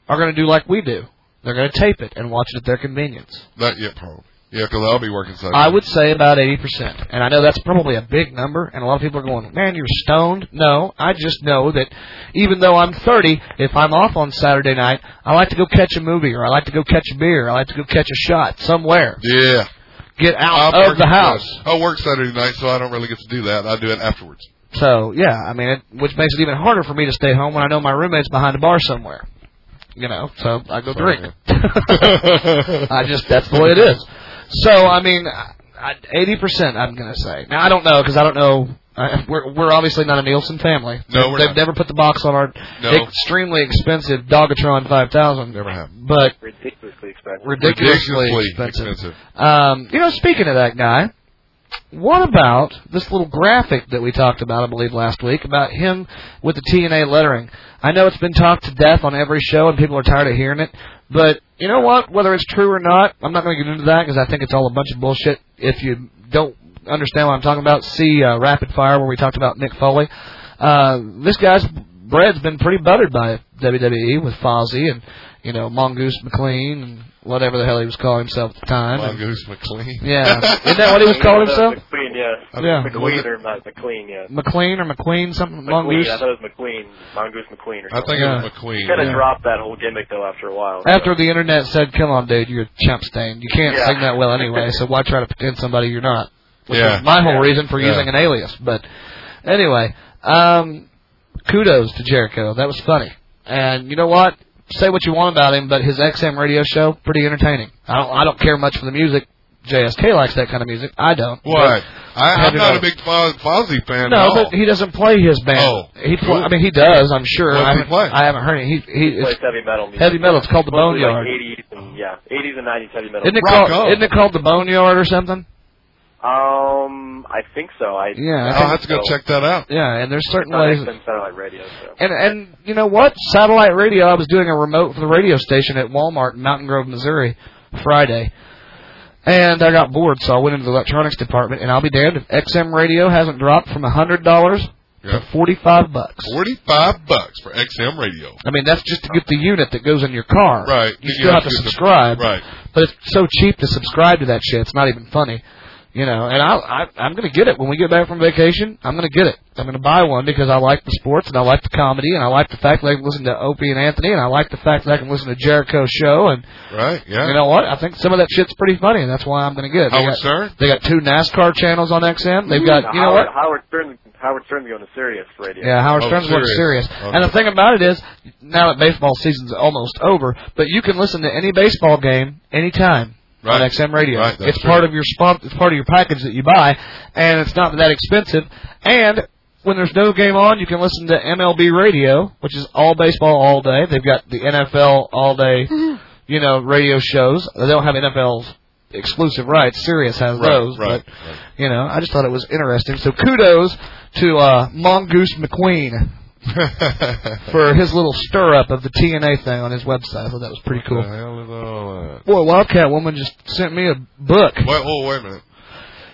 are going to do like we do. They're going to tape it and watch it at their convenience. Not yet, probably. Yeah, because I'll be working Saturday. I would say about eighty percent, and I know that's probably a big number, and a lot of people are going, "Man, you're stoned." No, I just know that even though I'm thirty, if I'm off on Saturday night, I like to go catch a movie, or I like to go catch a beer, I like to go catch a shot somewhere. Yeah. Get out I'm of the working house. Saturday. I work Saturday night, so I don't really get to do that. I do it afterwards. So yeah, I mean, it, which makes it even harder for me to stay home when I know my roommate's behind a bar somewhere. You know, so I go Sorry, drink. I just that's the way it is. So I mean, eighty percent I'm gonna say. Now I don't know because I don't know. I, we're we're obviously not a Nielsen family. No, we're They've not. never put the box on our No. extremely expensive Dogatron 5000. Never happened. But Ridiculously expensive. ridiculously, Ridiculously expensive. expensive. Um, you know, speaking of that guy, what about this little graphic that we talked about, I believe, last week about him with the TNA lettering? I know it's been talked to death on every show, and people are tired of hearing it. But you know what? Whether it's true or not, I'm not going to get into that because I think it's all a bunch of bullshit. If you don't understand what I'm talking about, see uh, Rapid Fire where we talked about Nick Foley. Uh, this guy's bread's been pretty buttered by WWE with Fozzy and you know Mongoose McLean and whatever the hell he was calling himself at the time. And- Mongoose McLean. Yeah. Isn't that what he was calling himself? McQueen, yeah. Yeah. McQueen or not uh, McLean, yeah. McLean or McQueen, something McQueen, Mongoose. I thought it was McQueen, Mongoose McQueen or I something. think it was McQueen. Kind of yeah. dropped that whole gimmick though after a while. After the internet said, "Come on, dude, you're a chump stain. You can't Yeah. sing that well anyway, so why try to pretend somebody you're not?" Which Yeah. was my whole Yeah. reason for Yeah. using an alias. But anyway, um, kudos to Jericho. That was funny. And you know what? Say what you want about him, but his XM radio show pretty entertaining. I don't, I don't care much for the music. JSK likes that kind of music. I don't. Why? I, Had I'm to not know. a big Fo- Fozzy fan at No, all. but he doesn't play his band. Oh, he pl- cool. I mean, he does. I'm sure. What does I, he haven't- play? I haven't heard it. He, he, He it's- plays heavy metal music. Heavy metal. It's called the Mostly Boneyard. Like 80s and, yeah, 80s and 90s heavy metal. Isn't it called? Isn't it called the Boneyard or something? Um, I think so. I Yeah, I I think- think I'll have to go so. check that out. Yeah, and there's certain It's on ways- XM satellite radio. So. And and you know what? Satellite radio. I was doing a remote for the radio station at Walmart in Mountain Grove, Missouri, Friday, and I got bored, so I went into the electronics department. And I'll be damned if XM radio hasn't dropped from a hundred dollars Yeah. to forty-five bucks. Forty-five bucks for XM radio. I mean, that's just to get the unit that goes in your car. Right. You still get have to the- subscribe. Right. But it's so cheap to subscribe to that shit. It's not even funny, you know. And I, I I'm gonna get it when we get back from vacation. I'm gonna get it. I'm gonna buy one because I like the sports and I like the comedy and I like the fact that I can listen to Opie and Anthony and I like the fact that I can listen to Jericho's show and Right. Yeah. Oh, you know what? I think some of that shit's pretty funny and that's why I'm gonna get it. They Howard got, Stern? They got two NASCAR channels on XM. They've got you know Hmm. Howard, what? Howard Stern. Howard Stern's going to Sirius Radio. Yeah, Oh, Howard Stern's more serious. And the thing about it is, now that baseball season's almost over, but you can listen to any baseball game anytime Right. on XM radio. Right, that's it's part true. of your spon- it's part of your package that you buy, and it's not that expensive. And when there's no game on, you can listen to MLB radio, which is all baseball all day. They've got the NFL all day, you know, radio shows. They don't have NFL's exclusive rights. Sirius has Right, those, right, but you know, I just thought it was interesting. So kudos to uh, Mongoose McQueen for his little stir up of the TNA thing on his website. I thought that was pretty What the cool. hell is all that? Boy, Wildcat Woman just sent me a book. Wait, oh, wait a minute.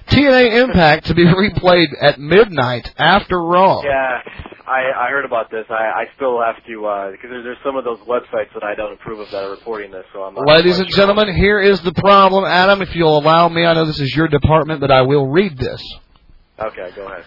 TNA Impact to be replayed at midnight after Raw. Yeah, I, I heard about this. I, I still have to uh, because there, there's some of those websites that I don't approve of that are reporting this. So I'm not Ladies and gentlemen, here is the problem. Adam, if you'll allow me, I know this is your department, but I will read this. Okay, go ahead.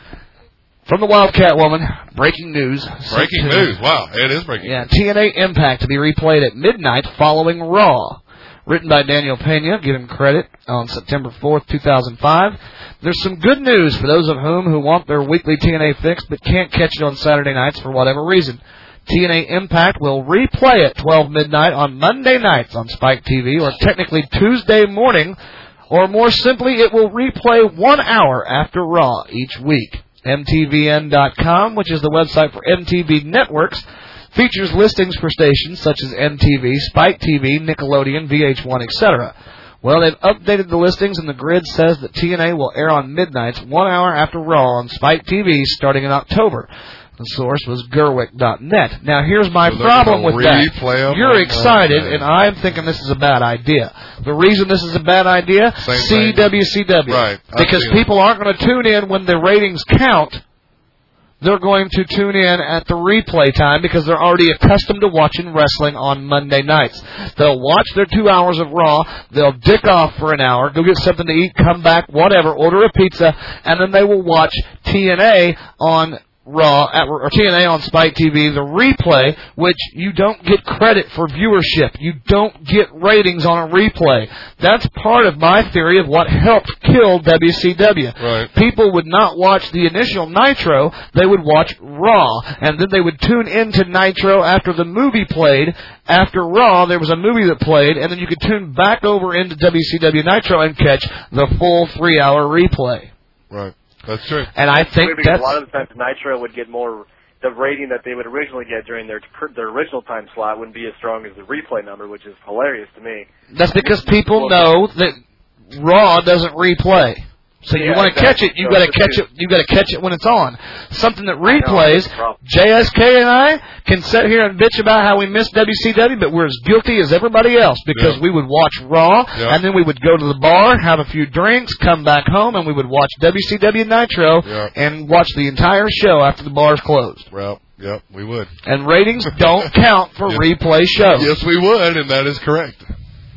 From the Wildcat Woman, breaking news. sent Breaking to- news. Wow, it is breaking. Yeah, TNA Impact to be replayed at midnight following Raw. written by Daniel Pena. Give him credit on September 4th, 2005. There's some good news for those of whom who want their weekly TNA fix but can't catch it on Saturday nights for whatever reason. TNA Impact will replay at 12 midnight on Monday nights on Spike TV or technically Tuesday morning, or more simply, it will replay one hour after Raw each week. MTVN.com, which is the website for MTV Networks, features listings for stations such as MTV, Spike TV, Nickelodeon, VH1, etc. Well, they've updated the listings, and the grid says that TNA will air on midnights, one hour after Raw, on Spike TV starting in October. The source was Gerwick.net. Now, here's my So they're problem gonna with that. replay 'em You're on excited, Monday. and I'm thinking this is a bad idea. The reason this is a bad idea, Same thing. CWCW. Right. I Because see it. people aren't going to tune in when the ratings count. They're going to tune in at the replay time because they're already accustomed to watching wrestling on Monday nights. They'll watch their two hours of Raw, they'll dick off for an hour, go get something to eat, come back, whatever, order a pizza, and then they will watch TNA on Raw at, or TNA on Spike TV, the replay, which you don't get credit for viewership. You don't get ratings on a replay. That's part of my theory of what helped kill WCW. Right. People would not watch the initial Nitro, they would watch Raw, and then they would tune into Nitro after the movie played. After Raw, there was a movie that played, and then you could tune back over into WCW Nitro and catch the full three-hour replay. Right. That's true. And I think Maybe that's a lot of the times Nitro would get more the rating that they would originally get during their their original time slot wouldn't be as strong as the replay number, which is hilarious to me. That's because people know that Raw doesn't replay. So you Yeah, want to catch exactly. it, you So got to it's catch it. just- You got to catch it when it's on. Something that that's replays. the problem. JSK and I can sit here and bitch about how we missed WCW, but we're as guilty as everybody else because we would watch Raw Yeah. and then we would go to the bar, have a few drinks, come back home, and we would watch WCW Nitro Yeah. and watch the entire show after the bar's closed. Well, yep, we would. And ratings don't count for Yes. replay shows. Yes, we would, and that is correct.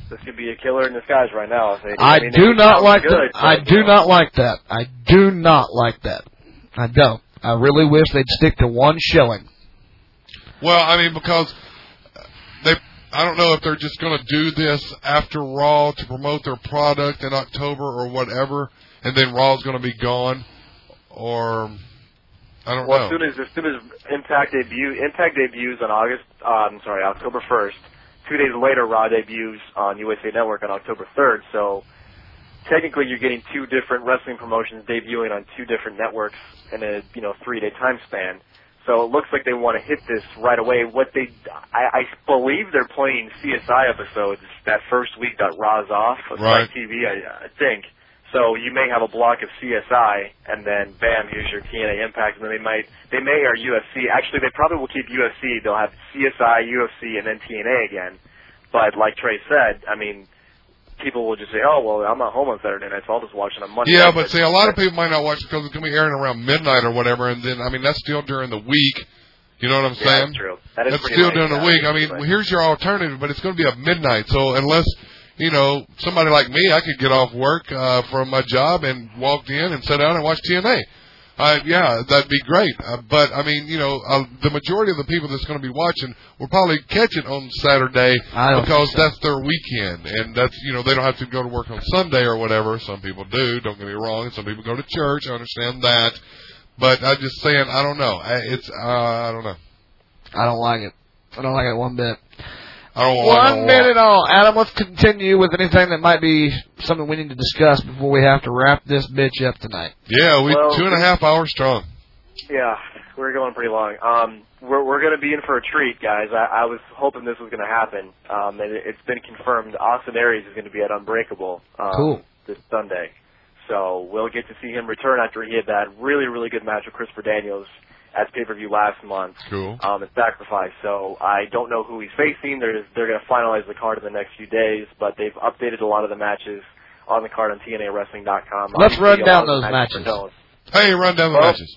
This could be a killer in disguise right now. If they, I mean, do they not sound like good, that. but, I you do know, not like that. I do not like that. I don't. I really wish they'd stick to one showing. Well, I mean, because they, I don't know if they're just going to do this after Raw to promote their product in October or whatever, and then Raw's going to be gone, or I don't Well, as know. soon as as soon as Impact debut Impact debuts on August, um, sorry, October first. Two days later, Raw debuts on USA Network on October third. So technically, you're getting two different wrestling promotions debuting on two different networks in a you know three day time span. So it looks like they want to hit this right away. What they, I, I believe they're playing CSI episodes that first week that Raw's off on Right. TV, I, I think. So you may have a block of CSI, and then bam, here's your TNA Impact, and then they might, they may air UFC. Actually, they probably will keep UFC. They'll have CSI, UFC, and then TNA again. But like Trey said, I mean, people will just say, oh well, I'm not home on Saturday night, so I'll just watch it on Monday. Yeah, night. but see, a lot of people might not watch because it's going to be airing around midnight or whatever, and then I mean that's still during the week. You know what I'm Yeah, saying? that's true. That is That's pretty still late, during the yeah, week. I that's mean, pretty late. here's your alternative, but it's going to be at midnight. So unless you know somebody like me, I could get off work uh, from my job and walked in and sat down and watched TNA. Uh, yeah, that'd be great. Uh, but I mean, you know, uh, the majority of the people that's going to be watching will probably catch it on Saturday I don't because think so. that's their weekend, and that's you know they don't have to go to work on Sunday or whatever. Some people do. Don't get me wrong. Some people go to church. I understand that, but I'm just saying. I don't know. I, it's uh, I don't know. I don't like it. I don't like it one bit. I don't like it One a bit lot. at all. Adam, let's continue with anything that might be something we need to discuss before we have to wrap this bitch up tonight. Yeah, we Well, two and a half hours strong. Yeah, we're going pretty long. Um, we're we're going to be in for a treat, guys. I, I was hoping this was going to happen, um, and it, it's been confirmed. Austin Aries is going to be at Unbreakable um, Cool. this Sunday, so we'll get to see him return after he had that really really good match with Christopher Daniels at pay per view last month Cool. um, at Sacrifice. So I don't know who he's facing. They're they're going to finalize the card in the next few days, but they've updated a lot of the matches on the card on TNAWrestling.com. Let's Obviously, run a lot down of the those were matches. known. Hey, run down the Well, matches.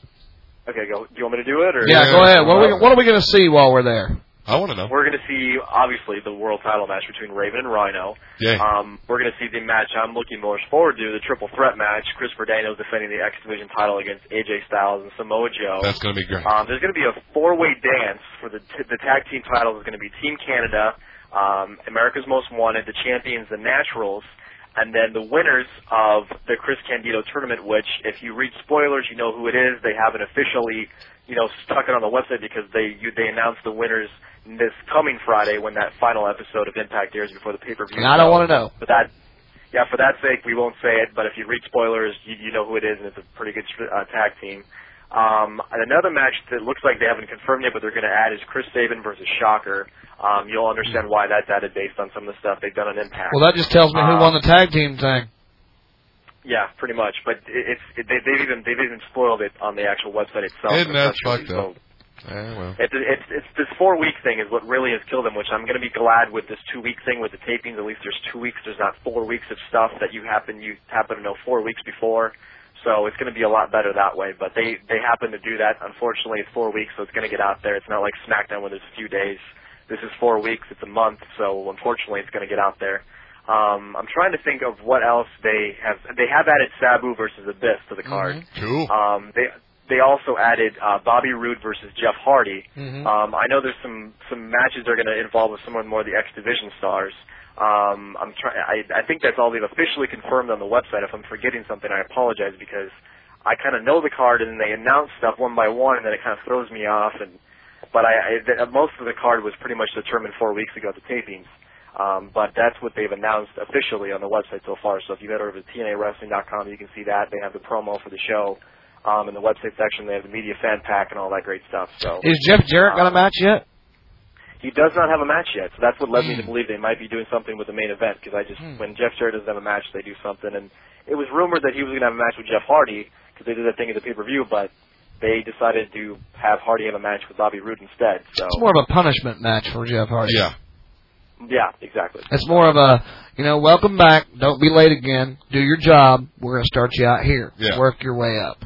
Okay, go. Do you want me to do it or? Uh, Yeah, go ahead. What are we, what are we going to see while we're there? I want to know. We're going to see, obviously, the world title match between Raven and Rhino. Yeah. Um, we're going to see the match I'm looking most forward to, the triple threat match, Christopher Daniels defending the X Division title against AJ Styles and Samoa Joe. That's going to be great. Um, there's going to be a four-way dance for the t- the tag team title. Is going to be Team Canada, um, America's Most Wanted, The Champions, The Naturals, and then the winners of the Chris Candido tournament, which if you read spoilers, you know who it is. They haven't officially, you know, stuck it on the website because they you, they announced the winners this coming Friday when that final episode of Impact airs before the pay per view. And I don't want to know. But that, yeah, for that sake, we won't say it. But if you read spoilers, you, you know who it is, and it's a pretty good uh, tag team. Um, and another match that looks like they haven't confirmed yet, but they're going to add is Chris Sabin versus Shocker. Um, you'll understand why that's added based on some of the stuff they've done on Impact. Well, that just tells me who Um, won the tag team thing. Yeah, pretty much. But it, it's it, they, they've even they've even spoiled it on the actual website itself. Isn't that fucked So up? Yeah, well. It's, it's it's this four week thing is what really has killed them, which I'm going to be glad with this two week thing with the tapings. At least there's two weeks. There's not four weeks of stuff that you happen you happen to know four weeks before. So it's going to be a lot better that way. But they they happen to do that. Unfortunately, it's four weeks, so it's going to get out there. It's not like SmackDown where there's a few days. This is four weeks. It's a month. So unfortunately, it's going to get out there. Um, I'm trying to think of what else they have. They have added Sabu versus Abyss to the card. Cool. Uh, Um, they they also added uh, Bobby Roode versus Jeff Hardy. Mhm. Mm-hmm. uh, Um, I know there's some some matches they're going to involve with some of the more of the X Division stars. Um, I'm trying. I think that's all they've officially confirmed on the website. If I'm forgetting something, I apologize because I kind of know the card and then they announce stuff one by one and then it kind of throws me off. And but I, I the, most of the card was pretty much determined four weeks ago at the tapings. Um, but that's what they've announced officially on the website so far. So if you head over to TNAWrestling.com, you can see that they have the promo for the show. Um, in the website section, they have the media fan pack and all that great stuff. So Is Jeff Jarrett got a match yet? he does not have a match yet, so that's what led Hmm. me to believe they might be doing something with the main event. Because I just, when Jeff Jarrett doesn't have a match, they do something, and it was rumored that he was going to have a match with Jeff Hardy because they did that thing at the pay per view, but they decided to have Hardy have a match with Bobby Roode instead. So It's more of a punishment match for Jeff Hardy. Yeah. yeah, exactly. It's more of a, you know, welcome back. Don't be late again. Do your job. We're gonna start you out here. Yeah. Work your way up.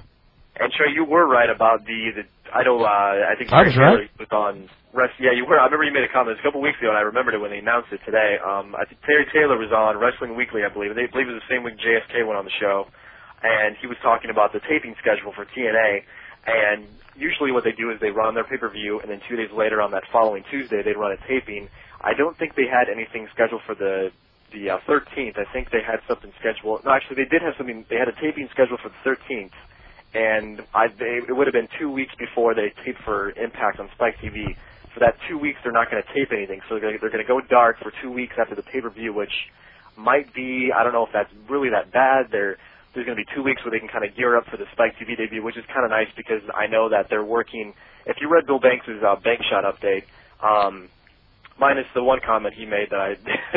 And Trey, you were right about the the I know uh, I think I was Terry right. Taylor was on rest. Yeah, you were. I remember you made a comment a couple weeks ago, and I remembered it when they announced it today. Um, I think Terry Taylor was on Wrestling Weekly, I believe. and They I believe it was the same week JFK went on the show, and he was talking about the taping schedule for TNA. And usually, what they do is they run their pay per view, and then two days later on that following Tuesday, they run a taping. I don't think they had anything scheduled for the the uh, 13th. I think they had something scheduled. No, actually, they did have something. They had a taping scheduled for the 13th and I, they, it would have been two weeks before they taped for Impact on Spike TV. For that two weeks, they're not going to tape anything, so they're, they're going to go dark for two weeks after the pay per view, which might be I don't know if that's really that bad. There, there's going to be two weeks where they can kind of gear up for the Spike TV debut, which is kind of nice because I know that they're working. If you read Bill Banks' uh, bank shot update, um, minus the one comment he made that I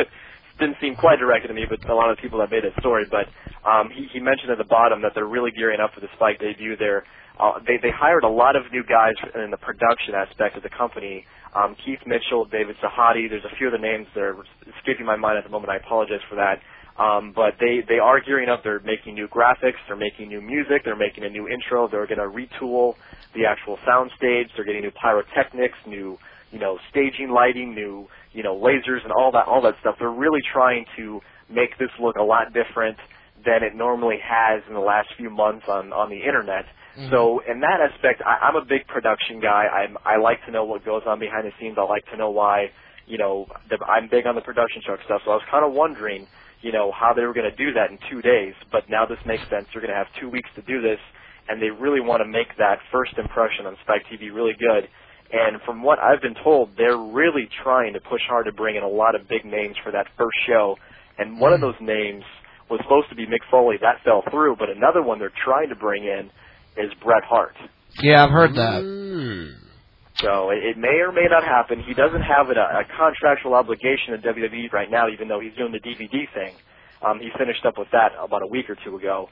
didn't seem quite directed at me, but a lot of people that made that story. But um, he, he mentioned at the bottom that they're really gearing up for the Spike debut. There, uh, they they hired a lot of new guys in the production aspect of the company. Um, Keith Mitchell, David Sahadi. There's a few other names that are escaping my mind at the moment. I apologize for that. Um, but they they are gearing up. They're making new graphics. They're making new music. They're making a new intro. They're going to retool the actual soundstage. They're getting new pyrotechnics, new you know staging lighting, new you know lasers and all that all that stuff. They're really trying to make this look a lot different than it normally has in the last few months on on the internet. So in that aspect, I, I'm a big production guy. I'm I like to know what goes on behind the scenes. I like to know why you know the, I'm big on the production truck stuff. So I was kind of wondering you know how they were going to do that in two days, but now this makes sense. They're going to have two weeks to do this, and they really want to make that first impression on Spike TV really good. And from what I've been told, they're really trying to push hard to bring in a lot of big names for that first show. And one of those names was supposed to be Mick Foley. That fell through. But another one they're trying to bring in is Bret Hart. Yeah, I've heard that. Mm. So it, it may or may not happen. He doesn't have a, a contractual obligation to WWE E right now, even though he's doing the DVD thing. Um, he finished up with that about a week or two ago.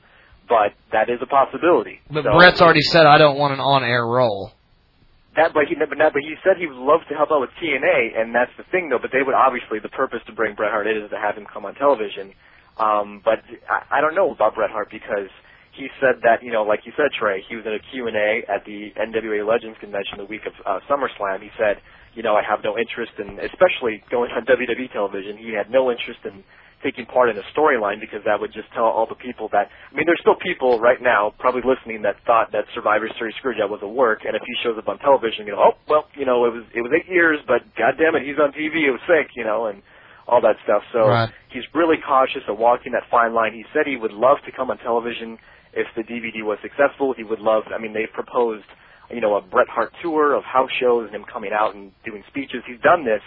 But that is a possibility. But So- Brett's already said I don't want an on-air role. That, but he, but, not, but he said he would love to help out with TNA, and that's the thing though. But they would obviously the purpose to bring Bret Hart in is to have him come on television. Um, but I, I don't know about Bret Hart because he said that you know, like you said, Trey, he was in a Q and A at the NWA Legends convention the week of uh, SummerSlam. He E said, you know, I have no interest in, especially going on WWE television. He had no interest in taking part in a storyline because that would just tell all the people that I mean there's still people right now probably listening that thought that Survivor Series Screwjob was a work and if he shows up on television you know oh well you know it was it was eight years but god damn it he's on TV it was sick you know and all that stuff so Right. he's really cautious of walking that fine line he said he would love to come on television if the DVD was successful he would love I mean they proposed you know a Bret Hart tour of house shows and him coming out and doing speeches he's done this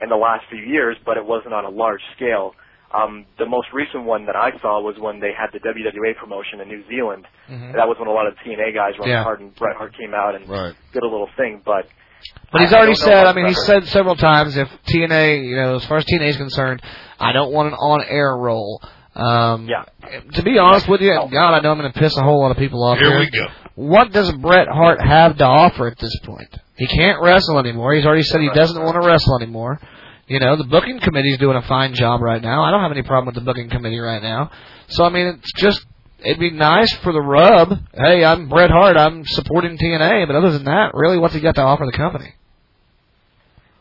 in the last few years, but it wasn't on a large scale. Um, the most recent one that I saw was when they had the WWA promotion in New Zealand. That was when a lot of TNA guys, Ron Yeah. Hart and Bret Hart, came out and Right. did a little thing. But But he's I- I already don't know said. about I mean, he's Bret said several times. If TNA, you know, as far as TNA is concerned, I don't want an on-air role. Um, yeah. To be honest with you, Oh. and God, I know I'm going to piss a whole lot of people off. Here Here we go. What does Bret Hart have to offer at this point? He can't wrestle anymore. He's already said he doesn't want to wrestle anymore. You know, the booking committee's doing a fine job right now. I don't have any problem with the booking committee right now. So I mean, it's just it'd be nice for the rub. Hey, I'm Bret Hart. I'm supporting TNA. But other than that, really, what's he got to offer the company?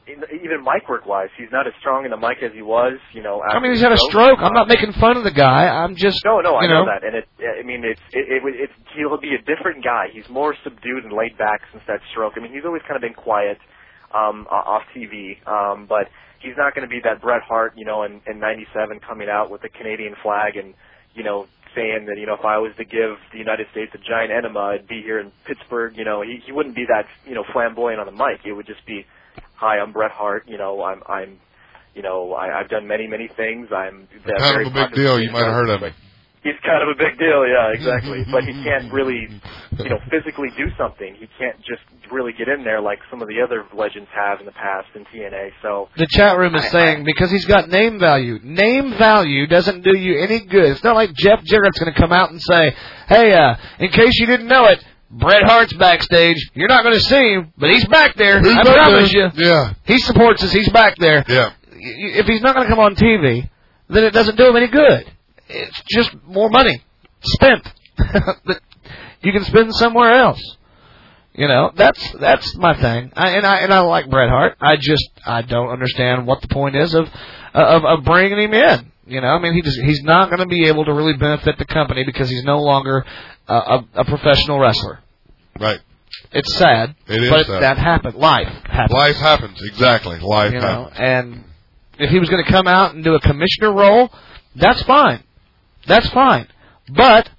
in- even mic work wise, he's not as strong in the mic as he was. You know, after I mean, he's the had a stroke. stroke. I'm not making fun of the guy. I'm just No, no, I you know, know, that, and it. I mean, it's it, it, would- it's he'll be a different guy. He's more subdued and laid back since that stroke. I mean, he's always kind of been quiet um, o- off TV, um, but he's not going to be that Bret Hart, you know, in, in '97 coming out with the Canadian flag and you know saying that you know if I was to give the United States a giant enema, I'd be here in Pittsburgh. You know, he he wouldn't be that you know flamboyant on the mic. It would just be, hi, I'm Bret Hart. You know, I'm I'm. You know, I, I've done many, many things. I'm Kind very of a big deal. You might have heard of him. he's kind of a big deal, yeah, exactly. but he can't really, you know, physically do something. He can't just really get in there like some of the other legends have in the past in TNA. So The chat room is saying because he's got name value. Name value doesn't do you any good. It's not like Jeff Jarrett's going to come out and say, "Hey, uh, in case you didn't know it, Bret Hart's backstage. You're not going to see him, but he's back there. He's I back promise there. you. Yeah. He supports us. He's back there. Yeah. Y- y- If he's not going to come on TV, then it doesn't do him any good. It's just more money spent that you can spend somewhere else. You know, that's that's my thing, I, and I and I like Bret Hart. I just I don't understand what the point is of of, of bringing him in. You know, I mean, he just he's not going to be able to really benefit the company because he's no longer a, a, a professional wrestler. Right. It's sad, It is but sad. that happened. Life happened. Life happens. Exactly. Life you know, happens. and if he was going to come out and do a commissioner role, that's fine. That's fine. But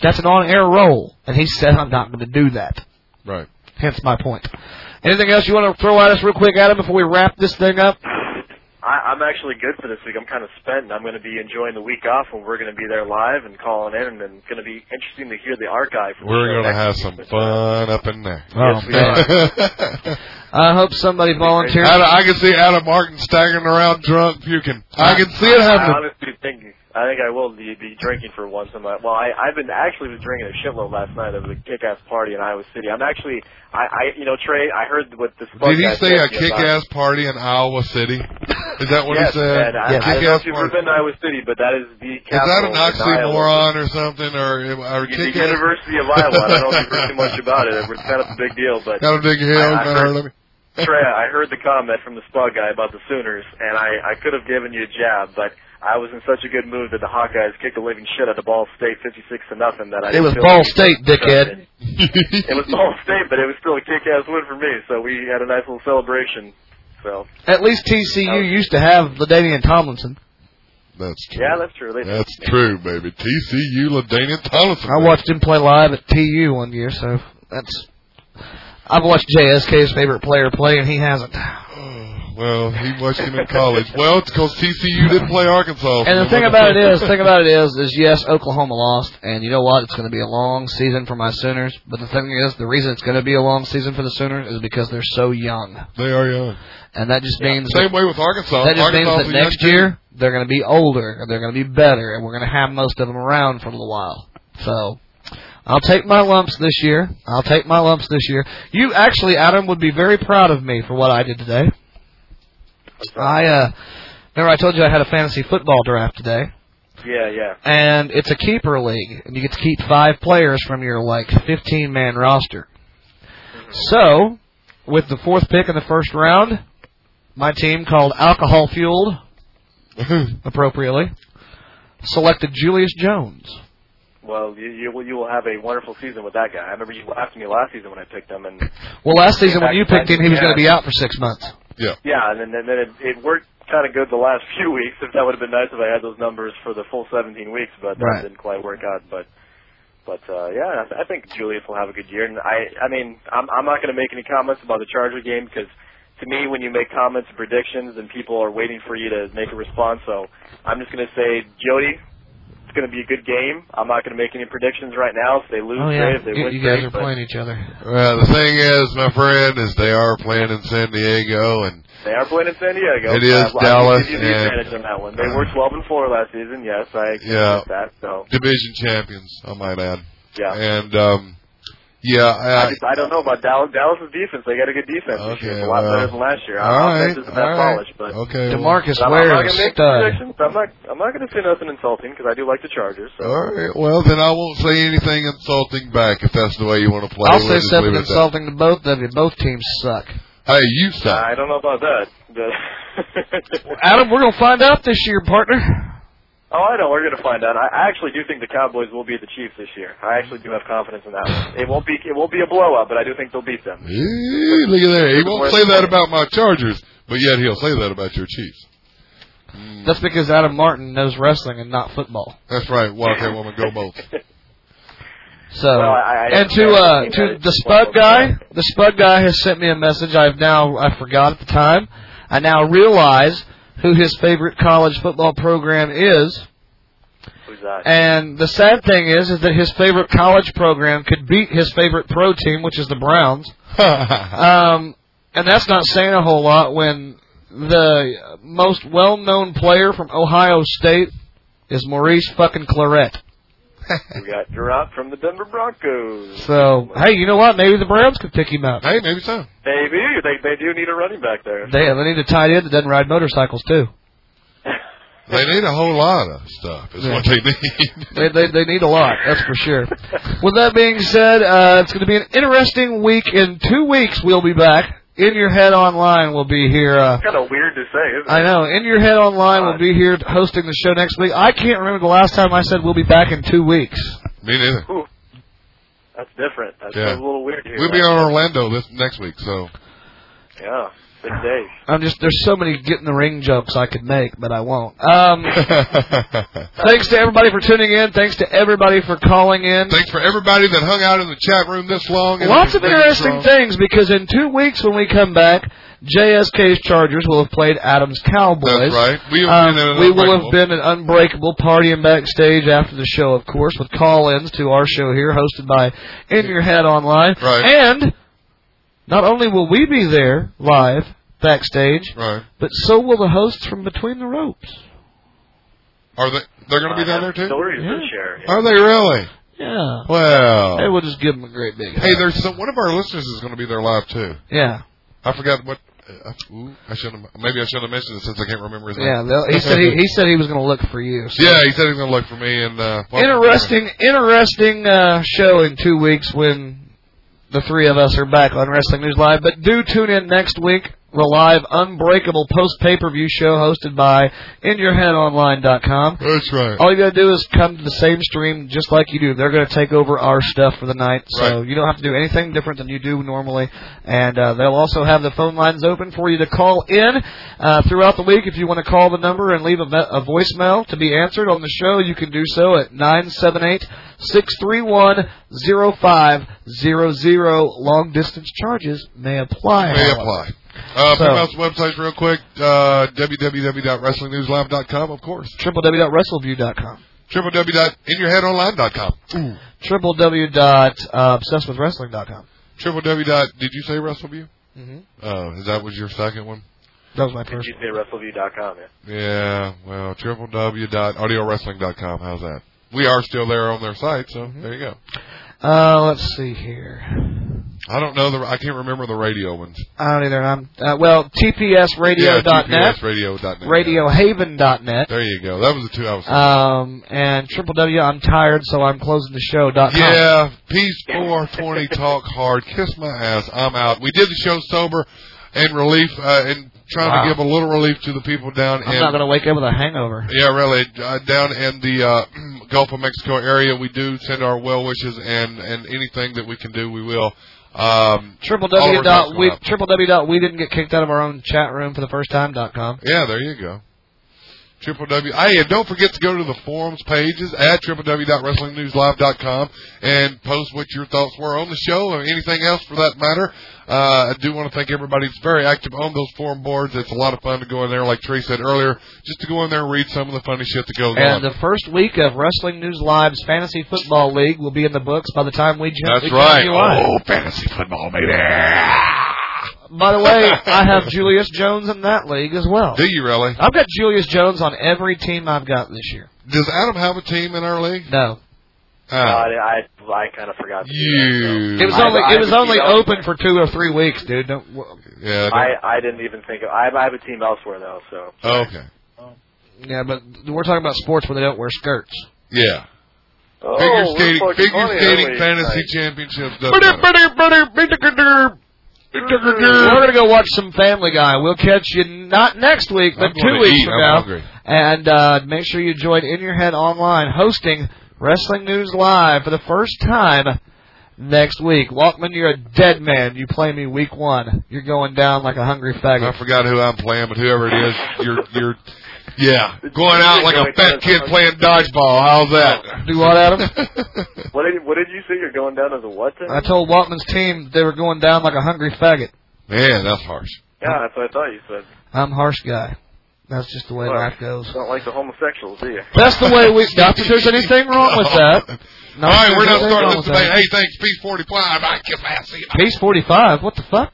that's an on-air role, and he said, "I'm not going to do that." Right. Hence my point. Anything else you want to throw at us real quick, Adam, before we wrap this thing up? I, I'm actually good for this week. I'm kind of spent, and I'm going to be enjoying the week off, and we're going to be there live and calling in, and it's going to be interesting to hear the archive. For We're gonna the show next have week. some fun up in there. Oh, Yes, we man. I hope somebody volunteers. Adam, I can see Adam Martin staggering around drunk, puking. I can see it I happening. honestly think I think I will be, be drinking for once in my. Well, I I've been actually was drinking a shitload last night. There was a kick-ass party in Iowa City. I'm actually I I you know Trey I heard what this. Did bug he guy say a said to me about- kick-ass party in Iowa City? Is that what yes, he said? man. I, I don't know Kick-ass if you've ever party. been to Iowa City, but that is the Is capital. that an of Iowa. oxymoron or something? Or, or The kick-ass? University of Iowa. I don't know if you've heard too much about it. It's kind of a big deal, but Got a big hill. I- I Got a heard- hurt of me. Trey, I heard the comment from the Spud guy about the Sooners, and I, I could have given you a jab, but I was in such a good mood that the Hawkeyes kicked the living shit out of Ball State, fifty-six to nothing. That I It didn't was feel like- Ball State, dickhead. It was Ball State, but it was still a kick-ass win for me. So we had a nice little celebration. So At least TCU used to have Ladainian Tomlinson. That's true. yeah, that's true. They- That's true, baby. TCU LaDainian Thompson. I watched him play live at TU one year, so that's. I've watched JSK's favorite player play, and he hasn't. Mm, Well, he watched him in college. Well, it's because TCU didn't play Arkansas. And the thing about it is, the thing about it is, is yes, Oklahoma lost, and you know what? It's going to be a long season for my Sooners. But the thing is, the reason it's going to be a long season for the Sooners is because they're so young, they are young. and that just means Same way with Arkansas. That just Arkansas means is a that young next team. year they're going to be older, and they're going to be better, and we're going to have most of them around for a little while. So, I'll take my lumps this year. I'll take my lumps this year. You actually, Adam, would be very proud of me for what I did today. I uh, remember I told you I had a fantasy football draft today yeah, yeah. and it's a keeper league, and you get to keep five players from your like 15 man roster. So, with the fourth pick in the first round, my team called Alcohol Fueled appropriately, selected Julius Jones. Well, you, you will you will have a wonderful season with that guy. I remember you laughed at me last season when I picked him, and Well, last season when you picked him, he was going to be Yeah. out for six months. Yeah. Yeah, and then, and then it, it worked kind of good the last few weeks. If that would have been nice if I had those numbers for the full 17 weeks, but that Right. didn't quite work out. But but uh, yeah, I, th- I think Julius will have a good year. And I I mean I'm I'm not going to make any comments about the Charger game because to me when you make comments and predictions, then people are waiting for you to make a response. So I'm just going to say Jody. It's going to be a good game. I'm not going to make any predictions right now. If they lose, great. If they Oh, you, win, you guys great. are But playing each other. Well, the thing is, my friend, is they are playing in San Diego, and They are playing in San Diego. Uh, It is I- I will Dallas give you the and- uh, advantage on that one. They were 12 and 4 last season. Yes, I Yeah. get that. So division champions, I might add. Yeah. And um, yeah, I, I, just, I don't know about Dallas. Dallas's defense. They got a good defense this Okay, year, a lot well. better than last year. Our All offense right, isn't that all right. polished, but Okay, well- DeMarcus But I'm, Ware I'm not is gonna make stud. predictions. I'm not. I'm not going to say nothing insulting because I do like the Chargers. So. all right. Well, then I won't say anything insulting back if that's the way you want to play. I'll We'll say just leave something it at that. insulting to both of you. Both teams suck. Hey, you suck. I don't know about that. But Adam, we're going to find out this year, partner. oh, I know. We're going to find out. I, I actually do think the Cowboys will beat the Chiefs this year. I actually do have confidence in that. One. It won't be. It won't be a blowout, but I do think they'll beat them. Eee, look at there. He won't Worth say that it. about my Chargers, but yet he'll say that about your Chiefs. That's because Adam Martin knows wrestling and not football. That's right. Wildcat woman, go Bolts. So Well, I- I- and to I uh, think to that the is Spud what- guy, the Spud guy has sent me a message. I've now I forgot at the time. I now realize who his favorite college football program is. Who's that? And the sad thing is, is that his favorite college program could beat his favorite pro team, which is the Browns. um, and that's not saying a whole lot when the most well-known player from Ohio State is Maurice fucking Claret. we got dropped from the Denver Broncos. So hey, you know what? Maybe the Browns could pick him up. Hey, maybe so. Maybe they they do need a running back there. They they need a tight end that doesn't ride motorcycles too. They need a whole lot of stuff. Is what they need. They, they they need a lot, that's for sure. With that being said, uh, it's going to be an interesting week. In two weeks, we'll be back. In your head online, will be here. Uh, Kind of weird to say, isn't it? I know. In your head online, will be here hosting the show next week. I can't remember the last time I said we'll be back in two weeks. Me neither. Ooh, that's different. That's Yeah. a little weird here. We'll be on Orlando this next week, so Yeah, six days. I'm just there's so many get in the ring jokes I could make, but I won't. Um, thanks to everybody for tuning in. Thanks to everybody for calling in. thanks for everybody that hung out in the chat room this long. and Lots of everything interesting strong. things because in two weeks when we come back, JSK's Chargers will have played Adams Cowboys. That's right. We have Um, been at an we will have Unbreakable. been an unbreakable party and backstage after the show, of course, with call-ins to our show here, hosted by In Your Head Online. Right. And not only will we be there live backstage, Right. but so will the hosts from Between the Ropes. Are they? They're going to be I down there have too. Stories to share. Are they really? Yeah. Well, Hey, we'll just give them a great big. hey, there's some, one of our listeners is going to be there live too. Yeah. I forgot what. Uh, ooh, I should have. Maybe I should have mentioned it since I can't remember his Yeah, name. they'll- he said he, he said he was going to look for you. so- yeah, he said he's going to look for me and. Uh, well, interesting, interesting uh, show in two weeks when the three of us are back on Wrestling News Live. But do tune in next week. we live unbreakable post pay per view show hosted by InYourHeadOnline.com. That's right. All you gotta do is come to the same stream just like you do. They're gonna take over our stuff for the night, so you don't have to do anything different than you do normally. And uh, they'll also have the phone lines open for you to call in uh, throughout the week. If you want to call the number and leave a, me- a voicemail to be answered on the show, you can do so at nine seven eight six three one zero five zero zero. Long distance charges may apply. May however. apply. Uh, So- Penthouse websites real quick. Uh, www.wrestlingnewslive.com, of course. www.wrestleview.com. www.inyourheadonline.com. Ooh. uh, www.obsessedwithwrestling.com. www. Did you say WrestleView? Mm-hmm. Oh, is that was your second one? That was my Did first. you say WrestleView.com? Yeah. Yeah. Well, www.audiowrestling.com. How's that? We are still there on their site, so there you go. Uh, let's see here. I don't know the. I can't remember the radio ones. I don't either. I'm uh, well tpsradio.net, Yeah, TPSradio.net. radiohaven.net, There you go. That was the two I was. um, and triple w. I'm tired, so I'm closing the show. Dot com. Yeah, peace 420, talk hard, kiss my ass, I'm out. We did the show sober. and relief uh, and trying Wow. to give a little relief to the people down I'm in not going to wake up with a hangover. yeah, really. Uh, down in the uh, Gulf of Mexico area, we do send our well wishes and and anything that we can do, we will. Um, Triple all of W our ducks dot in a we row. triple W dot we didn't get kicked out of our own chat room for the first time dot com. Yeah, there you go. Triple W. Hey, and don't forget to go to the forums pages at www.wrestlingnewslive.com and post what your thoughts were on the show or anything else for that matter. Uh, I do want to thank everybody that's very active on those forum boards. It's a lot of fun to go in there, like Trey said earlier, just to go in there and read some of the funny shit that goes on. And the first week of Wrestling News Live's Fantasy Football League will be in the books by the time we jump. That's we come right. to July. Oh, fantasy football, baby. By the way, I have Julius Jones in that league as well. Do you really? I've got Julius Jones on every team I've got this year. Does Adam have a team in our league? No. Oh. God, I I kind of forgot. to do that, so. It was I- only I it was have a only team open for two or three weeks, dude. Don't, w- Yeah. I I didn't even think of. I, I have a team elsewhere though, so Oh, okay. yeah, but we're talking about sports where they don't wear skirts. Yeah. Oh, figure we're skating, fucking figure funny, skating aren't we? fantasy Like- championships. does matter. We're gonna go watch some Family Guy. We'll catch you not next week, but I'm going two to weeks eat. from I'm now. hungry. And uh, make sure you join In Your Head Online hosting Wrestling News Live for the first time next week. Walkman, you're a dead man. You play me week one. You're going down like a hungry faggot. I forgot who I'm playing, but whoever it is, you're you're yeah going out like a fat kid playing dodgeball. How's that? Do what, Adam? What did what did you say? You're going down as a what? Then? I told Walkman's team they were going down like a hungry faggot. Man, that's harsh. Yeah, that's what I thought you said. I'm a harsh guy. That's just the way life goes. Don't like the homosexuals, do you? That's the way we. Not that there's anything wrong with that. All that right, we're there's not anything starting wrong this with debate. that. Hey, thanks. Peace forty five. I kiss ass. See you. Peace 45. What the fuck?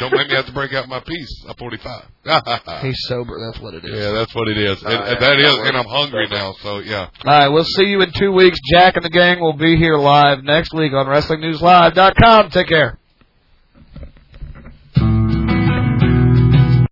Don't make me have to break out my piece. I'm forty five. yeah, He's sober. That's what it is. that's what it is. And, Uh, and that yeah, is, that and I'm works. hungry now. So yeah. All right, we'll see you in two weeks. Jack and the gang will be here live next week on WrestlingNewsLive.com. Take care.